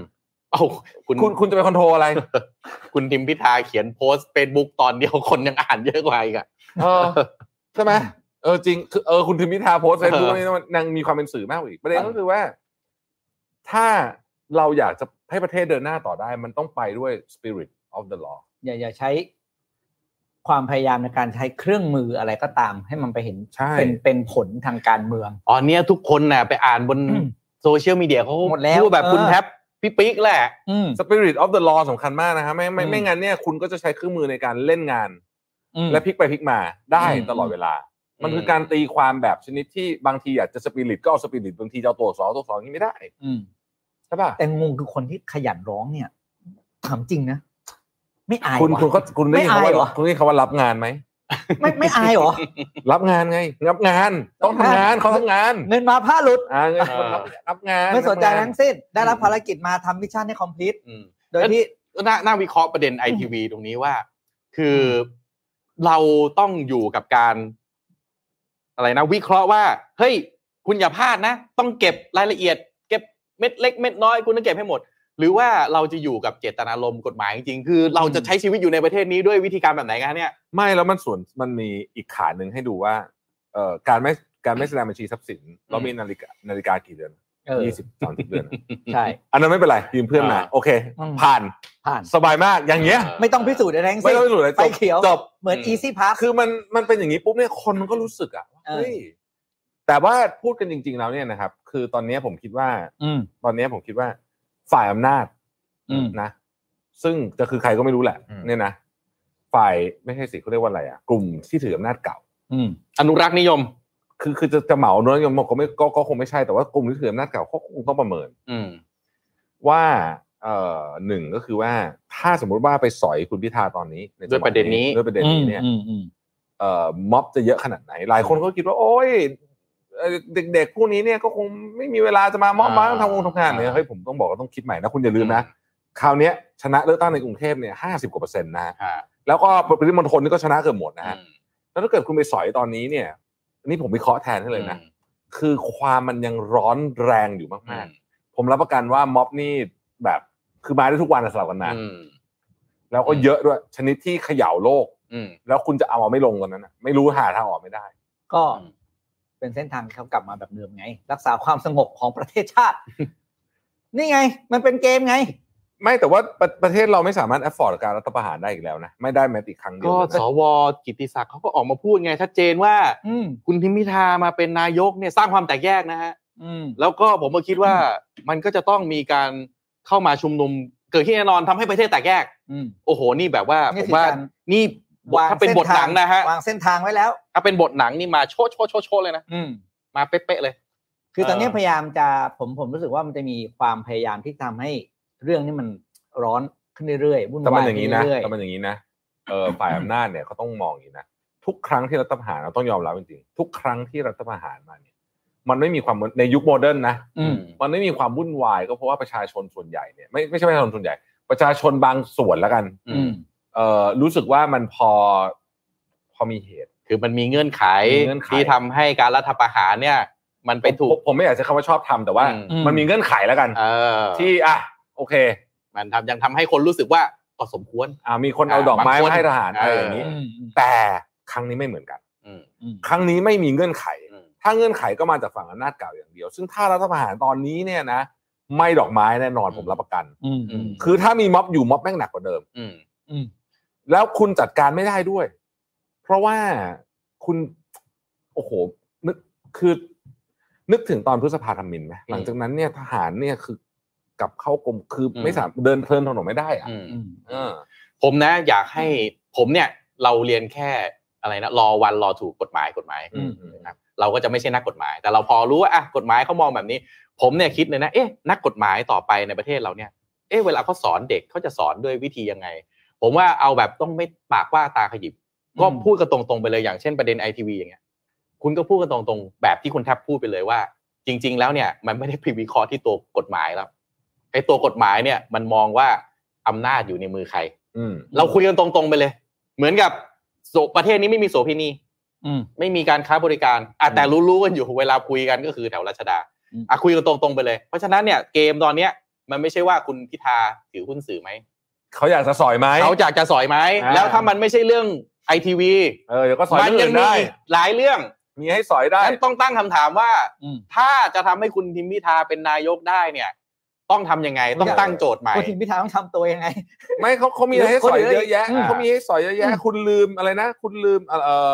เอ้าคุณ คุณคุณจะไปคอนโทรลอะไร คุณทิมพิธาเขียนโพสต์เฟซบุ๊กตอนเดียวคนยังอ่านเยอะกว่าอีกอะ เออใช่ไหมเออจริงคือเออคุณทิมพิธาโพสต์เฟซบุ๊กนี่มันนางมีความเป็นสื่อมากกว่าอีกประเด็นก็คือว่า ถ้าเราอยากจะให้ประเทศเดินหน้าต่อได้ มันต้องไปด้วย spirit of the law อย่าอย่าใช้ความพยายามในการใช้เครื่องมืออะไรก็ตาม ให้มันไปเห็น ใช่ เป็นเป็นผลทางการเมือง อ๋อเนี่ยทุกคนน่ะไปอ่านบน อืม โซเชียลมีเดียเขา หมดแล้ว พูดแบบ เออ คุณแท็บพี่ปิ๊กแหละ อืม spirit of the law สำคัญมากนะฮะไม่ไม่ อืม ไม่งั้นเนี่ยคุณก็จะใช้เครื่องมือในการเล่นงาน อืม และพลิกไปพลิกมาได้ อืม ตลอดเวลา มัน อืม คือการตีความแบบชนิดที่บางทีอยากจะสปิริตก็เอาสปิริตบางทีจะเอาตัวสองตัวสองนี้ไม่ได้ อืม ใช่ป่ะ แต่งงคือคนที่ขยันร้องเนี่ยถามจริงนะ ไม่อาย คุณ วะ คุณก็คุณได้ยิน ไม่ คำ อาย ว่า เหรอ คุณได้ยินคำว่ารับงานไหม ไม่ไม่อายเหรอ รับงานไงรับงานต้องทำ งานเขาทำงาน เงินมาผ้าหลุด อ่าเงิน เอ คน อ รับรับงาน ไม่สนใจ รับงา ทั้งสิ้น ได้รับภารกิจมาทำมิชชั่นให้คอมพลีท อืม โดยที่ ก็น่าน่าวิเคราะห์ประเด็นไอทีวีตรงนี้ว่า คือเราต้องอยู่กับการ อะไรนะ วิเคราะห์ว่า เฮ้ย คุณอย่าพลาดนะ ต้องเก็บรายละเอียด เม็ดเล็กเม็ดน้อยคุณต้องเก็บให้หมด หรือว่าเราจะอยู่กับเจตนารมณ์กฎหมายจริงๆคือ เราจะใช้ชีวิตอยู่ในประเทศนี้ด้วยวิธีการแบบไหนกันฮะเนี่ย ไม่แล้วมันส่วนมันมีอีกขาหนึ่งให้ดูว่าเอ่อการไม่การไม่แสดงบัญชีทรัพย์สินเรามีนาฬิกานาฬิกากี่เดือน เออ ยี่สิบสามสิบเดือนอะ ใช่ อันนั้นไม่เป็นไรยืมเพื่อนมา อ่า โอเค อืม ผ่าน ผ่าน สบายมากอย่างเงี้ย ไม่ต้องพิสูจน์อะไรทั้ง ไม่ สิ้น ต้องพิสูจน์อะไร ไฟ จบ เขียว จบ เหมือน อืม easy pass คือมันมันเป็นอย่างนี้ปุ๊บเนี่ยคนมันก็รู้สึกอะว่าเฮ้ยแต่ว่าพูดกันจริง ๆ แล้วเนี่ยนะครับ คือตอนเนี้ยผมคิดว่า อืม ตอนเนี้ยผมคิดว่าฝ่ายอำนาจ อืม นะ ซึ่งจะคือใครก็ไม่รู้แหละ อืม เนี่ยนะ ฝ่ายไม่ใช่สิเขาเรียกว่าอะไรอะกลุ่มที่ถืออำนาจเก่า อืม อนุรักษ์นิยม คือคือจะจะเหมาเนื้อยมก็ไม่ก็ก็คงไม่ใช่แต่ว่ากลุ่มที่ถืออำนาจเก่าเขาคงต้องประเมิน อืม ว่าเอ่อหนึ่งก็คือว่าถ้าสมมุติว่าไปสอยคุณพิธาตอนนี้ในจังห ด้วยประเด็นนี้ ด้วยประเด็นนี้เนี่ย อืมอืม เอ่อม็อบจะเยอะขนาดไหน หลายคนก็คิดว่า โอ้ยเอ่อเด็กๆพวกนี้เนี่ยก็คงไม่มีเวลาจะมาม็อบ อ่า มาต้องทำงงทำงาน อ่า เนี่ยเฮ้ยผมต้องบอกว่าต้องคิดใหม่นะ คุณอย่าลืมนะ คราวเนี้ยชนะเลือกตั้งในกรุงเทพเนี่ยห้าสิบกว่าเปอร์เซ็นต์นะฮะ อ่า แล้วก็ปริมณฑลนี่ก็ชนะเกือบหมดนะ อื ฮะ ม แล้วถ้าเกิดคุณไปสอยตอนนี้เนี่ยอันนี่ผมวิเคราะห์แทนให้เลยนะ คือความมันยังร้อนแรงอยู่ อื มาก ม ๆ ผมรับประกันว่าม็อบนี่แบบคือมาได้ทุกวันอะสลับกันนะ อืม แล้วก็เยอะด้วยชนิดที่เขย่าโลก อืม แล้วคุณจะเอาเอาไม่ลงตอนนั้นอะไม่รู้หาทางออกไม่ได้ ก็ อืม เป็นเส้นทางที่เขากลับมาแบบเดิมไง รักษาความสงบของประเทศชาติ นี่ไง มันเป็นเกมไง ไม่แต่ว่าประประเทศเราไม่สามารถแอฟฟอร์ดการรัฐประหารได้อีกแล้วนะ ไม่ได้แม้แต่ครั้งเดียว ก็ เลย ส นะ วกิติศักดิ์เขาก็ออกมาพูดไง ชัดเจนว่า อืม คุณทิมพิธามาเป็นนายกเนี่ยสร้างความแตกแยกนะฮะ อืม แล้วก็ผมก็คิดว่ามันก็จะต้องมีการเข้ามาชุมนุม เกิดขึ้นแน่นอนทำให้ประเทศแตกแยก อืม โอ้โห นี่แบบว่าผนี่คือ มว่า การ นี่บทถ้าเป็นบทหนังนะฮะ วางเส้นทางไว้แล้ว ถ้าเป็นบทหนังนี่มาโชะโชะโชะโชะเลยนะ อืม มาเป๊ะๆเลย คือตอนนี้ เออ พยายามจะผมผมรู้สึกว่ามันจะมีความพยายามที่ทำให้เรื่องนี้มันร้อนขึ้นเรื่อยๆวุ่น แต่มั วาน ย อย่าง ขึ้ นี้ น นะ เรื่อย แต่มันอย่างนี้นะเออฝ่ายอำนาจเนี่ยเขาต้องมองอย่างนี้นะทุกครั้งที่รัฐประหารเราต้องยอมรับจริงๆทุกครั้งที่รัฐประหารมาเนี่ยมันไม่มีความในยุคโมเดิร์นนะ ๆอืม มันไม่มีความวุ่นวายก็เพราะว่าประชาชนส่วนใหญ่เนี่ยไม่ไม่ใช่ประชาชนส่วนใหญ่ ประชาชนบางส่วนแล้วกัน อื อื ม ม เออรู้สึกว่ามันพอพอมีเหตุ คือมันมีเงื่อนไข มีเงื่อนไข ที่ทำให้การรัฐประหารเนี่ย มันไปถู ผ ก มผมไม่อยากใช้คำว่าชอบทำแต่ว่า อืม มันมีเงื่อนไขแล้วกัน เออ ที่อ่ะโอเค มันทำยังทำให้คนรู้สึกว่าก็สมควร อ่ามีคนเอาดอกไม้ บางคน มาให้ทหารอะไรอย่างนี้ เออ แต่ครั้งนี้ไม่เหมือนกัน อืม อืม ครั้งนี้ไม่มีเงื่อนไข อืม ถ้าเงื่อนไขก็มาจากฝั่งอำนาจเก่าอย่างเดียว ซึ่งถ้ารัฐประหารตอนนี้เนี่ยนะ ไม่ดอกไม้แน่นอน อืม ผมรับประกัน อืม อืม คือถ้ามีม็อบอยู่ม็อบแม่งหนักกว่าเดิม อืม แล้วคุณจัดการไม่ได้ด้วย เพราะว่าคุณโอ้โหนึกคือ นึกถึงตอนพฤษภาธมินไหมหลังจากนั้นเนี่ยทหารเนี่ยคือกลับเข้ากรมคืออ ม ไม่สามารถเดินเพลินถนนไม่ได้อะ อืม อืม เออ ผมนะอยากให้ผมเนี่ยเราเรียนแค่อะไรนะรอวันรอถูกกฎหมายกฎหมาย อืม นะครับเราก็จะไม่ใช่นักกฎหมาย แต่เราพอรู้ว่าอ่ะกฎหมายเขามองแบบนี้ ผมเนี่ยคิดเลยนะเอ๊ะนักกฎหมายต่อไปในประเทศเราเนี่ยเอ๊ะเวลาเขาสอนเด็กเขาจะสอนด้วยวิธียังไง ผมว่าเอาแบบต้องไม่ปากว่าตาขยิบ ก็พูดกันตรงๆไปเลยอย่างเช่นประเด็นไอทีวีอย่างเงี้ยคุณก็พูดกันตรงๆ แบบที่คุณแทบพูดไปเลยว่า จริง ๆ แล้วเนี่ยมันไม่ได้พิวิเคราะห์ที่ตัวกฎหมายแล้วไอ้ตัวกฎหมายเนี่ยมันมองว่าอำนาจอยู่ในมือใคร อืม เราคุยกันตรงๆไปเลย เหมือนกับโสประเทศนี้ไม่มีโสพินี อืม ไม่มีการค้าบริการอ่ะแต่รู้ๆกันอยู่เวลาคุยกันก็คือแถวราชดา อืม อ่ะคุยกันตรงๆไปเลย เพราะฉะนั้นเนี่ยเกมตอนเนี้ยมันไม่ใช่ว่าคุณพิธาถือหุ้นสื่อไหม เขาอยากจะสอยไหม เขาอยากจะสอยไหม อ่า แล้วถ้ามันไม่ใช่เรื่องไอทีวี เออเดี๋ยวก็สอย มั เรื่อง ยั อื่น มี ได้ อีกหลายเรื่อง มีให้สอยได้ นั้นต้องตั้งคำถามว่า อืม ถ้าจะทำให้คุณทิมพิธาเป็นนายกได้เนี่ย ต้องทำยังไงต้องตั้งโจทย์ใหม่ คุณทิมพิธาต้องทำตัวยังไง ไม่เขาเขามีอะไรให้สอยเยอะแยะ อืม เขามีให้สอยเยอะแยะ คุณลืมอะไรนะ คุณลืมเอ่อเอ่อ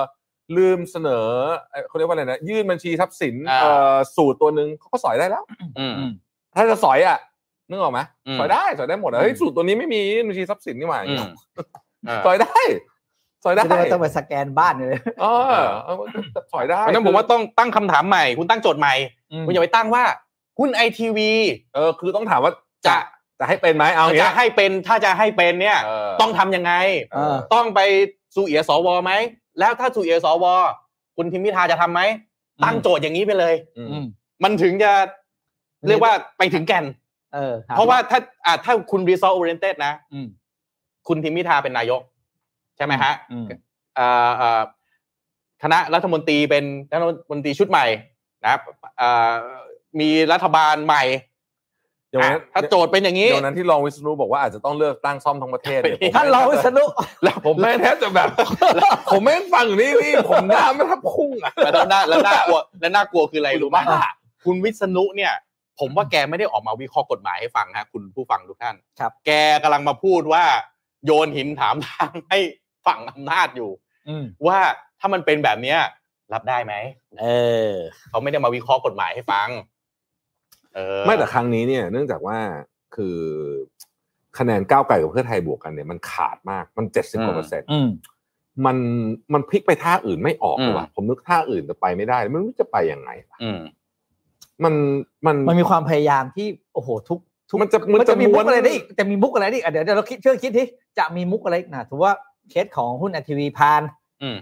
ลืมเสนอเอ่อเขาเรียกว่าอะไรนะยื่นบัญชีทรัพย์สินเอ่อสูตรตัวหนึ่งเขาก็สอยได้แล้ว อืม ถ้าจะสอยอ่ะนึกออกไหม อืม สอยได้สอยได้หมดอะเฮ้ย อืม สูตรตัวนี้ไม่มียื่นบัญชีทรัพย์สินนี่หว่า อืมเออ สอยได้ สอยได้ จะต้องไปสแกนบ้านเลย เออเออสอยได้ เพราะฉะนั้นผมว่าต้องตั้งคำถามใหม่ คุณตั้งโจทย์ใหม่ คุณอย่าไปตั้งว่าหุ้นไอทีวี เออคือต้องถามว่า จะ จะให้เป็นไหมเอาอย่าง จะ เงี้ย ให้เป็นถ้าจะให้เป็นเนี่ย เ ต้องทำยังไง เออ ต้องไปสู่เอียสวไหม แล้วถ้าสู่เอียสว คุณทิมพิธาจะทำไหม ตั้งโจทย์อย่างนี้ไปเลย อืม อืม มันถึงจะ เรียกว่าไปถึงแก่น เออห เพราะว่าถ้าอ่ะถ้าคุณ result oriented นะ อืม คุณทิมพิธาเป็นนายก ใช่ไหมฮะ อืม เอ่อเอ่อคณะรัฐมนตรีเป็นรัฐมนตรีชุดใหม่นะครับเอ่อมีรัฐบาลใหม่ เดี๋ยว อ่ะ นั้น ถ้าโจทย์เป็นอย่างนี้ เดี๋ยวนั้นที่รองวิษณุบอกว่าอาจจะต้องเลือกตั้งซ่อมทั้งประเทศเนี่ยผม ท่านรองวิษณุ ผมแม่งแทบจะแบบ ผมแม่งฟังอยู่นี่พี่ผมหน้าไม่ทับพุ่งอ่ะ แล้วน่าแล้วน่ากลัวแล้วน่ากลัวคืออะไรรู้ไหม อ่ะ คุณวิษณุเนี่ย ผมว่าแกไม่ได้ออกมาวิเคราะห์กฎหมายให้ฟังฮะคุณผู้ฟังทุกท่าน ครับ แกกำลังมาพูดว่า โยนหินถามทางให้ฝั่งอำนาจอยู่ อืม ว่าถ้ามันเป็นแบบเนี้ย รับได้ไหม เออ เขาไม่ได้มาวิเคราะห์กฎหมายให้ฟัง เออ ไม่แต่ครั้งนี้เนี่ยเนื่องจากว่าคือคะแนนก้าวไกลกับเพื่อไทยบวกกันเนี่ยมันขาดมากมันเจ็ดสิบกว่าเปอร์เซ็นต์ อืม มันมันพลิกไปท่าอื่นไม่ออกเลยว่ะผมนึกท่าอื่นจะไปไม่ได้ไม่รู้จะไปยังไงว่ะ อืม มันมัน มันมีความพยายามที่โอ้โหทุกทุก มันจะมันจะ มันจะมี ม้ มุ วน กอะไรได้อีกจะมีมุกอะไรได้อีกอ่ะเดี๋ยวเดี๋ยวเราคิดช่วยคิดทีจะมีมุกอะไรอีกนะถือว่าเคสของหุ้นไอทีวีพาน อืม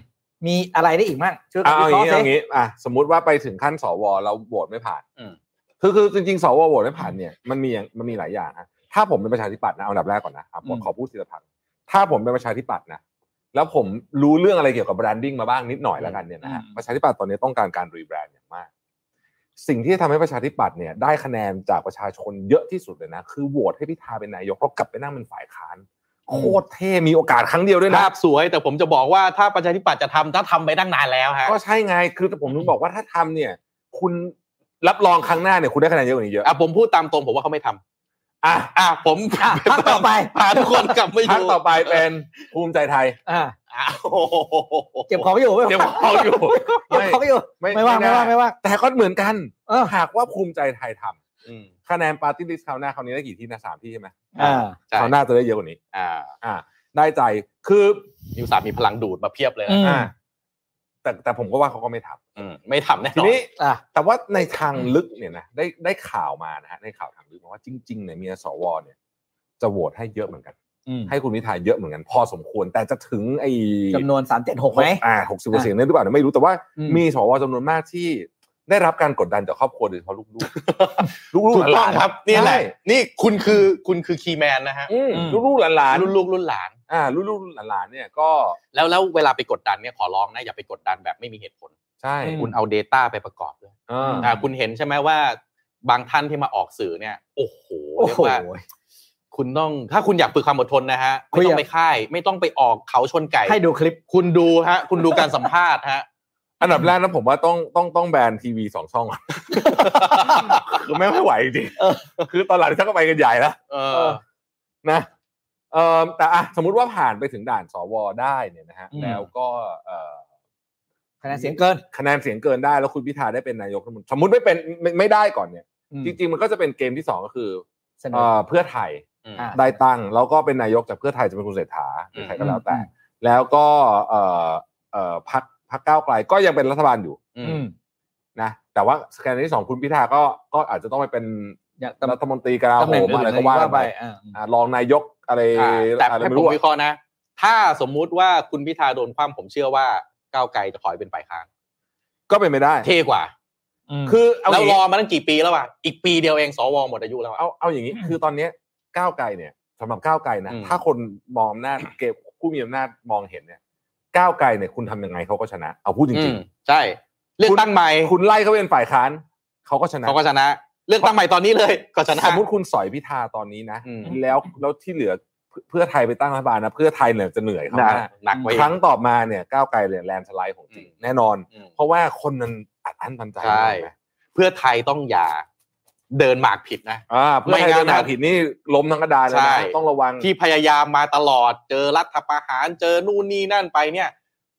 มีอะไรได้อีกมั่งช่วยกัน เอา วิเคอย่าง ราะห์สินี้เอาอย่างนี้อ่ะสมมติว่าไปถึงขั้นสวเราโหวตไม่ผ่าน อืม คือคือจริงๆสวโหวตไม่ผ่านเนี่ยมันมีอย่างมันมีหลายอย่างนะถ้าผมเป็นประชาธิปัตย์นะเอาอันดับแรกก่อนนะอ่ะผมขอพูดทีละพันถ้าผมเป็นประชาธิปัตย์นะแล้วผมรู้เรื่องอะไรเกี่ยวกับแบรนดิ้งมาบ้างนิดหน่อยแล้วกันเนี่ยนะฮะประชาธิปัตย์ตอนนี้ต้องการการรีแบรนด์อย่างมาก สิ่งที่ทำให้ประชาธิปัตย์เนี่ยได้คะแนนจากประชาชนเยอะที่สุดเลยนะ คือโหวตให้พิธาเป็นนายกแล้วกลับไปนั่งเป็นฝ่ายค้านโคตรเท่มีโอกาสครั้งเดียวด้วยนะ ภาพสวยแต่ผมจะบอกว่าถ้าประชาธิปัตย์จะทำถ้าทำไปตั้งนานแล้วฮะ ก็ใช่ไง คือผมถึงบอกว่าถ้าทำเนี่ย คุณรับรองครั้งหน้าเนี่ยคุณได้คะแนนเยอะกว่านี้เยอะ อ่ะผมพูดตามตรงผมว่าเขาไม่ทำ อ่ะ อ่ะผม อ่ะพักต่อไป พาทุกคนกลับมาอ พัก ยู่ ต่อไปเป็นภูมิใจไทย อ่า อ้าว เก็บของไว้อยู่ เก็บของอยู่ เก็บของไว้อยู่ ไม่ว่างไม่ว่างไม่ว่าง แต่ก็เหมือนกัน เออ หากว่าภูมิใจไทยทำ อืม คะแนนปาร์ตี้ลิสต์คราวหน้าคราวนี้ได้กี่ที่นะสามที่ใช่ไหม อ่า ใช่ คราวหน้าจะได้เยอะกว่านี้ อ่า อ่ะได้ใจ คือ นิวสามมีพลังดูดมาเพียบเลย อืม อ่ะแต่แต่ผมก็ว่าเขาก็ไม่ทำ อืมไม่ทำแน่นอน ทีนี้ อ่า แต่ว่าในทางลึกเนี่ยนะได้ได้ข่าวมานะฮะในข่าวทางลึกมาว่าจริงๆเนี่ยมีสวเนี่ยจะโหวตให้เยอะเหมือนกัน ให้คุณพิธาเยอะเหมือนกันพอสมควร แต่จะถึงไอ้ จำนวนสามเจ็ดหกไหม อ่าหกสิบเปอร์เซ็นต์เนี่ยหรือเปล่าเนี่ยไม่รู้แต่ว่า อืม มีสวจำนวนมากที่ได้รับการกดดันจากครอบครัวโดยเฉพาะลูกๆ ลูก ถู ๆ ก ห ต้อ ลาง นๆ ครับนี่แหละ ใช่ นี่คุณคือคุณคือคีย์แมนนะฮะ อืม อืม ลูกๆหลาน รุ่นลูกรุ่นหลาน ๆอ่าลูกๆหลานๆเนี่ยก็ แล้วแล้วเวลาไปกดดันเนี่ยขอร้องนะอย่าไปกดดันแบบไม่มีเหตุผล ใช่ อืม คุณเอา Data ไปประกอบด้วย อ่า อ่าคุณเห็นใช่ไหมว่า บางท่านที่มาออกสื่อเนี่ย โอ้โห โอ้ เรีย โห กว่า คุณต้องถ้าคุณอยากฝึกความอดทนนะฮะ คุ ไม่ ย ต้ อะ องไปค่าย ไม่ต้องไปออกเขาชนไก่ ให้ดูคลิป คุณดูฮะ คุณดูการสัมภาษณ์ฮะ อันดับแรกนะผมว่าต้องต้องต้องแบนทีวีสองช่องก่อน คือไม่ไม่ไหวจริงๆ เออ คือตอนหลังฉันก็ไปกันใหญ่แล้ว เอ เอ อ อ นะเออแต่อ่ะสมมุติว่าผ่านไปถึงด่านสวได้เนี่ยนะฮะ อืม แล้วก็เอ่อ คะแนนเสียงเกิน คะแนนเสียงเกินได้แล้วคุณพิธาได้เป็นนายกรัฐมนตรีสมมติไม่เป็นไม่ไม่ได้ก่อนเนี่ย จริง ๆ มันก็จะเป็นเกมที่สองก็คือ เสนอ เอ่อเพื่อไทย อืม อ่ะ ได้ตั้ง แล้วก็เป็นนายกจากเพื่อไทยจะเป็นคุณเศรษฐาหรือใครก็แล้วแต่ อืม แล้วก็เอ่อเอ่อพักพักก้าวไกลก็ยังเป็นรัฐบาลอยู่ อื อื ม ม นะแต่ว่าสแกนที่สองคุณพิธาก็ก็อาจจะต้องไปเป็น อยาก รัฐมนตรีกลา ตำ โห แหน่ง ม อื่น อะไรก็ว่า ไป ไป อ่า อ่ะรองนายกอะไร อ่าแต่ อะไร ให้ ไม่ ผม รู้ วิ อะ เคราะห์นะ ถ้าสมมุติว่าคุณพิธาโดนความผมเชื่อว่าก้าวไกลจะถอยเป็นฝ่ายค้าน ก็เป็นไม่ได้ เท่กว่า คือ คือเอาอ แล้ว ย่าง รอ งี้ มาตั้งกี่ปีแล้วอ่ะอีกปีเดียวเองสวหมดอายุแล้วอะ เอาเอาอย่างนี้ คือตอนเนี้ยก้าวไกลเนี่ยสำหรับก้าวไกลนะ อืม ถ้าคนมองอำนาจเก็บผู้มีอำนาจมองเห็นเนี่ยก้าวไกลเนี่ยคุณทำยังไงเขาก็ชนะ เอาพูดจ อื ริ ม ง ใช่ เลือก คุณ ตั้งใหม่ ๆ คุณไล่เขาเป็นฝ่ายค้านเขาก็ชนะ เขาก็ชนะ เลือกตั้งใหม่ตอนนี้เลยก็ชนะ สมมติคุณสอยพิธาตอนนี้นะ อืม แล้วแล้วที่เหลือเพื่อไทยไปตั้งรัฐบาลนะเพื่อไทยเนี่ยจะเหนื่อยเขา หนัก มาก หนักไว้อีก ครั้งต่อมาเนี่ยก้าวไกลเนี่ยแลนสไลด์ของจริง อืม แน่นอน อืม เพราะว่าคนมันอัดอั้นตันใจ ใช่ ไหม เพื่อไทยต้องอย่าเดินหมากผิดนะ อ่าเพื่อให้ ไม่งั้ เดิ น นหาผิดนี่ล้มทั้งกระดานเลย ใช่ นะต้องระวัง ที่พยายามมาตลอดเจอรัฐประหารเจอนู่นนี่นั่นไปเนี่ย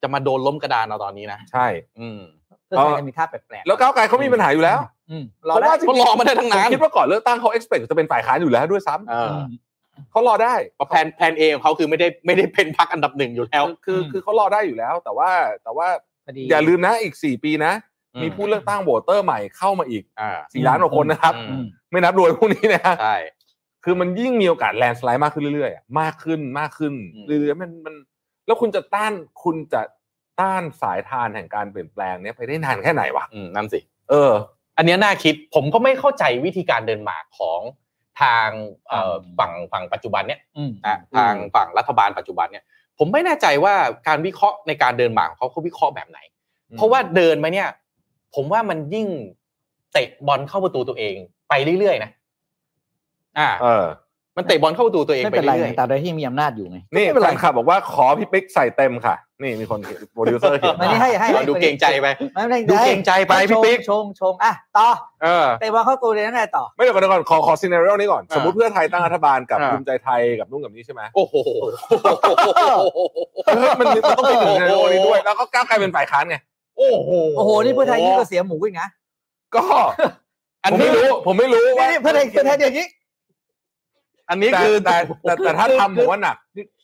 จะมาโดนล้มกระดานเอาตอนนี้นะ ใช่ อืม เพื่อไทยจะมีท่าแปลกๆ แล้วก้าวไกลเขามีปัญหาอยู่แล้ว อืมรอ เพราะ ได้ ว่าจริง เขารอมาได้ทั้ง ผ นั้ ม น คิดว่าก่อนเลือกตั้งเขา expect จะเป็นฝ่ายค้านอยู่แล้วด้วยซ้ เออ อืม ำเขารอได้ เพราะแผนแผนเอของเขาคือไม่ได้ไม่ได้เป็นพรรคอันดับหนึ่งอยู่แล้ว คือ อืม คือเขารอได้อยู่แล้ว แต่ว่าแต่ว่า พอดี อย่าลืมนะอีก 4 ปีนะ อืม มีผู้เลือกตั้งโหวตเตอร์ใหม่เข้ามาอีก อ่า 4 ล้านกว่าคนนะครับ อื อืม ไม่นับรวยพวกนี้นะ ใช่ คือมันยิ่งมีโอกาสแลนสไลด์มากขึ้นเรื่อยๆอะมากขึ้นมากขึ้นเรื่อยๆมันมัน แล้วคุณจะต้านคุณจะต้านสายทานแห่งการเปลี่ยนแปลงเนี้ยไปได้นานแค่ไหนวะ อืมนั่นสิ เออ อันเนี้ยน่าคิดผมก็ไม่เข้าใจวิธีการเดินหมากของทางเอ่อ อืม ฝั่งฝั่งปัจจุบันเนี่ย อืม นะ อืม ทางฝั่งรัฐบาลปัจจุบันเนี่ย ผมไม่แน่ใจว่าการวิเคราะห์ในการเดินหมากของเขาเขาวิเคราะห์แบบไหน เพราะว่าเดินมาเนี่ย ผมว่ามันยิ่งเตะบอลเข้าประตูตัวเองไปเรื่อยๆนะ อ่า เออ มันเตะบอลเข้าประตูตัวเอง ไม่ ไป เป็นไร เรื่อย แต่โดยที่มีอำนาจอยู่ไง นี่ ไม่เป็น แฟ ไร นคลับบอกว่าขอพี่ปิ๊กใส่เต็มค่ะ นี่มีคน โปรดิวเซอร์เขียน ไม่ได้ให้ เราดูเกรงใจไป ไม่เป็นไร ดูเกรงใจไปพี่ปิ๊ก ชงชงอ่ะต่อ เออ เตะบอลเข้าตัวเลยนั่นแหละต่อ ไม่เดี๋ยวก่อนเดี๋ยวก่อนขอขอซีนารีโอนี้ก่อน อ่า สมมติเพื่อไทยตั้งรัฐบาลกับ อ่า ภูมิใจไทยกับนู่นกับนี่ใช่ไหม โอ้โห เฮ้ยมันมันต้องไปถึงซีนารีโอนี้ด้วย แล้วก็ก้าวไกลเป็นฝ่ายค้านไง โอ้โห โอ้โห นี่เพื่อไทยยิ่งกว่าเสียหมูอีกนะ ก็ อัน ผม นี้ ไม่รู้ผมไม่รู้ว่า นี่เพื่อไทยเพื่อไทยเดี๋ยวนี้ อันนี้ แต่ คือ แต่แต่แต่ถ้าทำผมว่าหนัก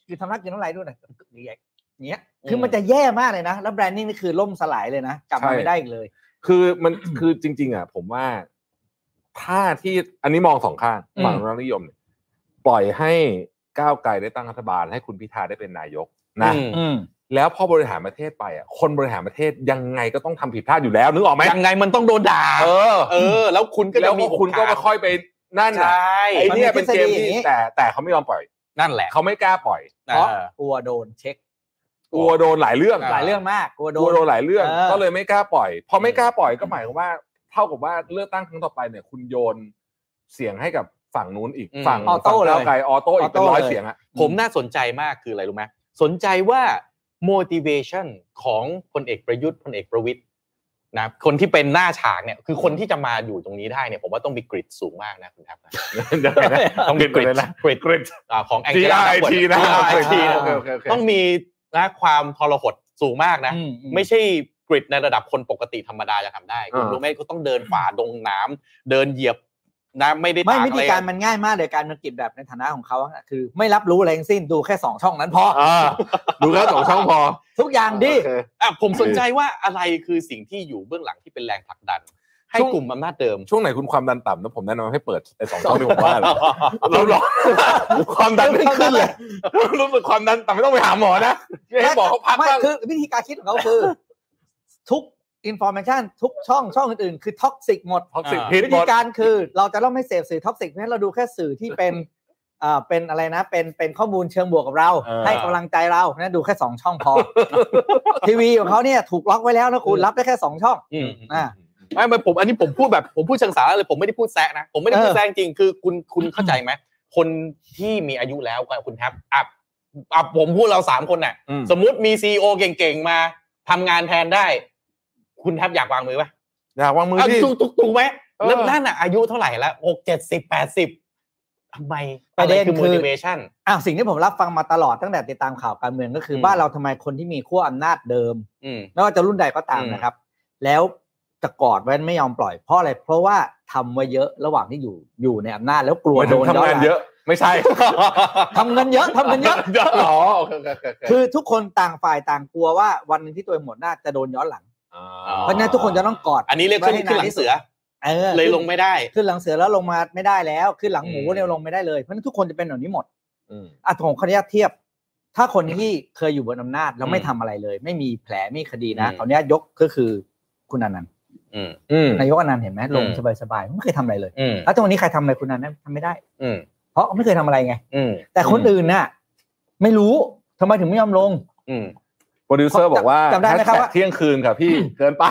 คือทำนักกินน้ำลายด้วยนะอย่างเงี้ย คือมันจะแย่มากเลยนะ แล้วแบรนดิ้งนี่คือล่มสลายเลยนะ กลับมา ใช่ ไม่ได้อีกเลย คือมันคือจริง ๆ อ่ะ ผมว่าถ้าที่อันนี้มองสองข้างฝั่งรัฐนิยมเนี่ยปล่อยให้ก้าวไกลได้ตั้งรัฐบาล ให้คุณพิธาได้เป็นนายกนะ อืม แล้วพอบริหารประเทศไปอ่ะคนบริหารประเทศยังไงก็ต้องทำผิดพลาดอยู่แล้วนึกออกไหม ยังไงมันต้องโดนด่า เออ เออ แล้วคุณก็ แล้ จะ ว มี ก็คุณก็มาค่อยไปนั่น ใช น่ะ ่ ไอ้เนี่ยเป็นเกมที่แต่แต่เขาไม่ยอมปล่อย นั่นแหละ เขาไม่กล้าปล่อย เพราะกลัวโดนเช็ค กลัวโดนหลายเรื่อง หลายเรื่องมากกลัวโด กลัวน โดนหลายเรื่อง เออ ก็เลยไม่กล้าปล่อย พอไม่กล้าปล่อยก็หมายความว่า เท่ากับว่าเลือกตั้งครั้งต่อไปเนี่ย คุณโยนเสียงให้กับฝั่งนู้นอีก อืม ฝั่ง ออโต้ ฝั่งก้าว เลย ไกลออโต้อีกเป็น ออโต้ ร้อย เลย เสียงอะ ผมน่าสนใจมากคืออะไรรู้ไหมสนใจว่า motivation ของพลเอกประยุทธ์พลเอกประวิทย์นะคนที่เป็นหน้าฉากเนี่ย คือคนที่จะมาอยู่ตรงนี้ได้เนี่ย ผมว่าต้องมีกริดสูงมากนะคุณครับนะ เดี๋ยวนะ ต้องมีกริด เลยนะ กริด กริด อ่าของแอง ที เจ ไอ ล่า ทีนะ ดับเบิล T นะ โอเคโอเคโอเค ต้องมีนะความทรหดสูงมากนะ อือื ไม่ใช่กริดในระดับคนปกติธรรมดาจะทำได้คุณรู้ไหมก็ต้องเดินฝ่าดงน้ำเดินเหยียบน้ำไม่ได้ ไม่ ตาก วิ อะ ธี ไร การมันง่ายมากเลยการมันกิจแบบในฐานะของเขาอะคือ ไม่รับรู้อะไรทั้งสิ้นดูแค่สองช่องนั้นพอ อ่าดูแล้วสองช่องพอ ทุกอย่างดี โอเค อ่ะผมสนใจว่าอะไรคือสิ่งที่อยู่เบื้องหลังที่เป็นแรงผลักดัน ให้ ช่วง กลุ่มอำนาจเดิม ช่วงไหนคุณความดันต่ำนะผมแนะนำให้เปิดไอ้สองช่องที่ผมว่าเลยเราลองความดันไม่ขึ้นเลยรู้สึกความดันต่ำไม่ต้องไปหาหมอนะไม่ให้บอกเขาพัก ไม่ บ้าง คือวิธีการคิดของเขาคือ ทุกอิน r m a t i o n ทุกช่องช่องอื่นๆ คือท็อกซิกหมด toxic อ่า hit วิธีการคือเราจะต้องไม่เสพสื่อท็อกซิกเพราะฉะนั้นเราดูแค่สื่อที่เป็นอ่าเป็นอะไรนะ เป็นเป็นข้อมูลเชิงบวกกับเรา เออ ให้กำลังใจเราเพราะฉะนั้นดูแค่สองช่องพอ ทีวีของเขาเนี่ยถูกล็อกไว้แล้วนะคุณรับได้แค่สองช่อง อืม อ่า ไม่ไม่ผมอันนี้ผมพูดแบบผมพูดเชิงสาระเลยผมไม่ได้พูดแซะนะ ผมไม่ได้พูดแซะจริงๆคือคุณคุณเข้าใจไหมคนที่มีอายุแล้วกับคุณแทบอ่ะอ่ะผมพูดเราสามคนน่ะ อืม สมมุติมีซีอเก่งๆมาทำงานแทนได้ คุณแทบอยากวางมือปะ อยากวางมือ เอา ที่ ถูกถูกถูกไหม เออ แล้วนั่นอ่ะอายุเท่าไหร่ละหกเจ็ดสิบแปดสิบทำไม ประเด็อนไคือ คือ motivation อ้าวสิ่งที่ผมรับฟังมาตลอดตั้งแต่ติดตามข่าวการเมืองก็คืออ ม บ้านเราทำไมคนที่มีขั้วอำนาจเดิม อืม ไม่ว่าจะรุ่นใดก็ตาม อืม นะครับ แล้วจะกอดไว้ไม่ยอมปล่อยเพราะอะไร เพราะว่าทำไว้เยอะระหว่างที่อยู่อยู่ในอำนาจแล้วกลัว ไม่ โด ถึง น ทำงานเย น อะ ไม่ใช่ หลังทำเงินเยอะทำเงินเยอะ อ๋อโอเคโอเคโอเค คือทุกคนต่างฝ่ายต่างกลัวว่าวันหนึงที่ตัวเองหมดหน้าจะโดนย้อนหลัง อ๋อ เพราะฉะนั้นทุกคนจะต้องกอด อันนี้เรียกขึ้นขึ้นหลังเสือ เออ เลยลงไม่ได้ ขึ้นหลังเสือแล้วลงมาไม่ได้แล้วขึ้นหลังหมู อืม เนี่ยลงไม่ได้เลยเพราะฉะนั้นทุกคนจะเป็นแบบนี้หมด อืม อ่ะผมขออนุญาตเทียบ ถ้าคนที่เคยอยู่บนอำนาจแล้วไม่ทำอะไรเลย ไม่มีแผลไม่มีคดีนะ อืม ขออนุญาตยกก็คือคุณอนันต์ อืม อืม นายกอนันต์เห็นไหมลง อืม สบายๆไม่เคยทำอะไรเลย อืม แล้วตรงนี้ใครทำอะไรคุณอนันต์ทำไม่ได้ อืม เพราะไม่เคยทำอะไรไง อืม แต่คนอื่นน่ะ ไม่รู้ทำไมถึงไม่ยอมลง อืม โปรดิวเซอร์บอกว่า จำได้ไหมครับ แฮชแท็ก ว่า เที่ยงคืนค่ะพี่ เกินไป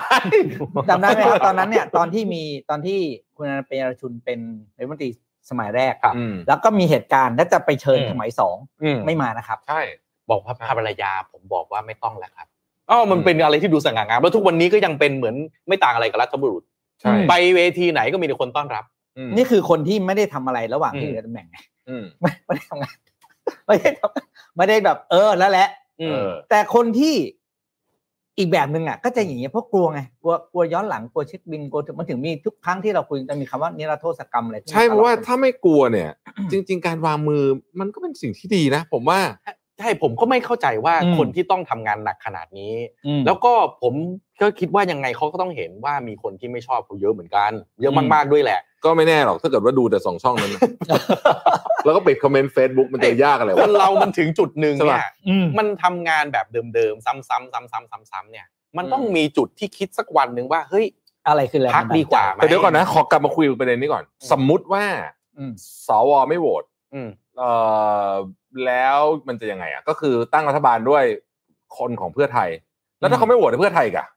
จำได้ไหมครับ ตอนนั้นเนี่ยตอนที่มีตอนที่คุณอนันต์เป็นรชุนเป็นรัฐมนตรีสมัยแรก อืม แล้วก็มีเหตุการณ์และจะไปเชิญ อืม สมัยสอง อืม ไม่มานะครับ ใช่ บอกว่าภรรยาผมบอกว่าไม่ต้องแล้วครับอ๋อมันเป็นอะไรที่ดูสง่างามแล้วทุกวันนี้ก็ยังเป็นเหมือนไม่ต่างอะไรกับรัฐบุรุษ ใช่ ไปเวทีไหนก็มีแต่คนต้อนรับ อืม นี่คือคนที่ไม่ได้ทำอะไรระหว่าง อืม ที่อยู่ในตำแหน่งไง อืม ไม่ ไม่ได้ทำงานไม่ได้ทำไม่ได้แบบ เออแล้วแหละ อืม เออ แต่คนที่อีกแบบหนึ่งอ่ะก็จะอย่างเงี้ยเพราะกลัวไงกลัวกลัวย้อนหลังกลัวเช็คบินกลัวถึงมันถึงมีทุกครั้งที่เราคุยจะมีคำว่านิรโทษกรรมอะไรขึ้นม ใช่เพราะว่า ตลอด ถ้าไม่กลัวเนี่ย จริง ๆ การวางมือมันก็เป็นสิ่งที่ดีนะ ผมว่า ใช่ผมก็ไม่เข้าใจว่าคนที่ต้องทำงานหนักขนาดนี้ อืม แล้วก็ผมก็คิดว่ายังไงเขาก็ต้องเห็นว่ามีคนที่ไม่ชอบเขาเยอะเหมือนกัน เยอะ อืม มากๆด้วยแหละ ก็ไม่แน่หรอกถ้าเกิดว่าดูแต่สองช่องนั้นนะ แล้วก็ปิดคอมเมนต์เฟซบุ๊กมันจะยากอะควไระ นเรามันถึงจุดหนึ่ง ใช่ เนี่ยปะอืม มันทำงานแบบเดิมๆ ซ้ำๆซ้ำๆซ้ำๆเนี่ย มันต้องมีจุดที่คิดสักวันหนึ่งว่า เฮ้ย อะไรคือแรง พัก บันลใจ ดีกว่าไหม แต่เดี๋ยวก่อนนะ ขอกลับมาคุยประเด็นนี้ก่อน สมมุติว่า อืม สวไม่โหวต อืม เอ่อแล้วมันจะยังไงอ่ะก็คือตั้งรัฐบาลด้วยคนของเพื่อไทย แล้วถ้าเขาไม่โหวตให้เพื่อไทยอีกอ่ะ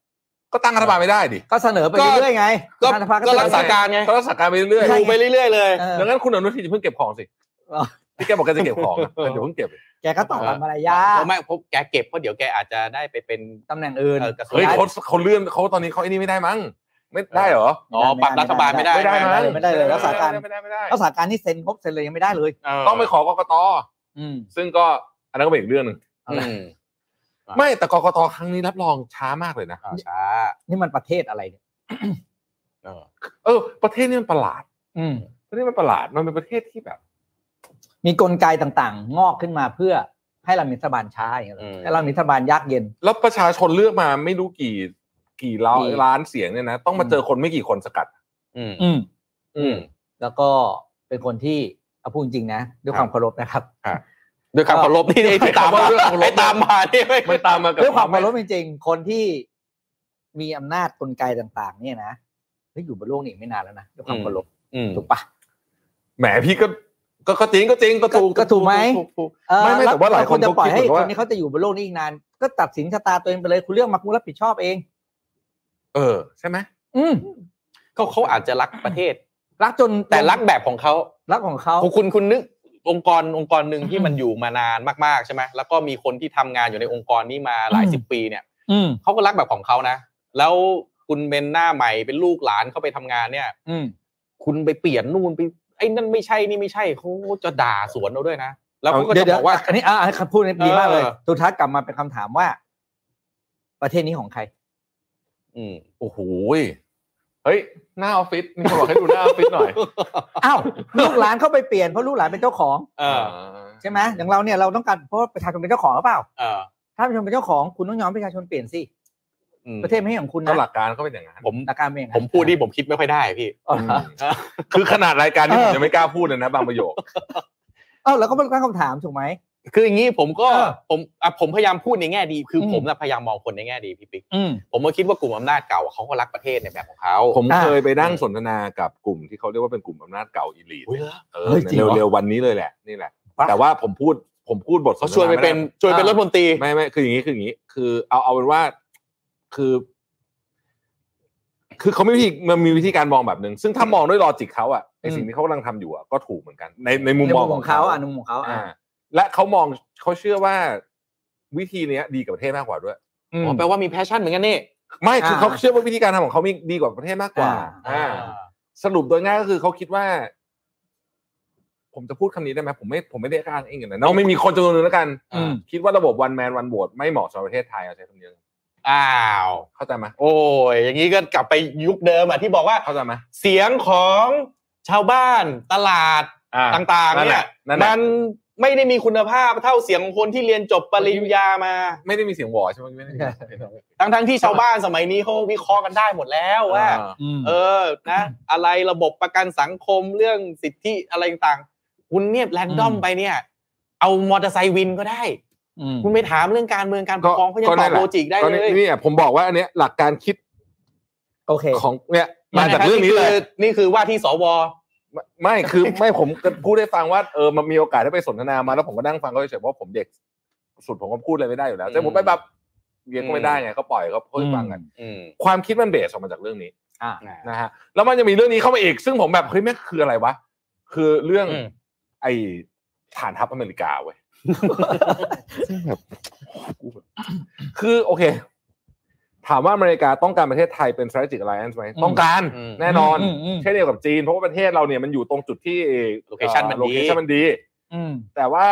ก็ ก็ตั้งรัฐบาลไม่ได้ดิ ก็เสนอไปเรื่อยๆไง ก็ รัฐสภ ก็ เสนอ รักษาการไงก็รักษาการไปเรื่อย ดูไปเรื่อยๆเลย เออ ดังนั้นคุณอนุทินอย่าเพิ่งเก็บของสิ เออ ที่แกบอกแกจะเก็บของอะเดี๋ยวเพิ่งเก็บ แกก็ตอบตามมารยา เพ ท ราะไม่เพราะแกเก็บเพราะเดี๋ยวแกอาจจะได้ไปเป็น ตำแหน่งอื่น เออกระทรวง เฮ้ยเขาเขาเลื่อนเขาตอนนี้เขาไอ้นี่ไม่ได้มั้งไม่ได้เหรอ อ๋อปรับรัฐบาลไม่ได้ ไม่ได้มั้ง ไม่ได้เลยรักษาการ ไม่ได้ไม่ได้ รักษาการที่เซ็นครบเซ็นเลยยังไม่ได้เลย เออ ต้องไปขอกกต อืม ซึ่งก็อันนั้นก็เป็นอีกเรื่องหนึ่ง อืม ไม่แต่กกตครั้งนี้รับรองช้ามากเลยนะ อ่าช้า นี่มันประเทศอะไรเนี่ย เออ เออประเทศนี่มันประหลาด อืม ประเทศมันประหลาดมันเป็นประเทศที่แบบ มีกลไกต่างๆ งอกขึ้นมาเพื่อให้เรามีรัฐบาลช้าอย่างเงี้ยเหรอให้เรามีรัฐบาลยากเย็น แล้วประชาชนเลือกมาไม่รู้กี่กี่ล้าน กี่ ล้านเสียงเนี่ยนะต้องมาเจอคนไม่กี่คนสกัด อืม อืม อืม แล้วก็เป็นคนที่เอาพูดจริงๆนะ ด้วยความเคารพนะครับ ด้วยความเคารพนี่ไอ้ที่ตามมา ด้วยความเคารพ ไอ้ตามมานี่ไม่ มันตามมากับ ด้วยความเคารพจริงๆ คนที่มีอำนาจกลไกต่าง ๆ เนี่ยนะเฮ้ยอยู่บนโลกนี้ไม่นานแล้วนะด้วยความเคารพ อืม ถูกปะ แหมพี่ก็ก็ก็จริงก็จริงก็ถูก ก็ถูกไหม ถูถูก เออ ไม่ไม่แต่ว่าหลายคน เรจะปล่อยให้ ก็คิดเหมือน ค ว่า นนี้เขาจะอยู่บนโลกนี้อีกนาน ก็ตัดสินชะตาตัวเองไปเลยคุณเลือกมาคุณรับผิดชอบเอง เออใช่ไหม อืม เขาเขาอาจจะรักประเทศ รักจน แต่รักแบบของเขา รักของเขา คุณคุณคุณนึกองค์กรองค์กรหนึ่งที่มันอยู่มานานมากๆใช่ไหมแล้วก็มีคนที่ทำงานอยู่ในองค์กรนี้มาหลายสิบปีเนี่ย อืม เขาก็รักแบบของเขานะ แล้วคุณเป็นหน้าใหม่เป็นลูกหลานเข้าไปทำงานเนี่ย อืม คุณไปเปลี่ยนนู่นไปไอ้นั่นไม่ใช่นี่ไม่ใช่เขาจะด่าสวนเราด้วยนะ แล้วเขาก็จะ เดี๋ย บอกว่า อันนี้อ่าคำพูดนี้ดีมากเลย เออ สุดท้ายกลับมาเป็นคำถามว่า ประเทศนี้ของใคร อืม โอ้โหยเฮ้ย หน้าออฟฟิศมีคนบอกให้ดูหน้าออฟฟิศหน่อย อ้าวลูกหลานเข้าไปเปลี่ยนเพราะลูกหลานเป็นเจ้าของ เออ ใช่ไหมอย่างเราเนี่ยเราต้องการเพราะประชาชนเป็นเจ้าของหรือเปล่า เออ ถ้าประชาชนเป็นเจ้าของคุณต้องยอมให้ประชาชนเปลี่ยนสิ อืม ประเทศไม่ให้ของคุณ ก็ นะ หลักการเขาเป็นอย่างนั้น ผม หลักการเป็นอย่าง ผ นั้น มพูดที่ผมคิดไม่ค่อยได้พี่ เออ คือขนาดรายการนี้ผมยังไม่กล้าพูดเลยนะบางประโยค เอ้าแล้วก็เป็นตั้งคำถามถูกไหม คืออย่างนี้ผมก็ เออ ผมอ่ะผมพยายามพูดในแง่ดี คืออ ม ผมน่ะพยายามมองคนในแง่ดีพี่ปิ๊ก อืม ผมก็คิดว่ากลุ่มอำนาจเก่าอ่ะเขาก็รักประเทศในแบบของเขา ผม อ่า เคยไปนั่งสนทนากับกลุ่มที่เขาเรียกว่าเป็นกลุ่มอำนาจเก่าอีลีท เฮ้ยเหรอ เอ เฮ้ อย จริงเหรอ เร็วๆวันนี้เลยแหละนี่แหละ ปะ แต่ว่าผมพูดผมพูดบทส เขา นท ชวนไป ม่ด้ เป็นชวนเป็น อ่า รัฐมนตรี ไม่ไม่คืออย่างนี้คืออย่างนี้ คือเอาเอาเป็นว่าคือ คือเขาไม่วิธีมันมีวิธีการมองแบบหนึ่งซึ่งถ้ามองด้วยลอจิกเขาอะไอสิ่งที่เขากำลังทำอยู่อะก็ถูกเหมือนกัน ในในมุม ใน ม มุ อง มของเขาอ่ะในมุมของเขาอ่ะ อ่าและเขามองเขาเชื่อว่าวิธีเนี้ยดีกับประเทศมากกว่าด้วย อ๋อแปลว่ามีแพชชั่นเหมือนกันนี่ ไม่คืออา เขาเชื่อว่าวิธีการทำของเขามีดีกว่าประเทศมากกว่า อ่า อ่าสรุปโดยง่ายก็คือเขาคิดว่า ผมจะพูดคำนี้ได้ไหมผมไม่ผมไม่ได้อ้างเองนะเนาะไม่มีคนจำนวนหนึงแล้วกัน อืม คิดว่าระบบวันแมนวันโหวตไม่เหมาะสำหรับประเทศไทยเอาใช้คำนี้ อ้าว เข้าใจไหม โอ้ยอย่างนี้ก็กลับไปยุคเดิมอ่ะที่บอกว่า เข้าใจไหม เสียงของชาวบ้านตลาด อ่า ต่างๆเนี่ย นั่นแหละนั่นแหละ มันไม่ได้มีคุณภาพเท่าเสียงของคนที่เรียนจบปริญญามา ไม่ได้มีเสียงหวอใช่ไหมไม่ได้มีเสียงหวอ ทั้งๆที่ชาวบ้านสมัยนี้เขาวิเคราะห์กันได้หมดแล้วว่า อืม เออ นะ อะไรระบบประกันสังคมเรื่องสิทธิอะไรต่างๆ คุณเนี่ยแรนดอม อืม ไปเนี่ย เอามอเตอร์ไซค์วินก็ได้ ม คุณไปถามเรื่องการเมืองการปกครองเขายังตอบ นั่นแหะ โลจิกได้ ก็ เล นี่ ย นี่อ่ะผมบอกว่าอันเนี้ยหลักการคิด โอเค ของเนี่ยมาจากเรื่องนี้เลย นี่คือว่าที่สว ไม่ไม่คือ ไม่ผมก็พูดได้ฟังว่าเออมันมีโอกาสได้ไปสนทนามาแล้วผมก็นั่งฟังเขาเฉยๆเพราะผมเด็กสุดผมก็พูดอะไรไม่ได้อยู่แล้วแต่ผมไปแบบเรียนก็ไม่ได้ไงเขาปล่อยเขาพูดให้ฟังกัน อืม ความคิดมันเบสออกมาจากเรื่องนี้ อ่า นะฮะแล้วมันยังมีเรื่องนี้เข้ามาอีกซึ่งผมแบบเฮ้ยแม่งคืออะไรวะคือเรื่อง อืม ไอ้ฐานทัพอเมริกาเว้ยซึ่งแบบกูแบบคือโอเค ถามว่าอเมริกาต้องการประเทศไทยเป็น strategic alliance ไหมต้องการแน่นอน มม เช่นเดียวกับจีนเพราะว่าประเทศเราเนี่ยมันอยู่ตรงจุดที่ location มันดี โลเคชันมันดี อืม แต่ว่า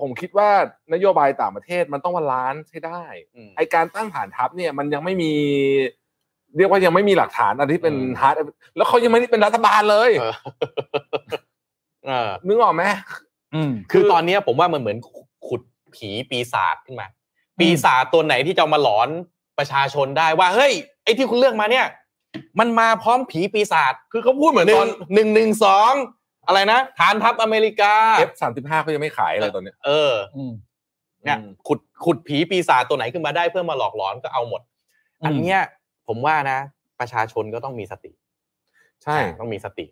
ผมคิดว่านโยบายต่างประเทศมันต้องบาลานซ์ให้ได้ อืม ไอการตั้งฐานทัพเนี่ยมันยังไม่มี เรียกว่ายังไม่มีหลักฐานอะไรที่เป็น อืม ฮาร์ดแล้วเขายังไม่ได้เป็นรัฐบาลเลย เออเออ นึกออกไหม อืม คือตอนเนี้ยผมว่ามันเหมือนขุดผีปีศาจขึ้นมา ปีศาจตัวไหนที่จะเอามาหลอนประชาชนได้ว่าเฮ้ยไอ้ที่คุณเลือกมาเนี่ย มันมาพร้อมผีปีศาจ คือเขาพูดเหมือน หนึ่ ต ง อน หนึ่งหนึ่งสองอะไรนะฐานทัพอเมริกา เอฟสามสิบห้าเขายังไม่ขายเลยตอนเนี้ย เออ อืม เนี่ย อืม ขุดขุดผีปีศาจตัวไหนขึ้นมาได้เพื่อมาหลอกหลอนก็เอาหมด อืม อันเนี้ยผมว่านะ ประชาชนก็ต้องมีสติ ใช่ ต้องมีสติ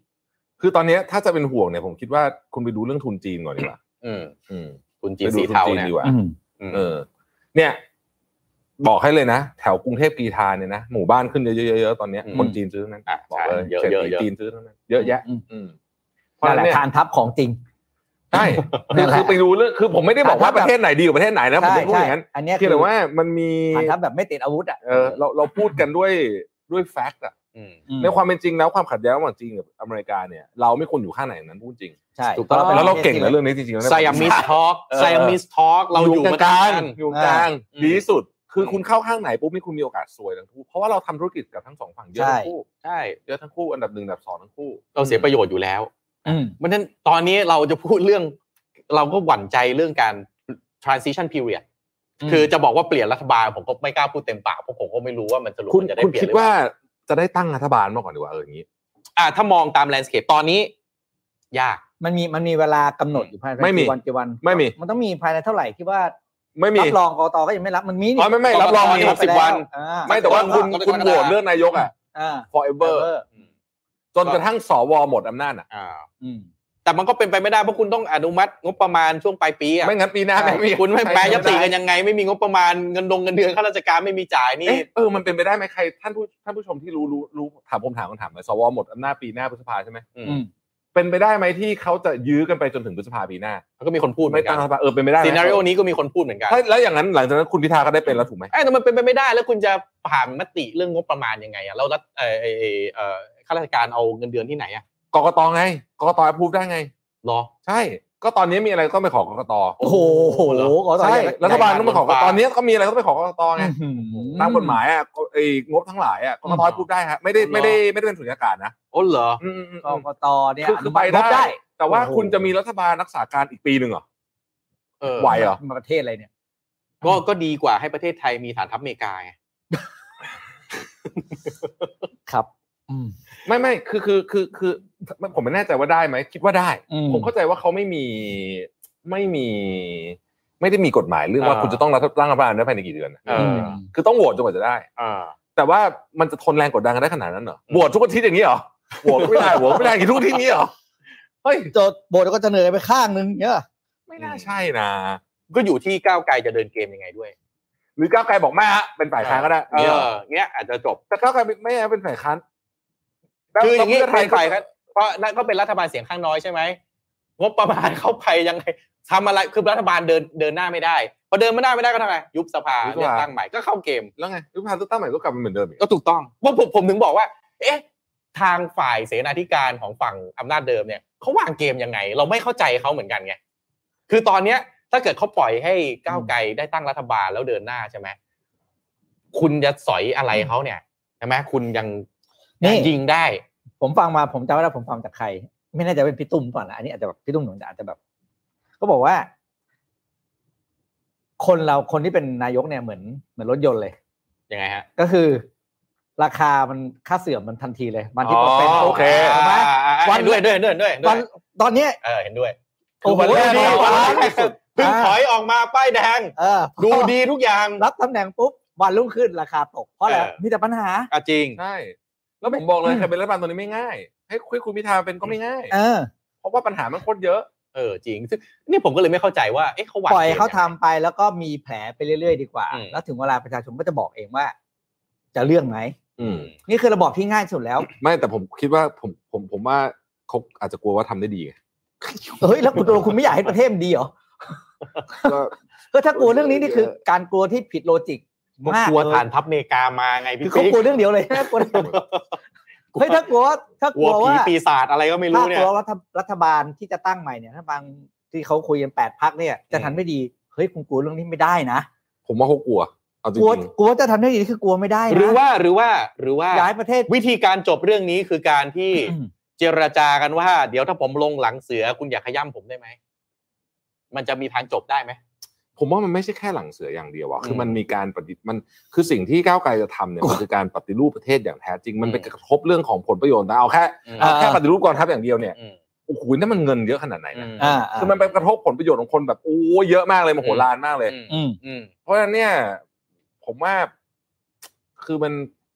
คือตอนเนี้ยถ้าจะเป็นห่วงเนี่ยผมคิดว่าคุณไปดูเรื่องทุนจีนก่อนดีกว่า อืม อืม คุณจี ไป น ดู สี ทุน เทา จีน เนี่ย ดีกว่า อืม อืม เออ เนี่ย บอกให้เลยนะ แถวกรุงเทพกรีฑาเนี่ยนะหมู่บ้านขึ้นเยอะๆเยอะๆตอนเนี้ย อืม คนจีนซื้อทั้งนั้น อ่ะ บอกเลย ใช่เยอะๆ เศรษฐี เยอะ จีนซื้อทั้งนั้นเยอะแยะ อืม อืมเพราะ นั่ ฉะ นแหละนั้นเนี่ย ทานทับของจริง ใช่ นั่ คือน แหละ คือไปดูเรื่องคือผมไม่ได้บอกว่า อ่ะ ป ถ้า ระเทศไหนดีกว่าประเทศไหนนะผม ใช่ ไม่พูดอย่างนั้น ใช่อันเนี้ย เพียงแต่ว่ามันมี ทานทับแบบไม่ติดอาวุธอ่ะ เออเราเราพูดกันด้วยด้วยแฟกต์อะ อืม อืม ในความเป็นจริงแล้วความขัดแย้งระหว่างจีนกับอเมริกาเนี่ยเราไม่ควรอยู่ข้างไหนนั้นพูดจริง ใช่ ถูกต้อง ป็น แล้วเราเก่ง ปะทศที่ นะเรื่องนี้จริงๆแล้วนะ ไซมิสทอล์ก เออ ไซมิสทอล์กเราอยู่มา ลา ตั้งงนาน อยู่กลาง อ่า ดีที่สุด คือคุณเข้าข้างไหนปุ๊บนี่คุณมีโอกาสซวยทั้งคู่ เพราะว่าเราทำธุรกิจกับทั้งสองฝั่งเยอะ ใช่ ทั้งคู่ ใช่ เยอะทั้งคู่อันดับหนึ่งอันดับสองทั้งคู่ เราเสียประโยชน์อยู่แล้ว อืม เพราะฉะนั้นตอนนี้เราจะพูดเรื่องเราก็หวั่นใจเรื่องการ transition period อืม คือจะบอกว่าเปลี่ยนรัฐบาลผมก็ไม่กล้าพูดเต็มปากเพราะผมก็ไม่รู้ว่ามันสรุป คุณ มันจะได้ คุณ เปลี่ยน คิด หรือเป ว่า ล่า จะได้ตั้งรัฐบาลมาก่อนดีกว่าเอออย่างนี้ อ่ะถ้ามองตาม landscape ตอนนี้ ยาก มันมีมันมีเวลากำหนดอยู่ภายใน ไม่มี กี่วันกี่วัน ไม่มี มันต้องมีภายในเท่าไหร่ที่ว่า ไม่มี รับรองกตก็ยังไม่รับมันมีนี่ อ๋อไม่ไม่รับรองมี กต สิบวัน อ่า ไม่แต่ว่า ไม่ คุณ ไม่ คุณ ไม่ โหวตเลือกนายกอ่ะ อ่า forever จนกระทั่งสวหมดอำนาจอ่ะ อ่า อืม แต่มันก็เป็นไปไม่ได้เพราะคุณต้องอนุมัติงบประมาณช่วงปลายปีอ่ะ ไม่งั้นปีหน้า ใช่ ไม่มี คุณไม่แปลยติกันยังไง ไม่มีงบประมาณเงินดงเงินเดือนข้าราชการไม่มีจ่ายนี่ เอ๊ะเออมันเป็นไปได้ไหมใครท่านผู้ท่านผู้ชมที่รู้รู้รู้ถามผมถามคำถามหน่อยสวหมดอำนาจปีหน้าพฤษภาใช่ไหม อืม อืม เป็นไปได้ไหมที่เขาจะยื้อกันไปจนถึงพฤษภาปีหน้า มันก็มีคนพูดเหมือไม่นกั ตั้ น งรัฐบาลเออเป็นไปได้ไหม ซีนารีโอนี้ก็มีคนพูดเหมือนกัน ถ้าแล้วอย่างนั้นหลังจากนั้นคุณพิธาก็ได้เป็นแล้วถูกไหม ไอ้แต่มันเป็นไปไม่ได้แล้วคุณจะผ่านมติเรื่องงบประมาณยังไงอะแล้วรัฐเออเออเอ่อเอ่อข้าราชการเอาเงินเดือนที่ไหนอะ กกตไงกกตพูดได้ไง รอ ใช่ ก็ตอนนี้มีอะไรก็ไปขอกกต โอ้โห เหรอ กต ใช่ ยัง รัฐบาลต้องไปขอกก ใหญ่ ต มาก อนนี้ก็มีอะไรก็ไปขอกกตไง อื้อหือ ตามกฎหมายอ่ะไอ้งบทั้งหลายอ่ะกกต อืม พูดได้ฮะไม่ได้ อ๋อ ไม่ได้ไม่ได้เป็นสุญญากาศนะ โอ้เหรอ อืมอืม ก อืม กตเนี่ย คือคือไป นุมัติงบ ได้ แต่ว่า โอ้โห คุณจะมีรัฐบาลรักษาการอีกปีหนึ่งเหรอ เออ ไหวเหรอ มันประเทศอะไรเนี่ย ก็ก็ดีกว่าให้ประเทศไทยมีฐานทัพอเมริกาไง ครับ อืม ไม่ไม่คือคือคือคือไม่ผมไม่แน่ใจว่าได้ไหมคิดว่าได้ อืม ผมเข้าใจว่าเขาไม่มีไม่มี ไม่ได้มีกฎหมายเรื่องว่าคุณจะต้องรัฐตั้งรัฐบาลได้ภายในกี่เดือนนะ เออ คือต้องโหวตจนกว่าจะได้ อ่า แต่ว่ามันจะทนแรงกดดันกันได้ขนาดนั้นเหรอโหวตทุกอาทิตย์อย่างนี้เหรอโหวตก็ไม่ได้โหวตก็ไม่ได้กี่ทุกอาทิตย์นี้เหรอเฮ้ย โจทย์โบทก็จะเหนื่อยไปข้างนึงเนี่ย ไม่น่าใช่นะ ก็อยู่ที่ก้าวไกลจะเดินเกมยังไงด้วย หรือก้าวไกลบอกไม่ฮะเป็นฝ่ายค้านก็ได้ เอ นี่ย อเนี้ยอาจจะจบ แต่ก้าวไกลไม่เอาเป็นฝ่ายค้าน คืออย่างนี้ แล้วเพื่ เป็นฝ่ายค้าน ก็ เพราะนั่นก็เป็นรัฐบาลเสียงข้างน้อยใช่ไหมงบประมาณเข้าไปยังไงทำอะไรคือรัฐบาลเดินเดินหน้าไม่ได้พอเดินไม่ได้ไม่ได้ก็ทำไงยุบสภาเลือกตั้งใหม่ก็เข้าเกม แล้วไงรูปพาพเลือกตั้งใหม่ก็กลับมาเหมือนเดิมอีก ก็ถูกต้องว่าผมผมถึงบอกว่า เอ๊ะ ทางฝ่ายเสนาธิการของฝั่งอำนาจเดิมเนี่ยเขาวางเกมยังไง เราไม่เข้าใจเขาเหมือนกันไงคือตอนเนี้ย ถ้าเกิดเขาปล่อยให้ก้าวไกลได้ตั้งรัฐบาลแล้วเดินหน้าใช่ไหมคุณจะสอยอะไรเขาเนี่ยใช่ไหมคุณยัง นี่ ยิงได้ ผมฟังมาผมจำไม่ได้ผมฟังจากใคร ไม่แน่ใจเป็นพี่ตุ้มก่อนนะอันนี้อาจจะแบบพี่ตุ้มหนุ่มอาจจะแบบ ก็บอกว่า คนเราคนที่เป็นนายกเนี่ยเหมือนเหมือนรถยนต์เลย ยังไงฮะ ก็คือ ราคามันค่าเสื่อมมันทันทีเลยมันที่เปอร์เซ็นต์ โอเค ถูกไหม วั วัน น ด้วยด้วยด้วยด้วยด้ วั วย นตอนเนี้ย เออเห็นด้วย โอ้คือโหวันแรก ดี วันแรก วันแรกสุด เพิ่ง อ่า ถอยออกมาป้ายแดง เออ ดูดีทุกอย่าง รับตำแหน่งปุ๊บวันรุ่งขึ้นราคาตกเพราะอะไร เออ มีแต่ปัญหา อ่ะจริง ใช่แล้วผมบอกเลยใครเป็นรัฐบาลตัวนี้ไม่ง่ายให้คุยคุณพิธาเป็นก็ไม่ง่าย เออ เพราะว่าปัญหามันโคตรเยอะ เออจริงซึ่งนี่ผมก็เลยไม่เข้าใจว่าเอ๊ะเขาหวาน ปล่อยให้เขาทำไปแล้วก็มีแผลไปเรื่อย ๆ ดีกว่า อืม แล้วถึงเวลาประชาชนก็จะบอกเองว่า จะเลือกไหม อืม นี่คือระบอบที่ง่ายสุดแล้ว ไม่แต่ผมคิดว่าผมผมผมว่าเขาอาจจะกลัวว่าทำได้ดีไง เฮ้ย แล้วคุณตัวคุณไม่อยากให้ประเทศมันดีเหรอ ก็ ก็ถ้ากลัวเรื่องนี้นี่คือการกลัวที่ผิดโลจิก ผม มาก กลัว เล ฐาน ย ทัพอเมริกามาไง คือ พี่ เขา ปิ๊ก กลัวเรื่องเดียว เลยนะกลัวเรื่องเดียวเฮ้ยถ้ากลัวว่าถ้าก ก ลั ลัว ว ผี ว่า ปีศาจอะไรก็ไม่ ถ้า รู้เนี่ ก ย ลัวรัฐรัฐบาลที่จะตั้งใหม่เนี่ยถ้าบางที่เขาคุยกันแปดพักเนี่ย จะทันไม่ดีเฮ้ยคุณกลัวเรื่องนี้ไม่ได้นะ ผมว่าเขากลัว เอาจริ กลัว ง กลัวจะทำไม่ดีนี่คือกลัวไม่ได้นะ หรือว่าหรือว่าหรือว่า ย้ายประเทศ วิธีการจบเรื่องนี้คือการที่ อืม เจรจากันว่า เดี๋ยวถ้าผมลงหลังเสือคุณอย่าขย้ำผมได้ไหมมันจะมีทางจบได้ไหม ๆ ผมว่ามันไม่ใช่แค่หลังเสืออย่างเดียวอะคืออ ม มันมีการปฏิมันคือสิ่งที่ก้าวไกลจะทำเนี่ยมันคือการปฏิรูปประเทศอย่างแท้จริง มันเป็น อืม กระทบเรื่องของผลประโยชน์นะเอาแค่ อืม เอาแค่ปฏิรูปกองทัพอย่างเดียวเนี่ย อืม โอ้โหนั่นมันเงินเยอะขนาดไหนนะ อื อ่าม อ่า คือมันไปกระทบผลประโยชน์ของคนแบบโอ้เยอะมากเลยมโหฬารมากเลย อืม อืม อืม เพราะฉะนั้นเนี่ย ผมว่า คือมัน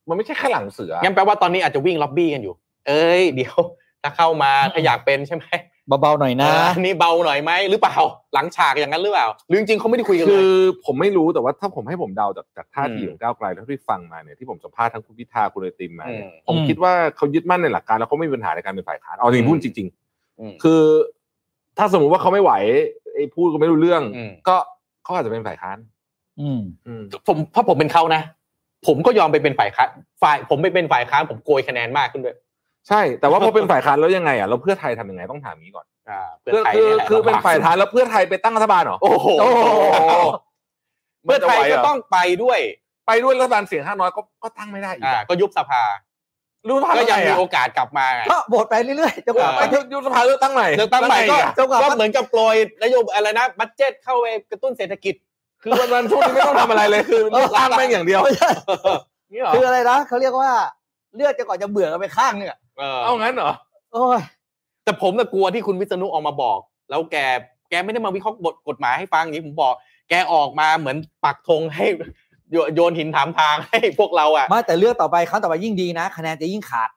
มันไม่ใช่แค่หลังเสือ งั้นแปลว่าตอนนี้อาจจะวิ่งล็อบบี้กันอยู่ เอ้ยเดี๋ยว ถ้าเข้ามาถ้าอยากเป็นใช่ไหม เบาๆหน่อยนะ อ่านี่เบาหน่อยไหมหรือเปล่า หลังฉากอย่างนั้นหรือเปล่าหรือจริงๆเขาไม่ได้คุยกันเล คื ย อผมไม่รู้แต่ว่าถ้าผมให้ผมเดาจากจากท่าที อืม ของก้าวไกลเท่าที่ฟังมาเนี่ยที่ผมสัมภาษณ์ทั้งคุณพิธาคุณไอติมมาเนี่ย อืม ผมคิดว่าเขายึดมั่นในหลักการแล้วเขาไม่มีปัญหาในการเป็นฝ่ายค้านเอาจริ อื ง ม พูดจริง อืม ๆ คือ ถ้าสมมุติว่าเขาไม่ไหวไอ้พูดก็ไม่รู้เรื่อง อืม ก็เขาอาจจะเป็นฝ่ายค้าน อืม อืม ผมเพราะผมเป็นเขานะ ผมก็ยอมไปเป็นฝ่ายค้านฝ่ายผมไปเป็นฝ่ายค้านผมโกยคะแนนมากขึ้นด้วย ใช่ แต่ว่าพอเป็นฝ่ายค้านแล้วยังไงอ่ะแล้วเพื่อไทยทำยังไงต้องถามอย่างนี้ก่อน อ่าเพื่อไทคือย คือ เนี่ยแหละ คือเป็น ลำบก ฝ่ายค้านแล้วเพื่อไทยไปตั้งรัฐบาลเหรอ โอ้โห โอ้โห เพื่อไทยก็ต้องไปด้วย ไปด้วยรัฐบาลเสียงข้างน้อยก็ก็ตั้งไม่ได้อีก อ่าก็ยุบสภา รู้ทาง ก็ยังมี ไง โอ อะ กาสกลับมาไง ก็โหวตไปเรื่อยๆจนกว่า เออ ไป ไป ถึง ยุบสภาเลือกตั้งใหม่ เลือกตั้งใหม่ก็ แล้วไอะ เจ้ากรรม ก็เหมือนกับโปรยนโยบายอะไรนะบัตเจ็ตเข้าไปกระตุ้นเศรษฐกิจ คือวันวันๆช่วงนี้ไม่ต้องทำอะไรเลยคือสร้างแม่งอย่างเดียวนี่เหรอ คืออะไรนะเขาเรียกว่าเลือดจะก่อนจะเบื่อกันไปข้างเนี่ย เออ เอางั้นเหรอ โอ้ย แต่ผมน่ะกลัวที่คุณวิษณุออกมาบอก แล้วแกแกไม่ได้มาวิเคราะห์บทกฎหมายให้ฟังอย่างนี้ผมบอก แกออกมาเหมือนปักธงให้โยโยนหินถามทางให้พวกเราอ่ะ ไม่แต่เลือกต่อไปครั้งต่อไปยิ่งดีนะ คะแนนจะยิ่งขาด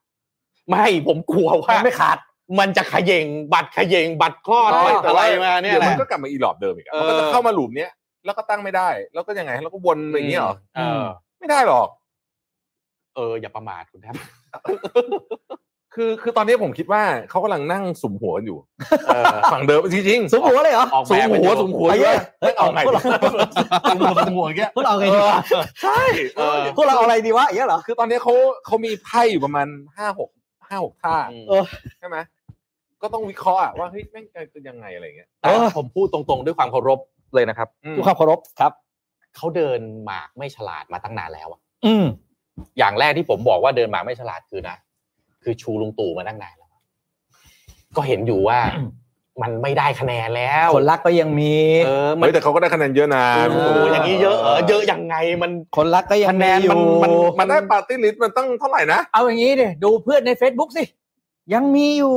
ไม่ผมกลัวว่า ไม่ขาด มันจะเขย่งบัตรเขย่งบัตรคลอด ไม่ บัตร แต่ อะไร ว่า มาเนี่ย เดี๋ยว แห มัน ละ ก็กลับมาอีหลอบเดิมอีกอะ เออ มันก็จะเข้ามาหลุมเนี้ยแล้วก็ตั้งไม่ได้ แล้วก็ยังไงแล้วก็วนอย่างเงี้ยเหรอ เออ ไม่ได้หรอก เออ อย่าประมาทคุณแทบ คือคือตอนนี้ผมคิดว่าเขากำลังนั่งสุมหัวกันอยู่ เออ ฝั่งเดิมจริงๆ สุมหัวเลยเหรอ ออก สุ แบ ม บไป หัวสุมหัว ไอ้ ด้ เหี้ วย ย ฮ้ย เอาไง พวกเรา สุมหัวสุมหัวอย่างเงี้ย พวกเราไง เอ ดี อ วะ ใช่เออ พวกเราเอาอะไรดีวะอย่างเงี้ยเหรอ คือตอนนี้เขาเขามีไพ่อยู่ประมาณห้าหกห้าหกท่า เออ ใช่ไหมก็ต้องวิเคราะห์อะว่าเฮ้ยแม่งจะยังไงอะไรอย่างเงี้ย แต่ผมพูดตรงๆด้วยความเคารพเลยนะครับ อืม ด้วยความเคารพครับ เขาเดินหมากไม่ฉลาดมาตั้งนานแล้วอะ อืม อย่างแรกที่ผมบอกว่าเดินหมากไม่ฉลาดคือนะ คือชูลุงตู่มาตั้งนานแล้ว ก็เห็นอยู่ว่า มันไม่ได้คะแนนแล้ว คนรักก็ยังมี เออ มั เฮ้ น ยแต่เขาก็ได้คะแนนเยอะนะ โอ้โห เออ อ อ ย่างนี้เยอะเออเยอะยังไงมัน คนรักก็ยัง คะแนน มีอยู่ มัน มันได้ปาร์ตี้ลิสต์มันตั้งเท่าไหร่นะ เอาอย่างนี้ดิดูเพื่อนใน Facebook สิยังมีอยู่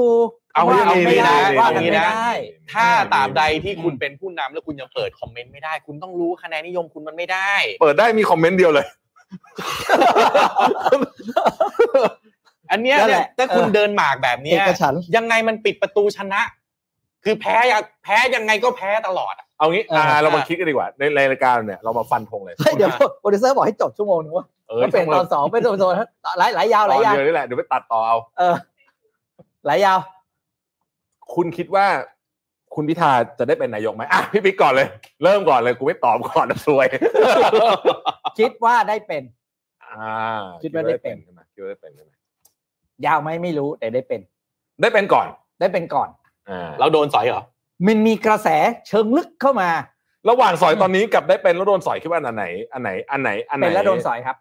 เอา ว่า เอา ไม่ได้ เอา ว่า อย่ากัน งนี้ ไม่ นะ ได้ ถ้าตามใดที่คุณเป็นผู้นำแล้วคุณยังเปิดคอมเมนต์ไม่ได้ คุณต้องรู้คะแนนนิยมคุณมันไม่ได้ เปิดได้มีคอมเมนต์เดียวเลย อันเนี้ย นั่นแห เนี่ย ละ ถ้าคุณเดินหมากแบบเนี้ เอย กฉันท์ ยังไงมันปิดประตูชนะ คือแพ้อยางแพ้ยังไงก็แพ้ตลอดอะ เอางี้ เออ อ่าเรา อ่ะ มาคิดกันดีกว่า ในในรายการเนี่ยเรามาฟันธงเลย เฮ้ยเดี๋ยวโปรดิวเซอร์บอกให้จบชั่วโมงนึงวะ เออ แล้วเปลี่ยนตอนสองเป็นตอนสองหลายหลายยาว เอา หลายยาว เดียวนี่แหละเดี๋ยวไปตัดต่อเอา เออหลายยาว คุณคิดว่า คุณพิธาจะได้เป็นนายกไหมอ่ะพี่ปิ๊กก่อนเลย เริ่มก่อนเลยกูไม่ตอบก่อนนะซ วย คิดว่าได้เป็น อ่า คิดว่าได้เป็น ใช่ไหมคิดว่าได้เป็นใช่ไหม ยาวไหมไม่รู้แต่ได้เป็น ได้เป็นก่อน ได้เป็นก่อน อ่า เราโดนสอยเหรอ มันมีกระแสเชิงลึกเข้ามา ระหว่างสอยตอนนี้กับได้เป็นแล้วโดนสอยคิดว่าอันไหน อันไหนอันไหนอันไหน เป็นแล้วโดนสอยครับ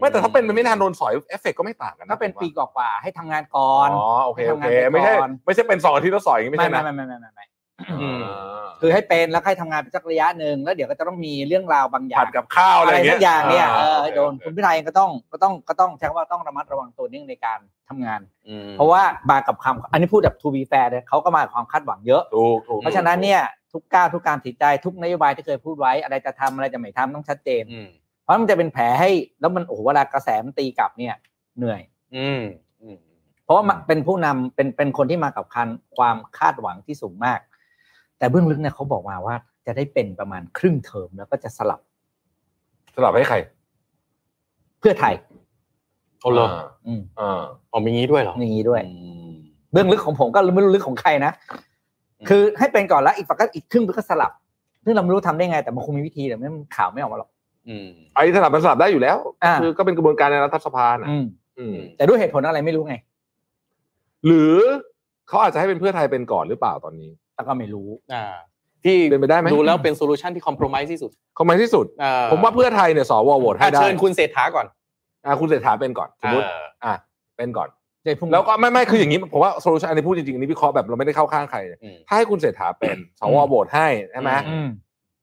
ไม่แต่ถ้าเป็นมันไม่นานโดนสอยเอฟเฟกต์ก็ไม่ต่างกันะ ก็เป็น ผมว่า ปีกว่าๆให้ทำงานก่อน อ๋อโอเคโอ ทำ เค งานไปก่อน ไม่ใช่ไม่ใช่เป็นสองอาทิตย์แล้วสอยอย่างงี้ไม่ ไม่ ใช่ ไม่ นะ ไม่ไม่ไม่ไม่ไม่ อืม คือให้เป็นแล้วให้ทำงานไปสักระยะหนึ่งแล้วเดี๋ยวก็จะต้องมีเรื่องราวบางอย่า ผั ง ดกับข้าวอะ อะไร ไร เงี้ สั ย กอย่างเนี่ยเออ โอค โดนคุณพิธาเองก็ต้องก็ต้องก็ต้องใช้คำว่าต้องระมัดระวังตัวนิดนึงในการทำงาน อืม เพราะว่ามากับความอันนี้พูดแบบ to be fair เลยเขาก็มากับความคาดหวังเยอะ ถูกถูก เพราะฉะนั้นเนี่ยทุกก้าวทุกการตัดสินใจทุกนโยบายที่เคยพูดไว้อะไรจะทำอะไรจะไม่ทำต้องชัดเจน อืม เพราะมันจะเป็นแผลให้แล้วมันโอ้โหเวลากระแสมันตีกลับเนี่ยเหนื่อย อืมอืม เพราะว่ามันเป็นผู้นำเป็นเป็นคนที่มากับคันความคาดหวังที่สูงมาก แต่เบื้องลึกเนี่ยเขาบอกมาว่าจะได้เป็นประมาณครึ่งเทอมแล้วก็จะสลับ สลับให้ใคร เพื่อไทย เอาเหรอ อืม อ่า เอามีงี้ด้วยเหรอ อย่างนี้ด้วย อืม เบื้องลึกของผมก็ไม่รู้ลึกของใครนะคือให้เป็นก่อนแล้วอีกฝั่งก็อีกครึ่งก็สลับ ซึ่งเราไม่รู้ทำได้ไงแต่มันคงมีวิธีแต่ไม่งั้นข่าวไม่ออกมาหรอก อืม ไอ้สลับมันสลับได้อยู่แล้ว อ่า คือก็เป็นกระบวนการในรัฐสภานะ อืม อืม แต่ด้วยเหตุผลอะไรไม่รู้ไง หรือเขาอาจจะให้เป็นเพื่อไทยเป็นก่อนหรือเปล่าตอนนี้ แต่ก็ไม่รู้ อ่าที่ เป็นไปได้ไหม ดูแล้วเป็นโซลูชันที่คอม p พล m i s e ที่สุด เขามาที่สุด อ่ ผมว่าเพื่อไทยเนี่ยสวโหวตให้ อ่ะ ได้ เชิญคุณเศรษฐาก่อน อ่ะคุณเศรษฐาเป็นก่อนสมมติ เออ อ่ะเป็นก่อน ใจพุ่ง แล้วก็ไม่ไม่คืออย่างนี้ผมว่าโซลูชันอันนี้พูดจริงๆอันนี้พิเคราะห์แบบเราไม่ได้เข้าข้างใคร อืม ถ้าให้คุณเศรษฐาเป็นสวโหวตให้ใช่ไหม อื อืม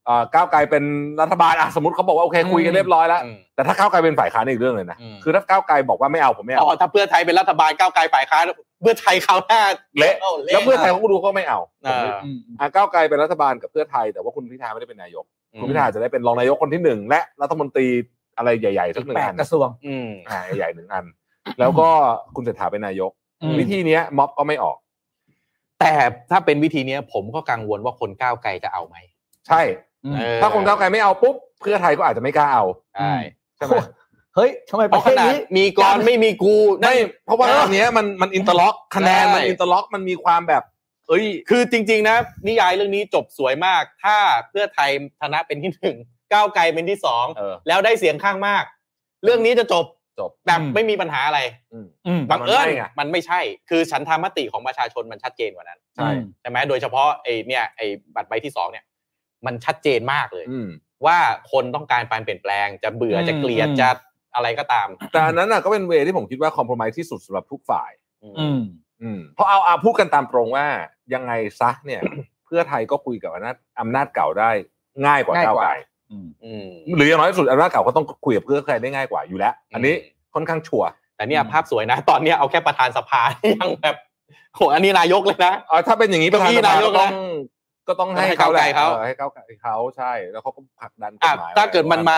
เอ่อก้าวไกลเป็นรัฐบาลอ่ะสมมติเขาบอกว่าโอเค อืม คุยกันเรียบร้อยแล้ว อืม แต่ถ้าก้าวไกลเป็นฝ่ายค้านอีกเรื่องเลยนะ อืม คือถ้าก้าวไกลบอกว่าไม่เอาผมไม่เอา อ๋อถ้าเพื่อไทยเป็นรัฐบาลก้าวไกลฝ่ายค้านเพื่อไทยคราวหน้า เละ โอ้ แล้วเพื่อไทยเขาก็รู้เขาไม่เอา อ่า อืม อ่ะก้าวไกลเป็นรัฐบาลกับเพื่อไทย แต่ว่าคุณพิธาไม่ได้เป็นนายกคุณพิธาจะได้เป็นรองนายกคนที่หนึ่งและรัฐมนตรีอะไรใหญ่ๆสักหนึ่ แปดงอัน กระทรวง อืม อ่าใหญ่ๆหนึ่งอัน แล้วก็คุณเศรษฐาเป็นนายก อืม วิธีเนี้ยม็อบก็ไม่ออก แต่ถ้าเป็นวิธีเนี้ย ผมก็กังวลว่าคนก้าวไกลจะเอาไหม ใช่ อืม เออ ถ้าคนก้าวไกลไม่เอาปุ๊บเพื่อไทยก็อาจจะไม่กล้าเอา ใช่ ใช่ไหม เฮ้ยทำไมป เพ ระ ราะ เท ข ศ นาด นี้ มีกรไม่มีกูนั่น ไม่เพราะว่าตอนเนี้ยมันมันอินเตอร์ล็อกคะแนนมัน ใช่ อินเตอร์ล็อกมันมีความแบบ เอ้ย คือจริง ๆ นะ นิยายเรื่องนี้จบสวยมาก ถ้าเพื่อไทยชนะเป็นที่หนึ่งก้าวไกลเป็นที่สอง เออ แล้วได้เสียงข้างมาก เรื่องนี้จะจบ จบ แบบ อืม ไม่มีปัญหาอะไร อืม อืม บังเอิญ มันไม่ไง มันไม่ใช่ คือฉันทามติของประชาชนมันชัดเจนกว่านั้น ใช่ ใช่ไหมโดยเฉพาะไอ้เนี่ยไอ้บัตรใบที่สองเนี่ย มันชัดเจนมากเลย อืม ว่าคนต้องการการเปลี่ยนแปลงจะเบื่อจะเกลียดจะอะไรก็ตาม แต่อันนั้นน่ะก็เป็นเวที่ผมคิดว่าคอม p r o m i s e ที่สุดสำหรับทุกฝ่าย อืม อืมเพราะเอาเอาพูดกันตามตรงว่ายังไงซะเนี่ย เพื่อไทยก็คุยกับอำนาจอำนาจเก่าได้ง่ายกว่า ง่าย ก้าว กว่า ไกล อืม อืม หรืออย่างน้อยที่สุดอำนาจเก่าก็ต้องคุยกับเพื่อไทยได้ง่ายกว่าอยู่แล้ว อันนี้ อืม ค่อนข้างชัวร์ แต่เนี่ยภาพสวยนะ ตอนเนี้ยเอาแค่ประธานสภา ยังแบบโหอันนี้นายกเลยนะ เอ่อถ้าเป็นอย่างนี้ประธาน เก้าสภาอี้านย ก็ ก ต้อง นะ ก็ต้องให้ ให้ เขา ก้าว แห ไกล ละ เขา เออให้ก้าวไกลเขาใช่ แล้วเขาก็ผลักดันกฎ อ่ะ หมาย ถ้าเกิดมันมา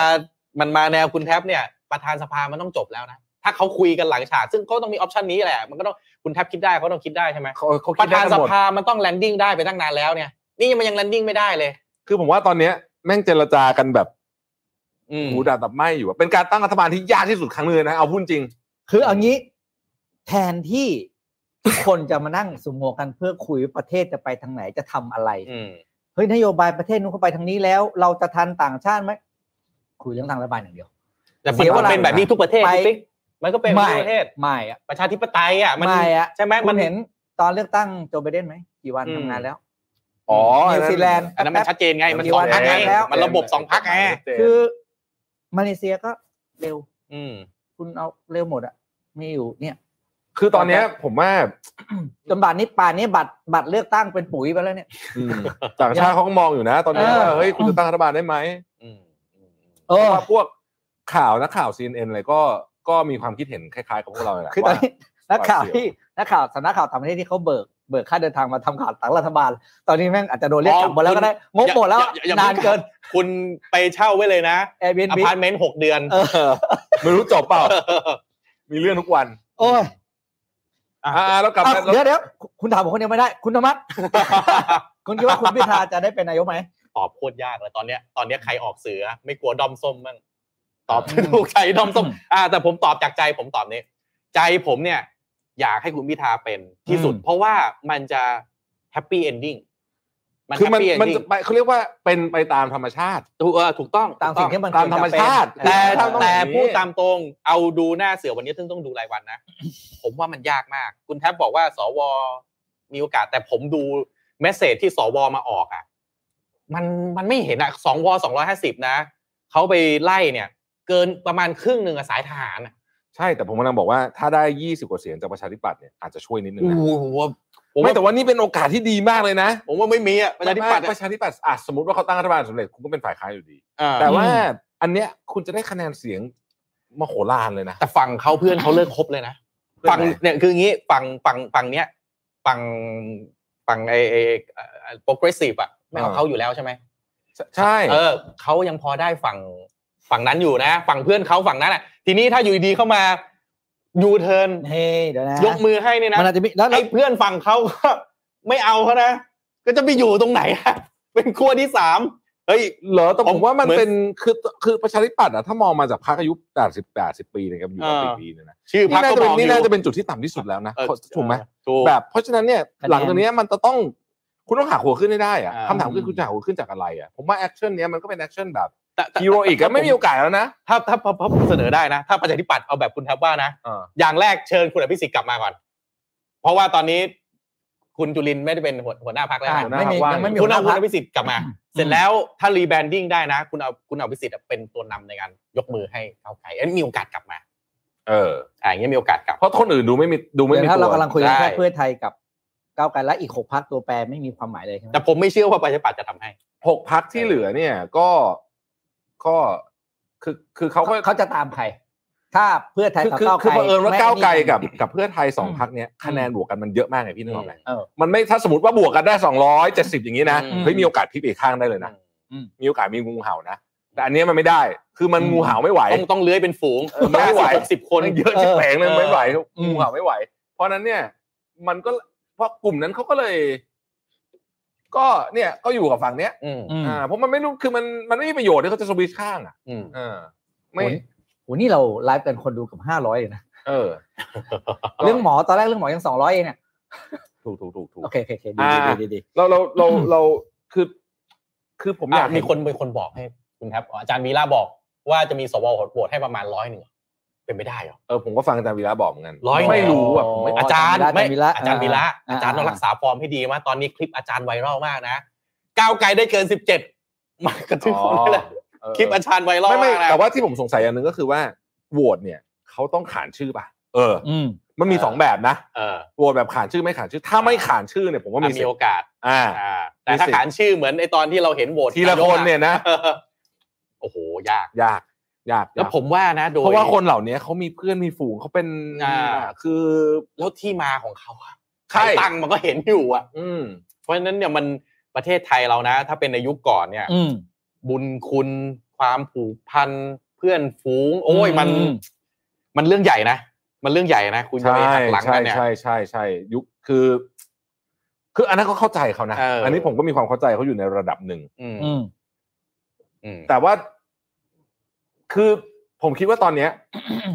มันมาแนวคุณแท็บเนี่ย ประธานสภามันต้องจบแล้วนะ ถ้าเขาคุยกันหลังฉากซึ่งก็ต้องมีออปชันนี้แหละ มันก็ต้องคุณแท็บคิดได้เขาต้องคิดได้ใช่ไหม เขาเขา ป คิด ระ ได้ ธาน กั ส นหมด ภามันต้องแลนดิ้งได้ไปตั้งนานแล้วเนี่ย นี่มันยังแลนดิ้งไม่ได้เลย คือผมว่าตอนเนี้ยแม่งเจรจากันแบบ อืม หูด่าตับไหมอยู่อะเป็นการตั้งรัฐบาลที่ยากที่สุดครั้งหนึงเลยนะเอาพูดจริง คือเอางี้แทนที่ทุกคนจะมานั่งสุมหัวกันเพื่อคุยว่าประเทศจะไปทางไหนจะทำอะไร อืม เฮ้ยนโยบายประเทศนู้นเขาไปทางนี้แล้ว เราจะทันต่างชาติไหมคุยเรื่องทางรัฐบาลอย่างเดียว แต่ เสียเว มัน ลา เป็นแบบนี้ทุกประเทศ ไป พี่ปิ๊กมันก็เป็นแบบนี้ทุกประเทศ ไม่อะ ประชาธิปไตยอ่ะมัน ไม่อะ ใช่ไหม คุ มั ณ น เห็นตอนเลือกตั้งโจไบเดนไหมกี่วัน อืม ทำงานแล้ว อ๋อ นิวซีแลนด์ อันนั้นมัน แป๊บ ชัดเจนไง มัน มี สอ วาง ระ พักไง แล้ว มันระบบสองพักไง คือ มาเลเซียก็เร็ว อืม คุณเอาเร็วหมดอะมีอยู่เนี่ย คือตอนเนี้ยผมว่า จนบัตรนี้ป่านนี้บัตรบัตรเลือกตั้งเป็นปุ๋ยไปแล้วเนี่ย ต่างชาติเขาก็มองอยู่นะ ตอนนี้ เออ ว่าเฮ้ยคุณจะตั้งรัฐบาลได้ไหม อืมอืมอืม เออเพราะว่าพวกข่าวนักข่าว CNN อะไรก็ก็มีความคิดเห็นคล้ายๆกับพวกเราเนี่ยแหละ คือตอน ว่า นี้นักข่าว ว่าเสียว ที่นักข่าวสำนักข่าวต่างประเทศที่เขาเบิกเบิกค่าเดินทางมาทำข่าวต่างรัฐบาล ตอนนี้แม่งอาจจะโดนเรียกกลับหมดแล้วก็ได้งบหมดแล้ว อย่าอย่าอย่า นานเกิน คุณไปเช่าไว้เลยนะ Airbnb อพาร์ตเมนต์หกเดือน เออ ไม่รู้จบเปล่า มีเรื่องทุกวัน โอ้ย อ่าแล้วกลับ เอา มาแล้ว เดี๋ยวเดี๋ยวคุณถามผมคนเดียวไม่ได้ คุณธรรมัสคุณคิดว่าคุณพิธาจะได้เป็นนายกไหม ตอบโคตรยากเลยตอนเนี้ยตอนเนี้ยใครออกเสือ ไม่กลัวดอมส้มบ้างตอบถูกใจดอมส้ม อ่า แต่ผมตอบจากใจผมตอบนี้ ใจผมเนี่ย อยากให้คุณพิธาเป็นที่สุด เพราะว่ามันจะแฮปปี้เอนดิ้งมัน คือ แฮป มัน ปี้เอน มัน ดิ้ง จะไปเขาเรียกว่าเป็นไปตามธรรมชาติ ถูกเออถูกต้อง ตาม ถูก สิ่ อง ง ที่มัน ตามธรรมชาติ คว แต่แต่จะเป็นต้องอย่างนี้ พูดตามตรงเอาดูหน้าเสือวันนี้ซึ่งต้องดูรายวันนะ ผมว่ามันยากมาก คุณแทบบอกว่าสวมีโอกาส แต่ผมดูเมสเซจที่สวมาออกอ่ะ มันมันไม่เห็นอ่ะสองวสองร้อยห้าสิบนะเขาไปไล่เนี่ย เกินประมาณครึ่งหนึ่งอะสายทหารอะ ใช่แต่ผมกำลังบอกว่าถ้าได้ 20 กว่าเสียงจากประชาธิปัตย์เนี่ยอาจจะช่วยนิดนึง โอ้ นะ โหผมว่าผม ไม่ ว่า แต่ว่านี่เป็นโอกาสที่ดีมากเลยนะ ผมว่าไม่มีอ่ะประชาธิปัตย์ ประชาธิปัตย์อ่ะสมมติว่าเขาตั้งรัฐบาลสำเร็จคุณก็เป็นฝ่ายค้านอยู่ดี อ่า แต่ว่าอันเนี้ยคุณจะได้คะแนนเสียงมโหฬารเลยนะ แต่ฝั่งเขาเพื่อนเขาเลิกคบเลยนะ ฝั่งเนี่ยคืออย่างนี้ฝั่งฝั่งฝั่งเนี้ยฝั่งฝั่งไอไอโปรเกรสซีฟอ่ะไม่เอา อ่า เขาอยู่แล้วใช่ไหม ใช่ เออเขายังพอได้ฝั่งฝั่งนั้นอยู่นะ ฝั่งเพื่อนเขาฝั่งนั้นอ่ะ ทีนี้ถ้าอยู่ดีๆเข้ามายูเทิร์น เฮ้ยเดี๋ยวนะ ยกมือให้เนี่ยนะ มันอาจจะมีแล้วแล้ ไอ้ ว เพื่อนฝั่งเขา ก็ไม่เอาเขานะก็จะไปอยู่ตรงไหนอะ เป็นขั้วที่สามเฮ้ย เหรอแต่ผมว่ามัน เหมือน เป็นคือคือประชาธิปัตย์อะถ้ามองมาจากพรรคอายุ80 80ปีเนะครับอยู่มา อ่า สิบปีเนี่ยนะ ชื่อ นี่ พรรค น่า ก็ จะ ม เป็น อง นี่ อยู่ น่าจะเป็นจุดที่ต่ำที่สุดแล้วนะ เออ เพราะถูกไหม ถูก แบบเพราะฉะนั้นเนี่ย คะแนน หลังจากเนี้ยมันจะต้องคุณต้องหาหัวขึ้นให้ได้อะ อ่า คำถามคือคุณจะหาหัวขึ้นจากอะไรอะผมว่าแอคชั่นเนี้ยมันก็เป็นแอคชั่นแบบ แต่แต่ ฮีโรอีกก็ไม่มีโอกาสแล้วนะ ถ้าถ้าถ้าผมเสนอได้นะ ถ้าประชาธิปัตย์เอาแบบคุณทับว่านะ เออ อย่างแรกเชิญคุณอภิสิทธิ์กลับมาก่อน เพราะว่าตอนนี้คุณจุลินทร์ไม่ได้เป็นหัวหัวหน้าพักแล้ว อ่า นะ ไม่มียังไม่มี คุณเอา หัวคุณอหน้าพรรค ภิสิทธิ์กลับมา เสร็จแล้วถ้ารีแบรนดิ้งได้นะ คุณเอาคุณอภิสิทธิ์เป็นตัวนำในการยกมือให้เขาไก่อันนี้มีโอกาสกลับมา เออ อ่าอย่างเงี้ยมีโอกาสกลับ เพราะคนอื่นดูไม่มีดูไม่ เดี๋ยว มี ถ้า ตั เรา ว กำลังคุยกัน ใช่ แค่เพื่อไทยกับก้าวไกลและอีกหกพักตัวแปรไม่มีความหมายเลยใช่ไหม แต่ผมไม่เชื่อว่าประชาธิปัตย์จะทำให้ หกพักที่เหลือเนี่ยก็ก็คือคือเขาก็ เขาจะตามใครถ้าเพื่อไทย คือ กับ คือ ก้าวไกลคือบังเอิญว่า ม่ ก้าวไกล นี่น กับกับเพื่อไทยสอง อืม พักเนี้ยคะแนนบวกกันมันเยอะมากไงพี่นึกออกไหม เออ มันไม่ถ้าสมมติว่าบวกกันได้สองร้อยเจ็ดสิบอย่างนี้นะ อืม เฮ้ยมีโอกาสพลิกไปอีกข้างได้เลยนะมีโอกาสมีงูเห่านะแต่อันเนี้ยมันไม่ได้ คือมัน อืม งูเห่าไม่ไหว ต้องต้องเลื้อยเป็นฝูง เออไม่ไหว สิบคน มันเยอะชิบแผงเลย เออ ไม่ไหว อืม งูเห่าไม่ไหว เพราะฉะนั้นเนี่ยมันก็ เพราะกลุ่มนั้นเขาก็เลย ก็เนี่ยก็อยู่กับฝั่งเนี้ย อืม อืม อ่าเพราะมันไม่รู้คือมันมันไม่มีประโยชน์ที่เขาจะสวิตชข้างอ่ะ อืม เออไม่ โอ้ย โหนี่เราไลฟ์กันคนดูเกับห้าร้อยเลยนะ เออ เรื่องหมอตอนแรกเรื่องหมอยังสองร้อยเองเนี่ย ถูกถูกถูกถูก โอเคโอเคโอเคดีดีดีดี เราเราเราเราคือ คือผมอยาก อ่ะมีคนมีคนบอกให้คุณครับอ๋ออาจารย์วีระบอกว่าจะมีสวโหวตให้ประมาณร้อยหนึ่งเหรอเป็นไปได้เหรอ เออผมก็ฟังอาจารย์วีระบอกเหมือนกัน ร้อยหนึ่ง ไม่รู้อ่ะผมไม่ อา อา จารย์ไม่ อา อา จา จาร ร ย์ ย์ วี วี ระ ระ อ่า อาจารย์ อ่า ต้องรักษาฟอร์มให้ดีมากตอนนี้คลิปอาจารย์ไวรัลมากนะก้าวไกลได้เกินสิบเจ็ดมันกระทึบผมเลยนะคลิปอาจารย์ไวรัล ไม่ไม่ มากนะ แต่ว่าที่ผมสงสัยอย่างหนึ่งก็คือว่าโหวตเนี่ยเขาต้องขานชื่อป่ะเออ อืม มันมีสองแบบนะ เออ โหวตแบบขานชื่อไม่ขานชื่อ ถ้าไม่ขานชื่อเนี่ยผมว่ามี อ่ะ สิ มี ท โอ ธิ์ กาส อ่า อ่าแต่ถ้า มีสิทธิ์ ขานชื่อเหมือนไอตอนที่เราเห็นโหวต ทีละคนเนี่ยนะ เออโอ้โหยาก ยากยาก แล้วผมว่านะโดย เพราะว่าคนเหล่านี้เขามีเพื่อนมีฝูงเขาเป็น อ่า คือ แล้วที่มาของเขาอะ ใช่ ใครตั้งมันก็เห็นอยู่อะ อืม เพราะฉะนั้นเนี่ยมันประเทศไทยเรานะ ถ้าเป็นในยุคก่อนเนี่ย อืม บุญคุณความผูกพันเพื่อนฝูง โอ้ยมัน อืม มันเรื่องใหญ่นะ มันเรื่องใหญ่นะ คุณจะ ใช่ ไปหักหลัง ใช่ กันเนี่ย ใช่ใช่ใช่ยุคคือ คืออันนั้นก็เข้าใจเขานะ เอออั นนี้ผมก็มีความเข้าใจเขาอยู่ในระดับหนึ่ง อืม อืม อืม แต่ว่า คือผมคิดว่าตอน เนี้ย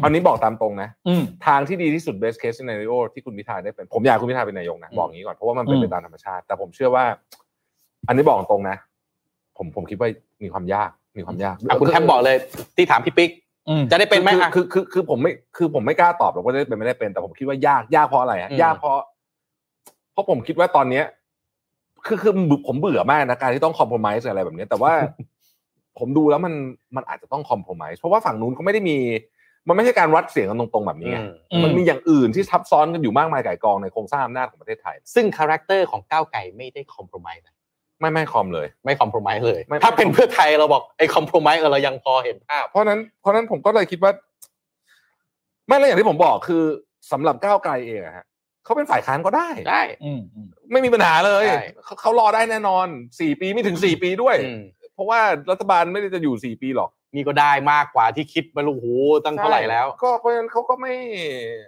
อันนี้บอกตามตรงนะ อืม ทางที่ดีที่สุด best case scenario ที่คุณพิธาได้เป็น ผมอยากให้คุณพิธาเป็นนายกนะบอกอย่างนี้ก่อนเพราะว่ามันเป็น อืม ไปตามธรรมชาติ แต่ผมเชื่อว่า อันนี้บอกตรงนะ ผมผมคิดว่ามีความยากมีความยาก อ่ะคุณแทมบอกเลย ที่ถามพี่ปิ๊ก อืม จะได้เป็นไหมอ่ะ คือคือคือคือผมไม่คือผมไม่กล้าตอบหรอกว่าจะได้เป็นไม่ได้เป็น แต่ผมคิดว่ายากยากเพราะอะไรฮะ อืม ยากเพราะ เพราะผมคิดว่าตอนเนี้ย คือคือผมเบื่อมากนะการที่ต้องคอม p r o m i s e อะไรแบบเนี้ยแต่ ว่า ผมดูแล้วมันมันอาจจะต้องคอม p r o m i s e เพราะว่าฝั่งนู้นเขาไม่ได้มี มันไม่ใช่การวัดเสียงกันตรงๆแบบนี้ไง อืม อืม มันมีอย่างอื่นที่ซับซ้อนกันอยู่มากมายไก่ายกองในโครงสร้างอำนาจของประเทศไทย ซึ่งคาแรคเตอร์ของก้าวไก่ไม่ได้คอมเพลมไพร์นะ ไม่ไม่คอมเลย ไม่คอมเพลมไพร์เลย ไม่ ถ้าเป็นเพื่อไทยเราบอกไอ้คอมเพลมไพร์เออเรายังพอเห็นภาพ เพราะฉะนั้นเพราะฉะนั้นผมก็เลยคิดว่า ไม่แล้วอย่างที่ผมบอกคือสำหรับก้าวไกลเองอะฮะเขาเป็นฝ่ายค้านก็ได้ ได้ อืมอืม ไม่มีปัญหาเลย ใช่ เขาเขารอได้แน่นอนสี่ปีไม่ถึงสี่ปีด้วย อืม เพราะว่ารัฐบาลไม่ได้จะอยู่สี่ปีหรอก นี่ก็ได้มากกว่าที่คิดไม่รู้โหตั้งเท่าไหร่แล้ว ใช่ก็เพราะฉะนั้นเขาก็ไม่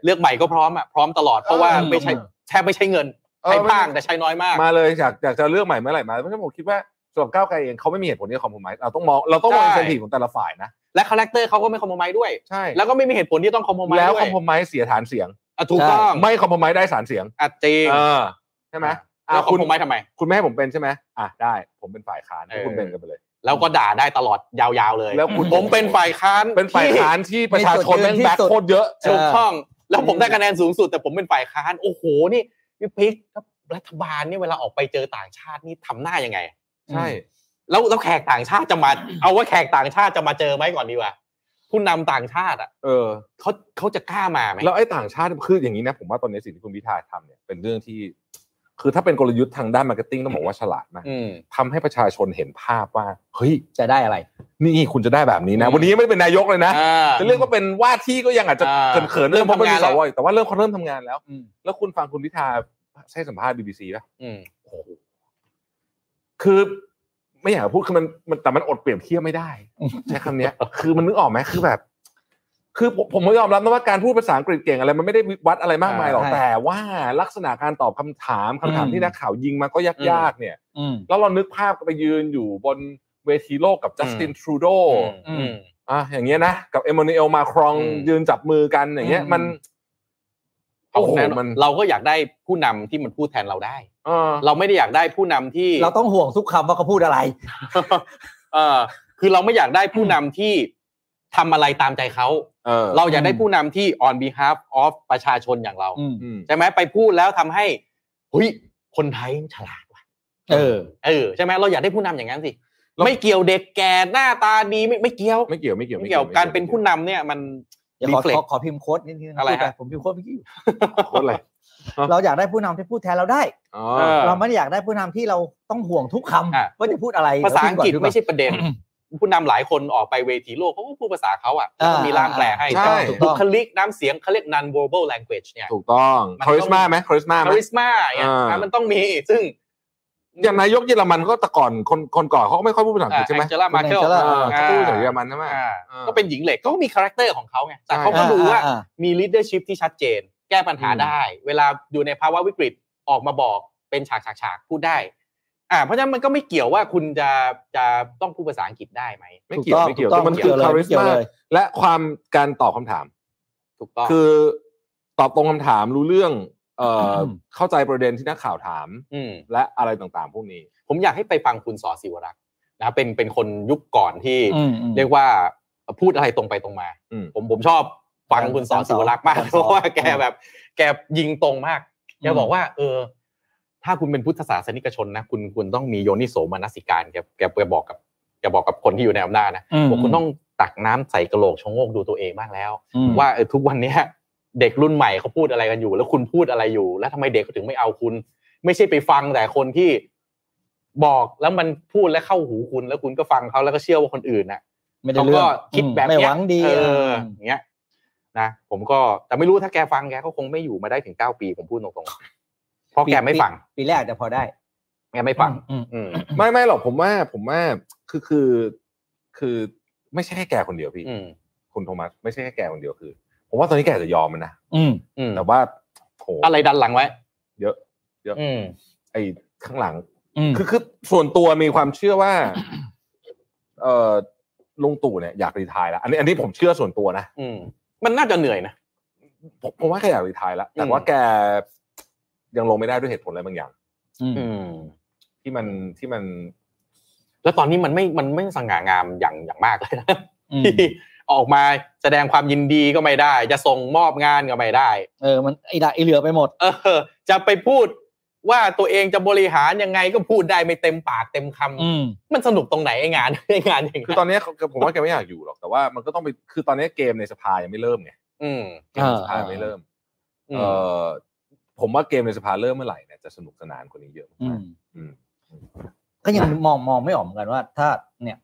เลือกใหม่ก็พร้อมอ่ะพร้อมตลอดเพราะว่า เออ ไม่ใช่แทบไม่ใช่เงิน เออ ใช้ ไม่ บ้างแต่ใช้น้อยมาก มาเลยอยากอยากจะเลือกใหม่เมื่อไหร่มาเพราะฉะนั้นผมคิดว่าสำหรับก้าวไกลเองเขาไม่มีเหตุผลที่จะคอมพมไมเราต้องมองเราต้องมอง ใช่ เซนทีของแต่ละฝ่ายนะ และคาแรคเตอร์เขาก็ไม่คอมโพมไมด้วย ใช่ แล้วก็ไม่มีเหตุผลที่ต้องคอมโพมไม แล้ว ด้ ค ย อมพมไมเสียฐานเสียง อ่ะถูกต้อง ไม่คอมพมไมได้สารเสียง อ่ะจริง เออใช่ไหมอ่ะ แล้วคอ คุ ม ณ โพมไมทำไม คุณไม่ให้ผมเป็นใช่ไหมอ่ะได้ผมเป็นฝ่ายค้าน เออ คุณเป็นกันไปเลย แล้วก็ด่าได้ตลอดยาวๆเลย แล้วคุณ ผมเป็นฝ่ายค้าน เป็นฝ่ายค้านที่ประชาชนแม่งแบกโคตรเยอะ ที่ถูกต้องแล้วผมได้คะแนนสูงสุด แต่ผมเป็นฝ่ายค้านโอ้โหนี่พี่พิกรัฐบาลเนี่ยเวลาออกไปเจอต่างชาตินี่ทำหน้ายังไง ใช่ แล้วแล้วแขกต่างชาติจะมา เอาว่าแขกต่างชาติจะมาเจอไหมก่อนดีกว่าผู้นำต่างชาติอ่ะ เออ เขาเขาจะกล้ามาไหม แล้วไอ้ต่างชาติคืออย่างนี้นะ ผมว่าตอนนี้สิ่งที่คุณพิธาทำเนี่ยเป็นเรื่องที่ คือถ้าเป็นกลยุทธ์ทางด้านมาร์เก็ตติ้งต้องบอกว่าฉลาดมาก อืม ทำให้ประชาชนเห็นภาพว่า เฮ้ย จะได้อะไร นี่คุณจะได้แบบนี้นะ อืม วันนี้ยังไม่ได้เป็นนายกเลยนะ อ่า จะเรียกว่าเป็นว่าที่ก็ยังอาจจะ อ่า เขินๆ เริ่ เริ่ม ม เพราะ ทำ ไม่ งานมีส แล้ว วแต่ว่าเริ่มเขาเริ่มทำงานแล้ว อืม แล้วคุณฟังคุณพิธาให้สัมภาษณ์บีบีซีป่ะ อืม คือไม่อยากจะพูดคือมันมันแต่มันอดเปรียบเทียบไม่ได้ ใช้คำเนี้ย คือมันนึกออกไหมคือแบบ คือผมผมยอมรับนะว่าการพูดภาษาอังกฤษเก่งอะไร มันไม่ได้วัดอะไรมากมายหรอก ใช่ แต่ว่าลักษณะการตอบคำถามคำถาม อืม ที่นักข่าวยิงมาก็ยากๆเนี่ย อืม แล้วเรานึกภาพไปยืนอยู่บนเวทีโลกกับจัสตินทรูโด อืม อ่ะอย่างเงี้ยนะกับเอม a น u เอลมาครอง อืม ยืนจับมือกันอย่างเงี้ย อืม มัน เอา โอ้โห แน่ มัน เราก็อยากได้ผู้นำที่มันพูดแทนเราได้ เออ เราไม่ได้อยากได้ผู้นำที่ เราต้องห่วงทุกคำว่าเขาพูดอะไร เออคือเราไม่อยากได้ผู้นำที่ทำอะไรตามใจเขา เออ เราอยากได้ผู้นำที่ on behalf of ประชาชนอย่างเรา อืม อืม ใช่ไหมไปพูดแล้วทำให้เฮ้ยคนไทยฉลาดว่ะ เออ เออใช่ไหมเราอยากได้ผู้นำอย่างนั้นสิ เรา ไม่เกี่ยวเด็กแก่หน้าตาดีไม่ไม่เกี่ยว ไม่เกี่ยวไม่เกี่ยว ไม่เกี่ยวการเป็นผู้นำเนี่ย มัน เดี๋ยวขอ Leaflet ขอขอพิมพ์โค้ดนิดนึงน อะไร พูดป ฮะ ผมพิมพ์โค้ดเมื่อกี้อยู่ โคตรอะไร เราอยากได้ผู้นำที่พูดแทนเราได้ อ๋อ เออ เราไม่ได้อยากได้ผู้นำที่เราต้องห่วงทุกคำ อ่ะ ว่าจะพูดอะไร ภาษาอังกฤษ เดี๋ยวพิพ์ ไม่ใช่ประเด็น ก่อน ผู้นำหลายคนออกไปเวทีโลกเขาก็พูดภาษาเขาอ่ะ อ่า ก็มีร่ามแปลให้ ใช่ แต่ ถูกต้อง บุคลิกน้ำเสียงเขาเรียก non verbal language เนี่ย ถูกต้อง มัน คาริสมาไหมคาริสมาไหม charisma เนี่ย อ่า อ่ะมันต้องมีซึ่ง อย่างนายกเยอรมันก็แต่ก่อนคนคนก่อนเขาก็ไม่ค่อยพูดภาษาอังกฤษใช่ไหม เจล่ามาเคิล คุณ Angela เออเขาพูดภาษาเยอรมันใช่ไหม ก็เป็นหญิงเหล็กก็มีคาแรคเตอร์ของเขาไงแต่เขาก็ อ่ รู้ว่า อ่อ่ มี leadership ที่ชัดเจน แก้ปัญหา อืม ได้ เวลาอยู่ในภาวะวิกฤต ออกมาบอกเป็นฉากฉากฉากพูดได้ อ่า เพราะฉะนั้นมันก็ไม่เกี่ยวว่าคุณจะจะต้องพูดภาษาอังกฤษได้ไหม ไม่เกี่ยว ถู ไม่เกี่ยว ถู แต่มันคือ ไ คาริส เกี่ยว มา เลย และความการตอบคำถาม ถูกต้อง คือตอบตรงคำถามรู้เรื่อง เอ่ออ ม เข้าใจประเด็นที่นักข่าวถาม อืม และอะไรต่างๆ พวกนี้ ผมอยากให้ไปฟังคุณสอศิวรักษ์นะครับเป็นเป็นคนยุคก่อนที่ อืมอืม เรียกว่าพูดอะไรตรงไปตรงมา อืม ผมผมชอบฟังคุณสอศิวรักษ์มาก คุณสอ เพราะว่าแก อืม แบบ แกยิงตรงมากแก อืม บอกว่า เออ ถ้าคุณเป็นพุทธศาสนิกชนนะคุณคุณต้องมีโยนิโสมนสิการแกแกแกบอกกับแกบอกกับคนที่อยู่ในอำนาจนะ ม บอกคุณต้องตักน้ำใส่กระโหลกชงโงกดูตัวเองบ้างแล้ว อืม ว่าเออทุกวันเนี้ยเด็กรุ่นใหม่เขาพูดอะไรกันอยู่ แล้วคุณพูดอะไรอยู่ แล้วทำไมเด็กเขาถึงไม่เอาคุณ ไม่ใช่ไปฟังแต่คนที่บอกแล้วมันพูดและเข้าหูคุณ แล้วคุณก็ฟังเขาแล้วก็เชื่อว่าคนอื่นน่ะ ไม่ได้ เขา เรื่อง ก็คิดแบบ ไม่ เนี้ ห ย วังดี เออ ม อย่างเงี้ยนะผมก็แต่ไม่รู้ถ้าแกฟังแกก็คงไม่อยู่มาได้ถึงเก้าปีผมพูดตรงๆเพราะแกไม่ฟัง ปีแรกอาจจะพอได้ แกไม่ฟัง อืม อืม ไม่ไม่หรอกผมว่าผมว่าคือคือคือไม่ใช่แค่แกคนเดียวพี่ อืม คุณโทมัสไม่ใช่แค่แกคนเดียวคือ ผมว่าตอนนี้แกอาจจะยอมมันนะ อืม อืม แต่ว่าโห อะไรดันหลังไว้ เยอะ อืม ไอ้ข้างหลัง อืม คือคือส่วนตัวมีความเชื่อว่า เออลุงตู่เนี่ยอยากรีไทายแล้วอันนี้อันนี้ผมเชื่อส่วนตัวนะ อืม มันน่าจะเหนื่อยนะ ผมผมว่าแกอยากรีไทายแล้วแต่ว่าแกยังลงไม่ได้ด้วยเหตุผลอะไรบางอย่าง อืม อืม ที่มันที่มัน แล้วตอนนี้มันไม่มันไม่สง่างามอย่างอย่างมากเลยนะ อืม ที่ออกมาแสดงความยินดีก็ไม่ได้ จะส่งมอบงานก็ไม่ได้ เออ มันไอ้ด่าไอ้เหลือไปหมด เออ จะไปพูดว่าตัวเองจะบริหารยังไงก็พูดได้ไม่เต็มปากเต็มคำ อืม มันสนุกตรงไหนไอ้งาน ไอ้งานอย่าง คือ เงี้ย ตอนนี้เขาผมว่าแกไม่อยากอยู่หรอกแต่ว่ามันก็ต้องไปคือตอนนี้เกมในสภายังไม่เริ่มไง อืม เกมในสภายังไม่เริ่ม อื เอ ม อผมว่าเกมในสภาเริ่มเมื่อไหร่เนี่ยจะสนุกสนานกว่านี้เยอะ อื มาก ม อืม ก็ยังมองมองไม่ออกเหมือนกันว่า ถ้า เนี่ย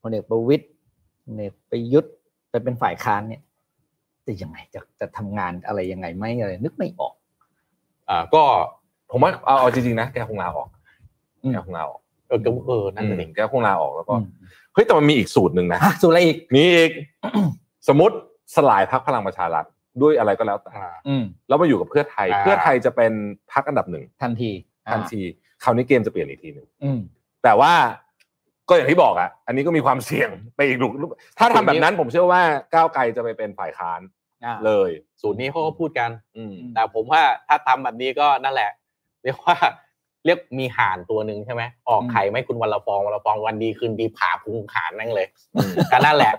พลเอกประวิตยพลเอกประยุทธ์ไปเป็นฝ่ายค้านเนี่ยจะยังไงจะจะทำงานอะไรยังไงไหม่อะไรนึกไม่ออก อ่าก็ ผมว่าเอาเอาจริงๆนะแกคงลาออก อืม แกคงลาออก เออก็เออนั่น อื เอ ม ง แกคงลาออกแล้วก็ อืม เฮ้ยแต่มันมีอีกสูตรหนึ่งนะ อ่ะสุดอะไรอีก มีอีก สมมติสลายพรรคพลังประชารัฐด้วยอะไรก็แล้วแต่ อ่า อืม แล้วมาอยู่กับเพื่อไทย อ่า เพื่อไทยจะเป็นพรรคอันดับหนึ่ง ทันทีอ่ะ ทันทีคราวนี้เกมจะเปลี่ยนอีกทีหนึ่ง อืม แต่ว่าก็อย่างที่บอกอ่ะ อันนี้ก็มีความเสี่ยงไปอีกรูปถ้าทำแบบนั้นผมเชื่อว่าก้าวไกลจะไปเป็นฝ่ายค้าน อ่า เลย สูตรนี้เขาก็พูดกัน อืม แต่ผมว่าถ้าทำแบบนี้ก็นั่นแหละ เรียกว่า เรียกมีห่านตัวหนึ่งใช่ไหมออกไข่ไม่คุณวันละฟองวันละฟองวันดีคืนดีผ่าพุงขานั่งเลยก็นั่นแหละ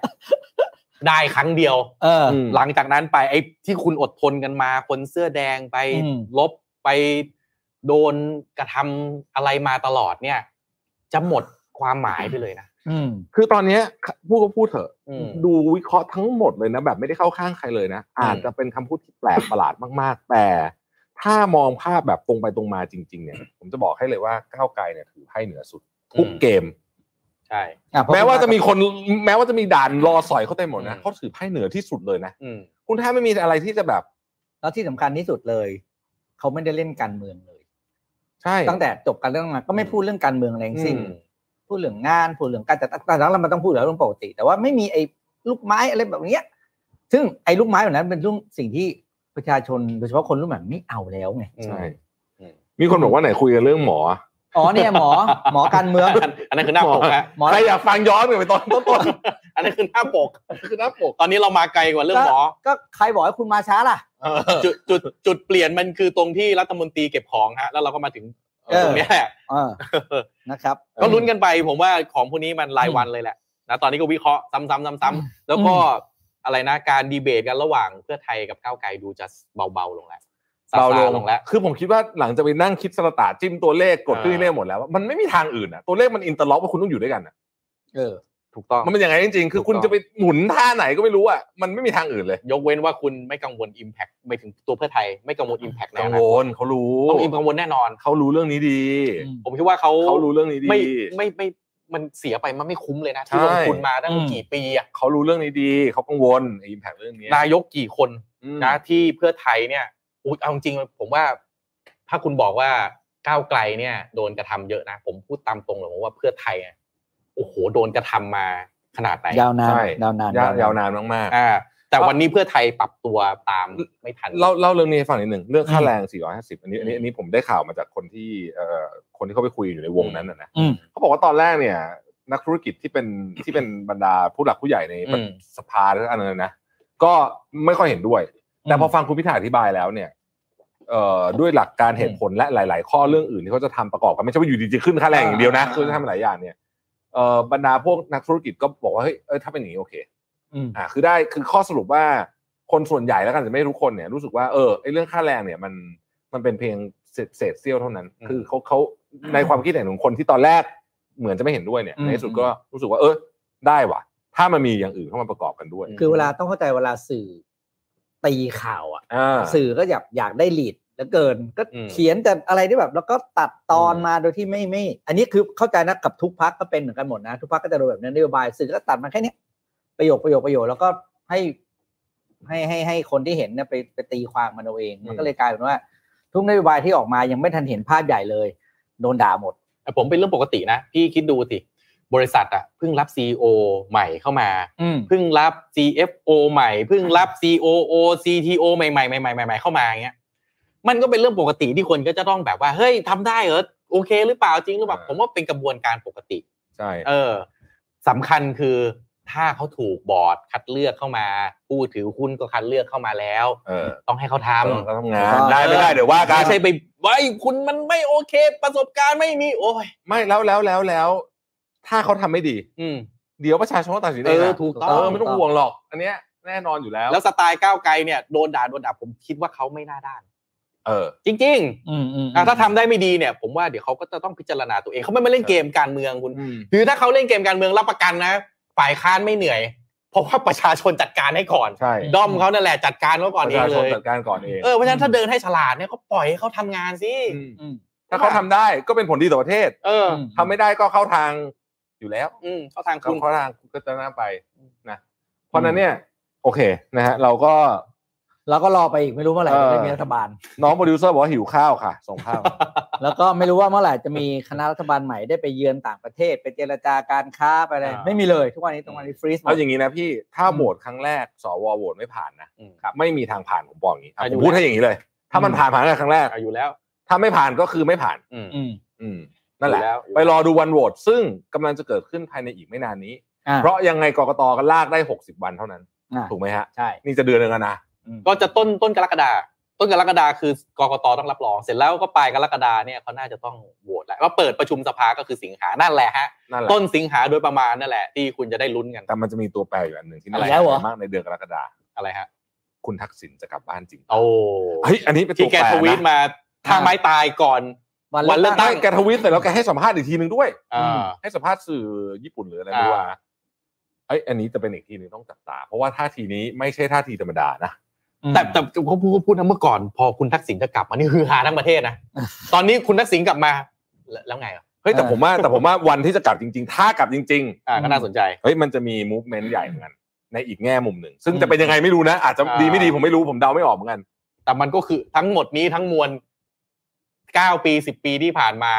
ได้ครั้งเดียว เออ อืม หลังจากนั้นไปไอ้ที่คุณอดทนกันมา คนเสื้อแดงไป อืม ลบไปโดนกระทำอะไรมาตลอดเนี่ย จะหมดความหมายไปเลยนะ อืม คือตอนเนี้ยพูดก็พูดเถอะ อืม ดูวิเคราะห์ทั้งหมดเลยนะ แบบไม่ได้เข้าข้างใครเลยนะ อาจจะเป็นคำพูดที่แปลกประหลาดมาก ๆ แต่ถ้ามองภาพแบบตรงไปตรงมาจริง ๆ เนี่ย ผมจะบอกให้เลยว่าก้าวไกลเนี่ยถือไพ่เหนือสุด ทุกเกม ใช่ อ่ะเพร แม้ว่าจะมีคนแม้ว่าจะมีด่านรอสอยเขาเต็มหมดนะ อืม เขาถือไพ่เหนือที่สุดเลยนะ อืม คุณแทบไม่มีอะไรที่จะแบบ แล้วที่สำคัญที่สุดเลย เขาไม่ได้เล่นการเมืองเลย ใช่ ตั้งแต่จบการเรื่องมาก็ไม่พูดเรื่องการเมืองอะไรทั้งสิ้น อืม พูดเรื่องงานพูดเรื่องการจัดตั้งแต่แล้วมันต้องพูดเรื่องปกติ แต่ว่าไม่มีไอ้ลูกไม้อะไรแบบเนี้ย ซึ่งไอ้ลูกไม้แบบนั้นเป็นเรื่องสิ่งที่ประชาชนโดยเฉพาะคนรุ่นใหม่ไม่เอาแล้วไง อืม ใช่ อืม มีคนบอกว่าไหนคุยกันเรื่องหมอ อ๋อเนี่ยหมอ หมอการเมือง อันนั้นคือหน้าปกฮะ หมอ ใครอยากฟังย้อนกลับไปตอนต้น อันนั้นคือหน้าปก ๆคือหน้าปก ตอนนี้เรามาไกลกว่าเรื่องหมอ ก็ใครบอกให้คุณมาช้าล่ะ เออ จุดจุดจุดเปลี่ยนมันคือตรงที่รัฐมนตรีเก็บของฮะ แล้วเราก็มาถึง เออ ตรงเนี้ยแหละ เออ นะครับ ก็ลุ้นกันไปผมว่าของพวกนี้มันรายวันเลยแหละนะตอนนี้ก็วิเคราะห์ซ้ำๆซ้ำๆแล้วก็อะไรนะการดีเบตกันระหว่างเพื่อไทยกับก้าวไกลดูจะเบาๆลงแล้วซ เบา ซ ลง ลงแล้ว คือผมคิดว่าหลังจะไปนั่งคิดสลดตาจิ้มตัวเลขกด อ่า ตื้อเลขหมดแล้วอะมันไม่มีทางอื่นอะตัวเลขมันอินเตอร์ล็อกว่าคุณต้องอยู่ด้วยกันอะ เออ ถูกต้อง มันเป็นอย่างไงจริงๆ คือ ถูกต้อง คุณจะไปหมุนท่าไหนก็ไม่รู้อะมันไม่มีทางอื่นเลย ยกเว้นว่าคุณไม่กังวล Impact ไม่ถึงตัวเพื่อไทยไม่กังวล Impact แน่ กัง น ว อน ลเขารู้ ต้องอิมกังวลแน่นอน เขารู้เรื่องนี้ดี อืม ผมคิดว่าเขา เขารู้เรื่องนี้ดี ไม่ไม่ไม่มันเสียไปมันไม่คุ้มเลยนะที่ ใช่ ลงทุนมาตั้ง อืม กี่ปีอะ เขารู้เรื่องนี้ดีเขากังวลอิมแพคเรื่องนี้ นายกกี่คน อืม นะที่เพื่อไทยเนี่ยอุ๊ยเอาจริงๆผมว่า ถ้าคุณบอกว่าก้าวไกลเนี่ย โดนกระทำเยอะนะ ผมพูดตามตรงเลยผมว่าเพื่อไทยอะโอ้โหโดนกระทำมาขนาดไหน ยาวนาน ใช่ ยาวนาน ยาวยาวนานมาก อ่า แต่วันนี้เพื่อไทยปรับตัวตามไม่ทัน เล่าเล่าเรื่องนี้ให้ฟังนิดหนึ่งเรื่องค่าแรง 450 อันนี้อันนี้อันนี้ผมได้ข่าวมาจากคนที่เอ่อคนที่เขาไปคุยอยู่ในวงนั้นนะนะ อืม เขาบอกว่าตอนแรกเนี่ย นักธุรกิจที่เป็นที่เป็นบรรดาผู้หลักผู้ใหญ่ใน อืม สภาหรืออะไรนะก็ไม่ค่อยเห็นด้วย แต่พอฟังคุณพิธาอธิบายแล้วเนี่ยเอ่อด้วยหลักการเหตุผลและหลาย ๆ ข้อเรื่องอื่นที่เขาจะทำประกอบกันไม่ใช่ว่าอยู่ดีๆขึ้นค่าแรงอย่างเดียวนะคือจะทำหลายอย่างเนี่ยเอ่อบรรดาพวกนักธุรกิจก็บอกว่าเฮ้ยเอ้ยถ้าเป็นอย่างนี้โอเค อืม อ่าคือได้คือข้อสรุปว่าคนส่วนใหญ่แล้วกันจะไม่ทุกคนเนี่ยรู้สึกว่าเออไอเรื่องค่าแรงเนี่ยมันมันเป็นเพียงเศษเศษเสี้ยวเท่านั้น อืม คือเขาเขาในความคิดเห็นของคนที่ตอนแรกเหมือนจะไม่เห็นด้วยเนี่ย อืม ในที่สุดก็รู้สึกว่าเออได้ว่ะ ถ้ามันมีอย่างอื่นเข้ามาประกอบกันด้วย คือเวลาต้องเข้าใจเวลาสื่อตีข่าวอ่ะ อ่า สื่อก็อยากอยากได้ลีดแล้วเกิน ก็ อืม เขียนแต่อะไรที่แบบ แล้วก็ตัดตอนมาโดยที่ไม่ไม่ อันนี้คือเข้าใจนะกับทุกพักก็เป็นเหมือนกันหมดนะ ทุกพักก็จะโดนแบบนั้นนโยบายสื่อก็ตัดมาแค่เนี้ยประโยคประโยคประโยคแล้วก็ให้ให้ให้ให้คนที่เห็นเนี่ยไปไปตีความมันเอาเอง มันก็เลยกลายเป็นว่า ทุกนโยบายที่ออกมายังไม่ทันเห็นภาพใหญ่เลย โดนด่าหมด แต่ผมเป็นเรื่องปกตินะพี่คิดดูสิบริษัทอะเพิ่งรับซีอใหม่เข้ามา อืม เพิ่งรับ CFO ใหม่ เพิ่งรับ COO CTO ใหม่ๆใหม่ๆใหม่ๆเข้ามาอย่างเงี้ย มันก็เป็นเรื่องปกติที่คนก็จะต้องแบบว่า เฮ้ยทำได้เหรอ โอเคหรือเปล่าจริงหรือเปล่า อ่า ผมว่าเป็นกระบวนการปกติ ใช่ เออสำคัญคือถ้าเขาถูกบอร์ดคัดเลือกเข้ามา ผู้ถือหุ้นก็คัดเลือกเข้ามาแล้ว เออ ต้องให้เขาท เออก็ ำ ทำงานได้ไม่ได้เดี๋ยวว่ากัน ไม่ใช่ไปไว้ยคุณมันไม่โอเค ประสบการณ์ไม่มีโอ้ย ไม่แล้วแล้วแล้วแล้ว ถ้าเขาทำไม่ดี อืม เดี๋ยวประชาชนก็ตัดสินเอง เออ นะ ถูกต้อง เออไม่ต้องห่วงหรอก อันเนี้ยแน่นอนอยู่แล้ว แล้วสไตล์ก้าวไกลเนี่ยโดนด่าโดนด่าผมคิดว่าเขาไม่น่าด้าน เออ จริง ๆ อืมอืม อ่ะถ้าทำได้ไม่ดีเนี่ย ผมว่าเดี๋ยวเขาก็จะต้องพิจารณาตัวเองเขาไม่มาเล่นเกมการเมืองคุณ อืม คือถ้าเขาเล่นเกมการเมืองรับประกันนะฝ่ายค้านไม่เหนื่อย เพราะว่าประชาชนจัดการให้ก่อน ใช่ ด้อมเขานั่นแหละจัดการเขาก่อน ประ เอง ชาช เล น ย จัดการก่อนเอง เออเพราะฉะนั้นถ้าเดินให้ฉลาดเนี่ยก็ปล่อยให้เขาทำงานสิ ม อืม ถ้าเขาทำได้ก็เป็นผลดีต่อประเทศ เออ อืม ทำไม่ได้ก็เข้าทางอยู่แล้ว อืมเขาทาง คุ คุณ ณ เข้าทางคุณก็จะน่าไปนะเพราะฉะนั้นเนี่ย โอเคนะฮะ เราก็ แล้วก็รอไปอีกไม่รู้เมื่อไหร่ เออ จะได้มีรัฐบาล น้องโปรดิวเซอร์บอกว่าหิวข้าวค่ะ ส่งข้าว แล้วก็ไม่รู้ว่าเมื่อไหร่จะมีคณะรัฐบาลใหม่ได้ไปเยือนต่างประเทศ ไปเจรจาการค้าไปอะไร อ่า ไม่มีเลยทุกวันนี้ตรงวันนี้ฟรีซหม เอา ด อย่างนี้นะพี่ถ้า อืม โหวตครั้งแรกสวโหวตไม่ผ่านนะ อืม ไม่มีทางผ่านผมบอกอย่างนี้อ่ะ อ่ะ ผ อยู่ มพูด แล้ว ให้อย่างนี้เลย ถ้ามันผ่านผ่านตั้งแต่ครั้งแรก อ่ะอยู่แล้ว ถ้าไม่ผ่านก็คือไม่ผ่าน อืม อืม อืมนั่นแหละ อยู่แล้วอยู่แล้ว ไปรอดูวันโหวตซึ่งกำลังจะเกิดขึ้นภายในอีกไม่นานนี้ อ่า เพราะยังไงกกตก็ลากได้ 60 วันเท่านั้น อ่า ถูกไหมฮะ ใช่ นี่จะเดือนหนึงแล้วนะ อืม ก็จะต้นต้นกรกฎาต้นกรกฎาคือกกตต้องรับรอง เสร็จแล้วก็ปลายกรกฎาเนี่ยเขาน่าจะต้องโหวตแล้วก็เปิดประชุมสภาก็คือสิงหานั่นแหละฮะ นั่นแหละ ต้นสิงหาโดยประมาณนั่นแหละ ที่คุณจะได้ลุ้นกัน แต่มันจะมีตัวแปรอยู่อันหนึ่งที่น่าสน ะไร ใจมากในเดือนกรกฎาคม อะไรฮะ คุณทักษิณจะกลับบ้านจริง โอ้ เฮ้ยอันนี้เป็นตั ที่ ว แก แปร ทวีต นะ มาถ้าไม้ตายก่อน วันเลือกตั้ ไม่ ง แกทวีตเสร็จแล้วแกให้สัมภาษณ์อีกทีหนึ่งด้วย อ่า ให้สัมภาษณ์สื่อญี่ปุ่นหรืออะไรไม่รู้ว่าเอ้ยอันนี้จะเป็นอีกทีหนึ่งต้องจับตา เพราะว่าท่าทีนี้ไม่ใช่ท่าทีธรรมดานะ แต่แต่เขาพูดเขาพูดนะเมื่อก่อนพอคุณทักษิณจะกลับมานี่คือหาทั้งประเท ศนะ ตอนนี้คุณทักษิณกลับมาแล้วแล้วไงอ่ะ เฮ้ยแต่ผมว่าแต่ผมว่าวันที่จะกลับจริง ๆ ถ้ากลับจริง อ่าก็น่าสนใจ ๆเฮ้ยมันจะมีมูฟเมนต์ใหญ่เหมือนกันในอีกแง่มุมหนึ่งซึ่งจะเป็นยังไงไม่รู้นะ อาจจะ อ่า ดีไม่ดีผมไม่รู้ผมเดาไม่ออกเหมือนกัน แต่มันก็คือทั้งหมดนี้ทั้งมวล9ปี10 ปีที่ผ่านมา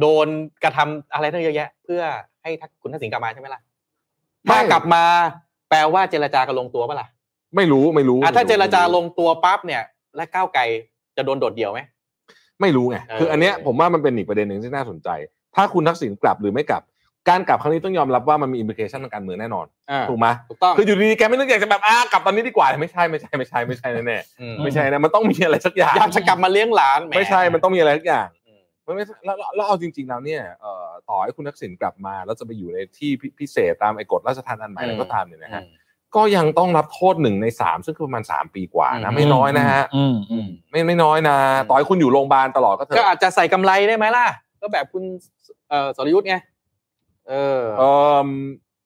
โดนกระทำอะไรตั้งเยอะแยะ เพื่อให้ทักคุณทักษิณกลับมาใช่ไหมล่ะถ้ากลับมาแปลว่าเจรจากันลงตัวปะล่ะ ไม่รู้ไม่รู้ อ่ะถ้าเจรจาล ไม่ งตัวปั๊บเนี่ย และก้าวไกลจะโดนโดดเดี่ยวไหม ไม่รู้ไง เออ คืออันเนี้ยผมว่ามันเป็นอีกประเด็นหนึ่งที่น่าสนใจ ถ้าคุณทักษิณกลับหรือไม่กลับ การกลับครั้งนี้ต้องยอมรับว่ามันมีอิมพิเคชันทางการเมืองแน่นอน า ถูกไหม ถูกต้อง คืออยู่ดีๆแกไม่นึกอยากจะแบบอ่ากลับตอนนี้ดีกว่า ไม่ใช่ไม่ใช่ไม่ใช่ไม่ใช่แน่ ม ๆไม่ใช่นะมันต้องมีอะไรสักอย่าง อยากจะกลับมาเลี้ยงหลานแห ไม่ใช่มันต้องมีอะไรสักอย่าง อืม มันไม่ใช่แล้วแล้วแล้วเอาจริง ๆ แล้วเนี่ยเอ่อต่อให้คุณทักษิณกลับมาแล้วจะไปอยู่ในที่พิพิเศษตามไอ้กฎราชทานอันใหม่ อืม แล้วก็ตามเนี่ยนะฮะ อืม ก็ยังต้องรับโทษหนึ่งในสามซึ่งคือประมาณสามปีกว่านะ อืม ไม่น้อยนะฮะ อืมอืม ไม่ไม่น้อยนะ ต่อให้คุณอยู่โรงพยาบาลตลอดก็เถอะ ก็อาจจะใส่กำไรได้ไหมล่ะ ก็แบบคุณเอ่อสรยุทธ์ไง เออ เอ่ม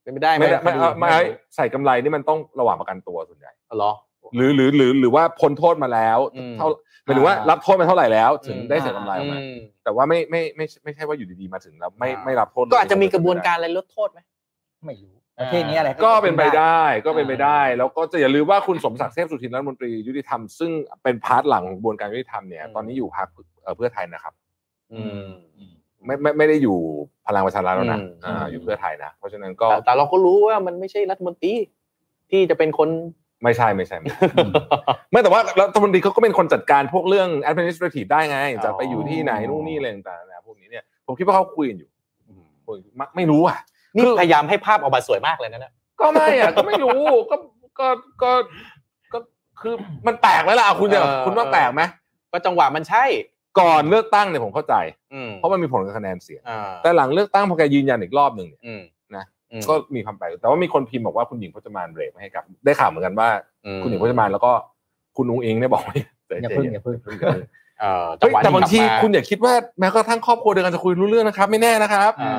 เป็นไปได้ไหม ไม่ได้ไม่เอาไม่ ค เอา ดี ใส่กำไรนี่มันต้องระหว่างประกันตัวส่วนใหญ่ เอาเหรอ หรือหรือหรือหรือว่าพ้นโทษมาแล้ว อืม เท่าหมายถึงว่ารับโทษมาเท่าไหร่แล้ว ถึง อืม ได้ใส่กำไรออกมา อืม แต่ว่าไม่ไม่ไม่ไม่ไม่ใช่ว่าอยู่ดีๆมาถึงแล้วไม่ อ่า ไม่รับโทษ ก็อาจจะมีกระบวนการอะไรลดโทษไหม ไม่รู้ประเทศนี้อะไร ก็เป็นไป กิด ได้ก็เป็นไปได้ แล้วก็จะอย่าลืมว่าคุณสมศักดิ์เทพสุทินรัฐมนตรียุติธรรมซึ่งเป็นพาร์ทหลังของกระบวนการยุติธรรมเนี่ย อืม ตอนนี้อยู่พรรคเอ่อเพื่อไทยนะครับ อืม ไม่ไม่ไม่ได้อยู่พลังประชารัฐแล้วนะ อืม อ่าอยู่เพื่อไทยนะ เพราะฉะนั้นก็ แต่แต่เราก็รู้ว่ามันไม่ใช่รัฐมนตรีที่จะเป็นคน ไม่ใช่ไม่ใช่ไม่ใช่ ไม่แต่ว่ารัฐมนตรีเขาก็เป็นคนจัดการพวกเรื่อง administrative ได้ไง จะไปอยู่ที่ไหนนู่นนี่อะไรต่างๆนะพวกนี้เนี่ยผมคิดว่าเขาคุยกันอยู่คุยมักไม่รู้อ่ะ นี่ คือ พยายามให้ภาพออกมาสวยมากเลยนะเนี่ย ก็ไม่อ่ะก็ไม่รู้ก็ก็ก็ก็คือมันแปลกไหมล่ะคุณเนี่ยคุณว่าแปลกไหม ก็จังหวะมันใช่ ก่อนเลือกตั้งเนี่ยผมเข้าใจ อืม เพราะมันมีผลกับคะแนนเสียง อ่า แต่หลังเลือกตั้งพอแกยืนยันอีกรอบหนึ่งเนี่ย อืม นะ อืม ก็มีความแปลกแต่ว่ามีคนพิมพ์บอกว่าคุณหญิงพจมานเบรกไม่ให้กลับ ได้ข่าวเหมือนกันว่า อืม คุณหญิงพจมานแล้วก็คุณนุ้งอิงเนี่ยบอกว่า อย่าเพิ่งอย่าเพิ่ง เอ่อจัง เฮ้ย หวะ แต่บางที กลัม คุณอย่าคิดว่าแม้กระทั่งครอบครัวเดียวกันจะคุยรู้เรื่องนะครับ ไม่แน่นะครับ อ่า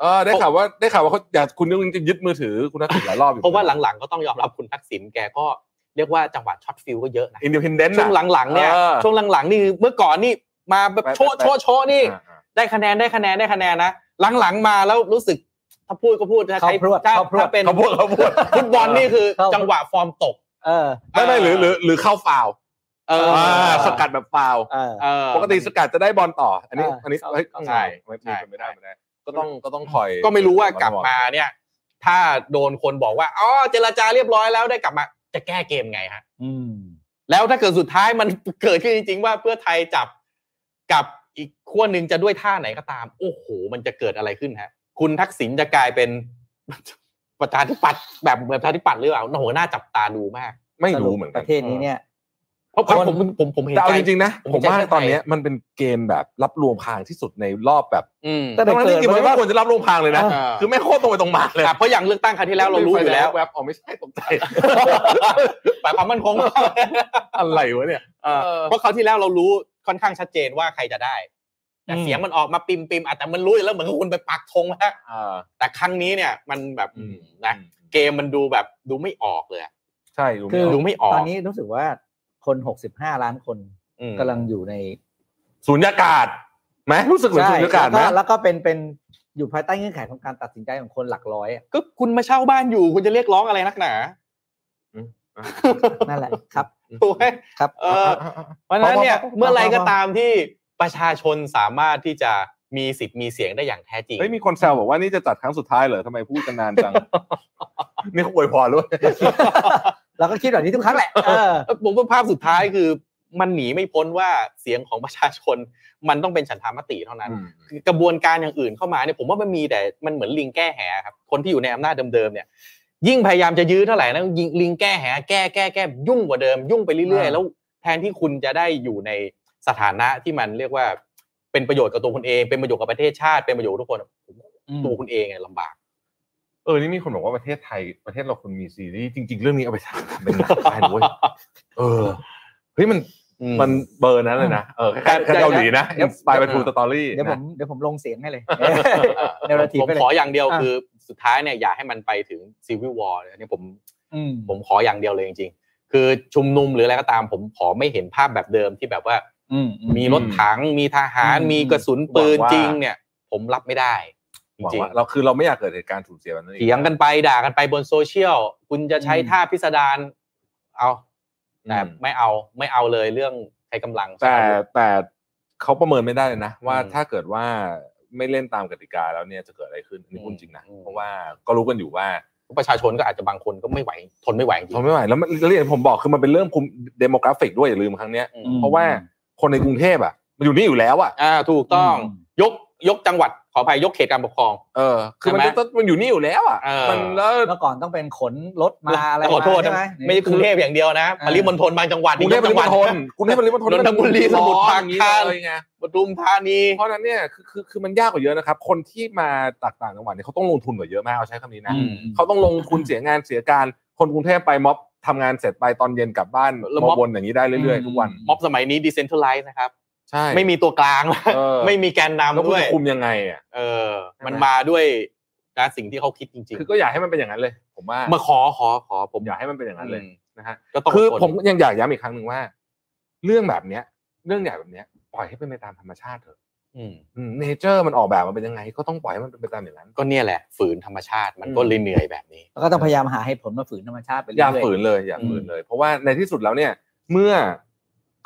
เออได้ข่าวว่าได้ข่าวว่าเขาอยากคุณนุ้งอิงจะยึดมือถือคุณนักข่าวหลายรอบอยู่ เพราะว่าหลังๆก็ต้องยอมรับคุณทักษิณแกก็เรียกว่าจังหวะช็อตฟิลก็เยอะนะ อินดิพนเดนต์ ช่วงหลังๆเนี่ย เออ ช่วงหลังๆนี่เมื่อก่อนนี่มาแบบ ไปๆๆ โชะโชะโชะนี่ ได้คะแนนได้คะแนนได้คะแนนนะหลังๆมาแล้วรู้สึกถ้าพูดก็พูดถ้า เขา ใช้ พรวด ถ้า เขาพรวด ถ้าเป็น เขาพูดเขาพูด ฟุตบอลนี่คือ เข้า จังหวะฟอร์มตก เออ ไม่ไม่หรือหรือหรือเข้าฟาวล์ เออ อ่าสกัดแบบฟาวล์ เออ เออ ปกติสกัดจะได้บอลต่อ อันนี้ เอออั อันนี้เฮ้ย ใช่ ไม่ ใช่ ไม่ได้ไม่ได้ ก็ต้องก็ต้องคอย ก็ไม่รู้ว่ากลับมาเนี่ย ถ้าโดนคนบอกว่าอ๋อเจรจาเรียบร้อยแล้วได้กลับมาจะแก้เกมไงฮะ อืม แล้วถ้าเกิดสุดท้ายมัน เกิดขึ้นจริงๆว่าเพื่อไทยจับกับอีกขั้วหนึ่งจะด้วยท่าไหนก็ตาม โอ้โห มันจะเกิดอะไรขึ้นฮะ คุณทักษิณจะกลายเป็น ประชาธิปัตย์แบบประชาธิปัตย์หรือเปล่าโอ้โหน่าจับตาดูมาก ไม่รู้เหมือน ป กัน ระเทศนี้เนี่ย เพราะผมผมผมผมเห็น แต่เอา ใจ จริงๆนะ ผม ผม เห็นใจ ว่า เพื่อไทย ตอนเนี้ยมันเป็นเกมแบบรับรวมพางที่สุดในรอบแบบ อืม แต่เด็ก มัน เกิ จ ด ริงๆมัน มาแล้ว ไม่ควรจะรับรวมพางเลยนะ อ่า คือไม่โคตรตรงไปตรงมาเลย อ่ะเพราะอย่างเลือกตั้งครั้งที่แล้วเรารู้อยู่แล้ว แวบอ๋อไม่ใช่ตกใจ ฝ่ายความมั่นคง อะไรว ะเนี่ย เออเพราะคราวที่แล้วเรารู้ค่อนข้างชัดเจนว่าใครจะได้แต่ อืม เสียงมันออกมาปิมปิมๆอ่ะแต่มันรู้อยู่แล้วเหมือนกับคุณไปปักธงแล้ว อ่า แต่ครั้งนี้เนี่ย มันแบบนะเกมมันดูแบบดูไม่ออกเลยอะ ใช่รู้ไหม คือ ดูไม่ออก ตอนนี้รู้สึกว่าคนหกสิบห้าล้านคน อืม กำลังอยู่ใน สุญญากาศไหมรู้สึกเหมือนสุญญากาศไหม แล้วแล้วก็เป็นเป็นอยู่ภายใต้เงื่อนไขของการตัดสินใจของคนหลักร้อยอะ ก็คุณมาเช่าบ้านอยู่ คุณจะเรียกร้องอะไรนักหนา นั่นแหละครับ ถูกไหม ครับ เออเพราะฉะนั้นเนี่ยเมื่อไรก็ตามที่ประชาชนสามารถที่จะมีสิทธิ์มีเสียงได้อย่างแท้จริง เฮ้ยมีคนแซวบอกว่านี่จะจัดครั้งสุดท้ายเหรอทำไมพูดกันนานจัง นี่เขาอวยพรด้วย เราก็คิดแบบนี้ทุกครั้งแหละเออ เออผมว่าภาพสุดท้ายคือมันหนีไม่พ้นว่าเสียงของประชาชนมันต้องเป็นฉันทามติเท่านั้น คือกระบวนการอย่างอื่นเข้ามาเนี่ยผมว่ามันมีแต่มันเหมือนลิงแก้แหครับคนที่อยู่ในอำนาจเดิมๆเนี่ย ยิ่งพยายามจะยื้อเท่าไหร่นะยิงลิงแก้แหแก้แก้แก้ยุ่งกว่าเดิม ยุ่งไปเรื่อย ๆ อ่า แล้วแทนที่คุณจะได้อยู่ในสถานะที่มันเรียกว่าเป็นประโยชน์กับตัวคุณเอง เป็นประโยชน์กับประเทศชาติเป็นประโยชน์กับทุกคนตัวคุณเองเนี่ยลำบาก เออนี่มีคนบอกว่าประเทศไทยประเทศเราควรมีซีรีส์จริง ๆ เรื่องนี้เอาไปทำเป็นหนังได้ด้วยเออเฮ้ยมัน มันเบอร์นั้นเลยนะ เออคล้ายๆ แต่แต่ เกาหลีนะ เดี๋ยว Inspired by True Story เดี๋ยวผ นะ มเดี๋ยวผมลงเสียงให้เลย เอ narrative ผม ไปเลย ขออย่างเดียว อ่า คือสุดท้ายเนี่ยอย่าให้มันไปถึงซีวิววอร์อันนี้ผม อืม ผมขออย่างเดียวเลยจริงๆ คือชุมนุมหรืออะไรก็ตามผมขอไม่เห็นภาพแบบเดิมที่แบบว่า อืม มีรถถัง มีทหาร อืม มีกระสุนปืนจริงเนี่ย ผมรับไม่ได้จ หวัง ริง ว่าเราคือเราไม่อยากเกิดเหตุการณ์สูญเสียแบบนั้ๆนอีก เถียงกันไปด่ากันไปบนโซเชียล คุณจะใช้ท่าพิสดารเอาแต่ อืม ไม่เอาไม่เอาเลยเรื่องใช้กำลังใช้ แต่ อาวุธ แต่เขาประเมินไม่ได้เลยนะ ว่า อืม ถ้าเกิดว่าไม่เล่นตามกติกาแล้วเนี่ยจะเกิดอะไรขึ้นอันนี้ อืม พูดจริงนะ อืม เพราะว่าก็รู้กันอยู่ว่า ประชาชนก็อาจจะบางคนก็ไม่ไหวทนไม่ไหวจริ ท ง นไม่ไหวแล้วมันแล้วอย่างผมบอกคือมันเป็นเรื่องภูมิเดโมกราฟิกด้วยอย่าลืมครั้งเนี้ย ๆอืม เพราะว่าคนในกรุงเทพอ่ะมันอยู่นี่อยู่แล้วอ่ะ อ่าถูกต้อง อืม ยกยกจังหวัดขออภัยยกเขตการปกครอง เออคือมัน ใช่ไหม ก็ต้องมันอยู่นี่อยู่แล้วอ่ะ เออ มันแล้ว เมื่อก่อนต้องเป็นขนรถมาอะไร ขอโทษ มาใช่ นะ ไหม ไม่ใช่กรุงเทพอย่างเดียวนะ อ่า ปริมณฑลบางจังหวัด กรุงเทพปริมณฑล ยกจังหวัดนะ กรุงเทพปริมณฑล นนทบุรีสมุทรปรา อย่งนี้ การ เลยไง ปทุมธานี เพราะฉะนั้นเนี่ยคือคือคือมันยากกว่าเยอะนะครับ คนที่มาจากต่างจังหวัดเนี่ยเขาต้องลงทุนกว่าเยอะมากเอาใช้คำนี้นะ อืม เขาต้องลงทุนเสียงานเสียการคนกรุงเทพไปม็อบทำงานเสร็จไปตอนเย็นกลับบ้าน แล้วม็ มา อบ วนอย่างนี้ได้เรื่อยๆ ทุกวัน ม็อบสมัยนี้ดิเซนทัลไลซ์นะครับ ใช่ ไม่มีตัวกลาง เออ ไม่มีแกน แล้ว นำ คุณ ด้วย จะคุมยังไงอ่ะ เออ มันมาด้วยนะสิ่งที่เขาคิดจริง คือก็อยากให้มันเป็นอย่างนั้นเลย ผมว่า ๆ มาขอขอขอผม อยากให้มันเป็นอย่างนั้นเลย อืม นะฮะ ก็ต้อง คือ ดทน ผมยังอยากย้ำอีกครั้งหนึ่งว่า เรื่องแบบเนี้ย เรื่องใหญ่แบบเนี้ยปล่อยให้เป็นไปตามธรรมชาติเถอะ อืม เนเจอร์มันออกแบบมาเป็นยังไง ก็ต้องปล่อยให้มันเป็นไปตามอย่างนั้น ก็เนี่ยแหละ ฝืนธรรมชาติมันก็เลยเหนื่อยแบบนี้ แล้วก็ต้องพยายามหาให้ผลมาฝืนธรรมชาติไป อ เรื่ ย่า อย ฝืนเลยอย่าฝืนเลย เพราะว่าในที่สุดแล้วเนี่ย เมื่อ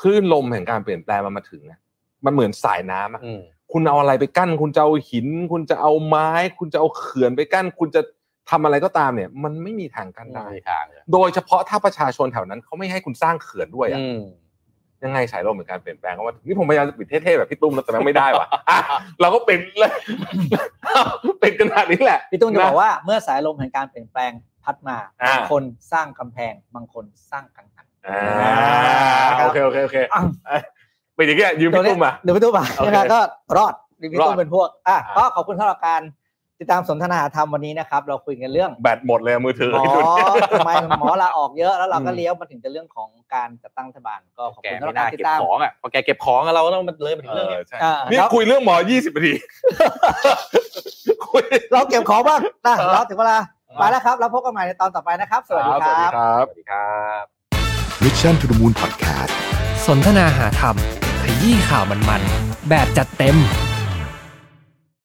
คลื่นลมแห่งการเปลี่ยนแปลงมันมาถึงอะมันเหมือนสายน้ำอะ อืม คุณเอาอะไรไปกั้น คุณจะเอาหิน คุณจะเอาไม้ คุณจะเอาเขื่อนไปกั้น คุณจะ ทำอะไรก็ตามเนี่ย มันไม่มีทางกันได้ ไม่มีทางเลย โดยเฉพาะถ้าประชาชนแถวนั้นเขาไม่ให้คุณสร้างเขื่อนด้วยอะ อืม ยังไงสายลมเหมือนการเปลี่ยนแปลงเพราะว่านี่ผมพยายามจะปิดเท่ๆแบบพี่ตุ้มแล้วแต่แม่งไม่ได้ว่ะอ่ะเราก็เป็นเลย เป็นขนาดนี้แหละ พี่ตุ้มจะบอกว่าเมื่อสายลมแห่งการเปลี่ยนแปลงพัดมา อ่า บางคนสร้างกำแพงบางคนสร้างกังหัน อ่า ครับ โอเคโอเคโอเค อ่ะ เป็นอย่างเงี้ยยืม เดี๋ยว พี่ นี้ ตุ้มมา เดี๋ยวพี่ตุ้มมา โอเค นะก็รอดหรือพี่ ร ตุ้ อ ม ด เป็นพวกอ่ะ อ่า ก็ขอบคุณสำหรับการติดตามสนทนาธรรมวันนี้นะครับ เราคุยกันเรื่อง แบตหมดเลยอะมือถือ หมอ ให้ดูดิ ทำไมหมอลาออกเยอะแล้วเราก็ อืม เลี้ยวมาถึงจะเรื่องของการจัดตั้งรัฐบาลก็ขอบ แก คุไม่ณสำหรับ น่า การติ เก็ ด บ ตาม ของอ่ะพอแกเก็บของอะเราต้องมันเลยมาถึง เอ เรื่องเนี้ อย ใช่ อ่านี่ นี่คุยเรื่องหมอ 20นาที คุย เราเก็บของบ้างนะ เออ เราถึงเวลาไปแล้วครับเราพบกันใหม่ในตอนต่อไปนะครับ สวัสดีครับ ครับ สวัสดีครับ มิชชั่นทุ h มูลพอดแคสต์ สนทนาหาธรรมขยี้ข่าวมันๆ แบบจัดเต็ม